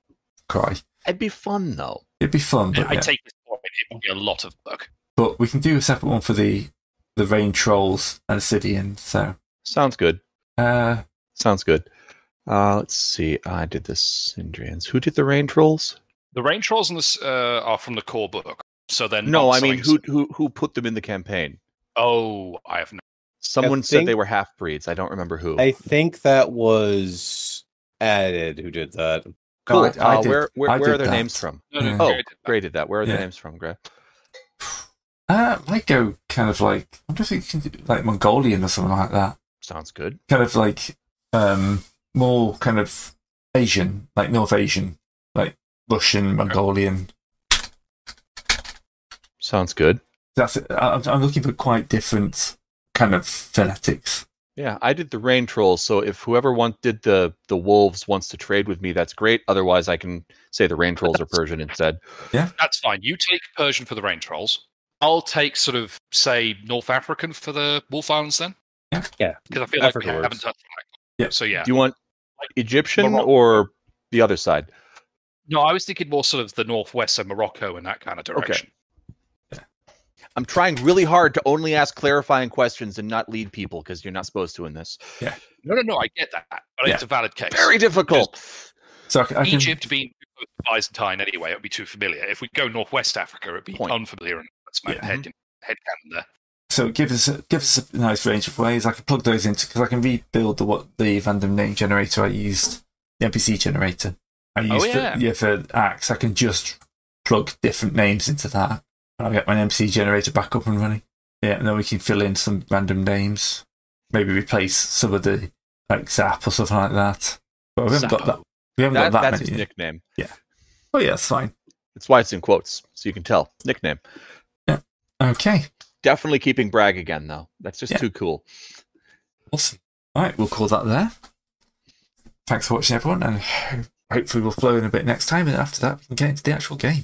S1: cry.
S3: It'd be fun though.
S1: It'd be fun, but,
S5: I
S1: yeah.
S5: take this point. It would be a lot of work.
S1: but we can do a separate one for the the rain trolls and Ascidian. So
S3: Sounds good.
S1: uh,
S3: Sounds good. Uh, let's see. I did the Sindrians. Who did the rain trolls?
S5: The rain trolls on this uh, are from the core book, so then
S3: No, I mean who who who put them in the campaign?
S5: Oh, I have no.
S3: Someone said they
S4: think-
S3: were half breeds. I don't remember who.
S4: I think that was added who did that.
S3: cool.
S1: I- I
S3: uh,
S1: did-
S3: where where,
S1: I
S3: where
S1: did
S3: are their
S1: that.
S3: names from?
S5: no, no,
S1: Yeah.
S3: Oh,
S5: Gray did that.
S3: Gray did that. Where are the
S1: Yeah.
S3: names from, Gray?
S1: Uh, it might go kind of like I wonder if you can do like Mongolian or something like that.
S3: Sounds good.
S1: Kind of like um more kind of Asian, like North Asian, like Russian, Mongolian.
S3: Sounds good.
S1: That's it. I- I'm, I'm looking for quite different kind of phonetics.
S3: Yeah, I did the rain trolls. So if whoever want, did the the wolves wants to trade with me, that's great. Otherwise, I can say the rain trolls are Persian instead.
S5: That's fine. You take Persian for the rain trolls. I'll take sort of say North African for the Wolf Islands then.
S4: Yeah.
S5: because I feel like
S4: Africa
S5: we
S4: works.
S5: haven't touched. on that.
S1: Yeah.
S5: So yeah.
S3: Do you want Egyptian
S5: Morocco.
S3: or the other side?
S5: No, I was thinking more sort of the northwest, so Morocco and that kind of direction.
S3: I'm trying really hard to only ask clarifying questions and not lead people because you're not supposed to in this.
S5: No, no, no. I get that, but
S1: Yeah.
S5: it's a valid case.
S3: Very difficult.
S1: So I, c- I can,
S5: Egypt being too close to Byzantine anyway, it'd be too familiar. If we go northwest Africa, it'd be
S3: Point.
S5: unfamiliar and that's my
S1: Yeah.
S5: head head down there.
S1: so give us give us a nice range of ways. I can plug those into because I can rebuild the what the random name generator I used, the NPC generator I
S3: Oh,
S1: used
S5: yeah.
S1: for yeah for Axe. I can just plug different names into that, and I'll get my NPC generator back up and running. Yeah, and then we can fill in some random names, maybe replace some of the like Zap or something like that. But we haven't got
S5: Zappo.
S1: that. We haven't
S3: That,
S1: got that
S3: that's his
S1: many. yet.
S3: nickname.
S1: Oh yeah, that's fine.
S3: That's why it's in quotes, so you can tell. Nickname.
S1: Okay,
S3: Definitely keeping brag again, though. That's just
S1: Yeah.
S3: too cool.
S1: awesome. All right, we'll call that there. Thanks for watching, everyone, and hopefully we'll flow in a bit next time. And after that, we can get into the actual game.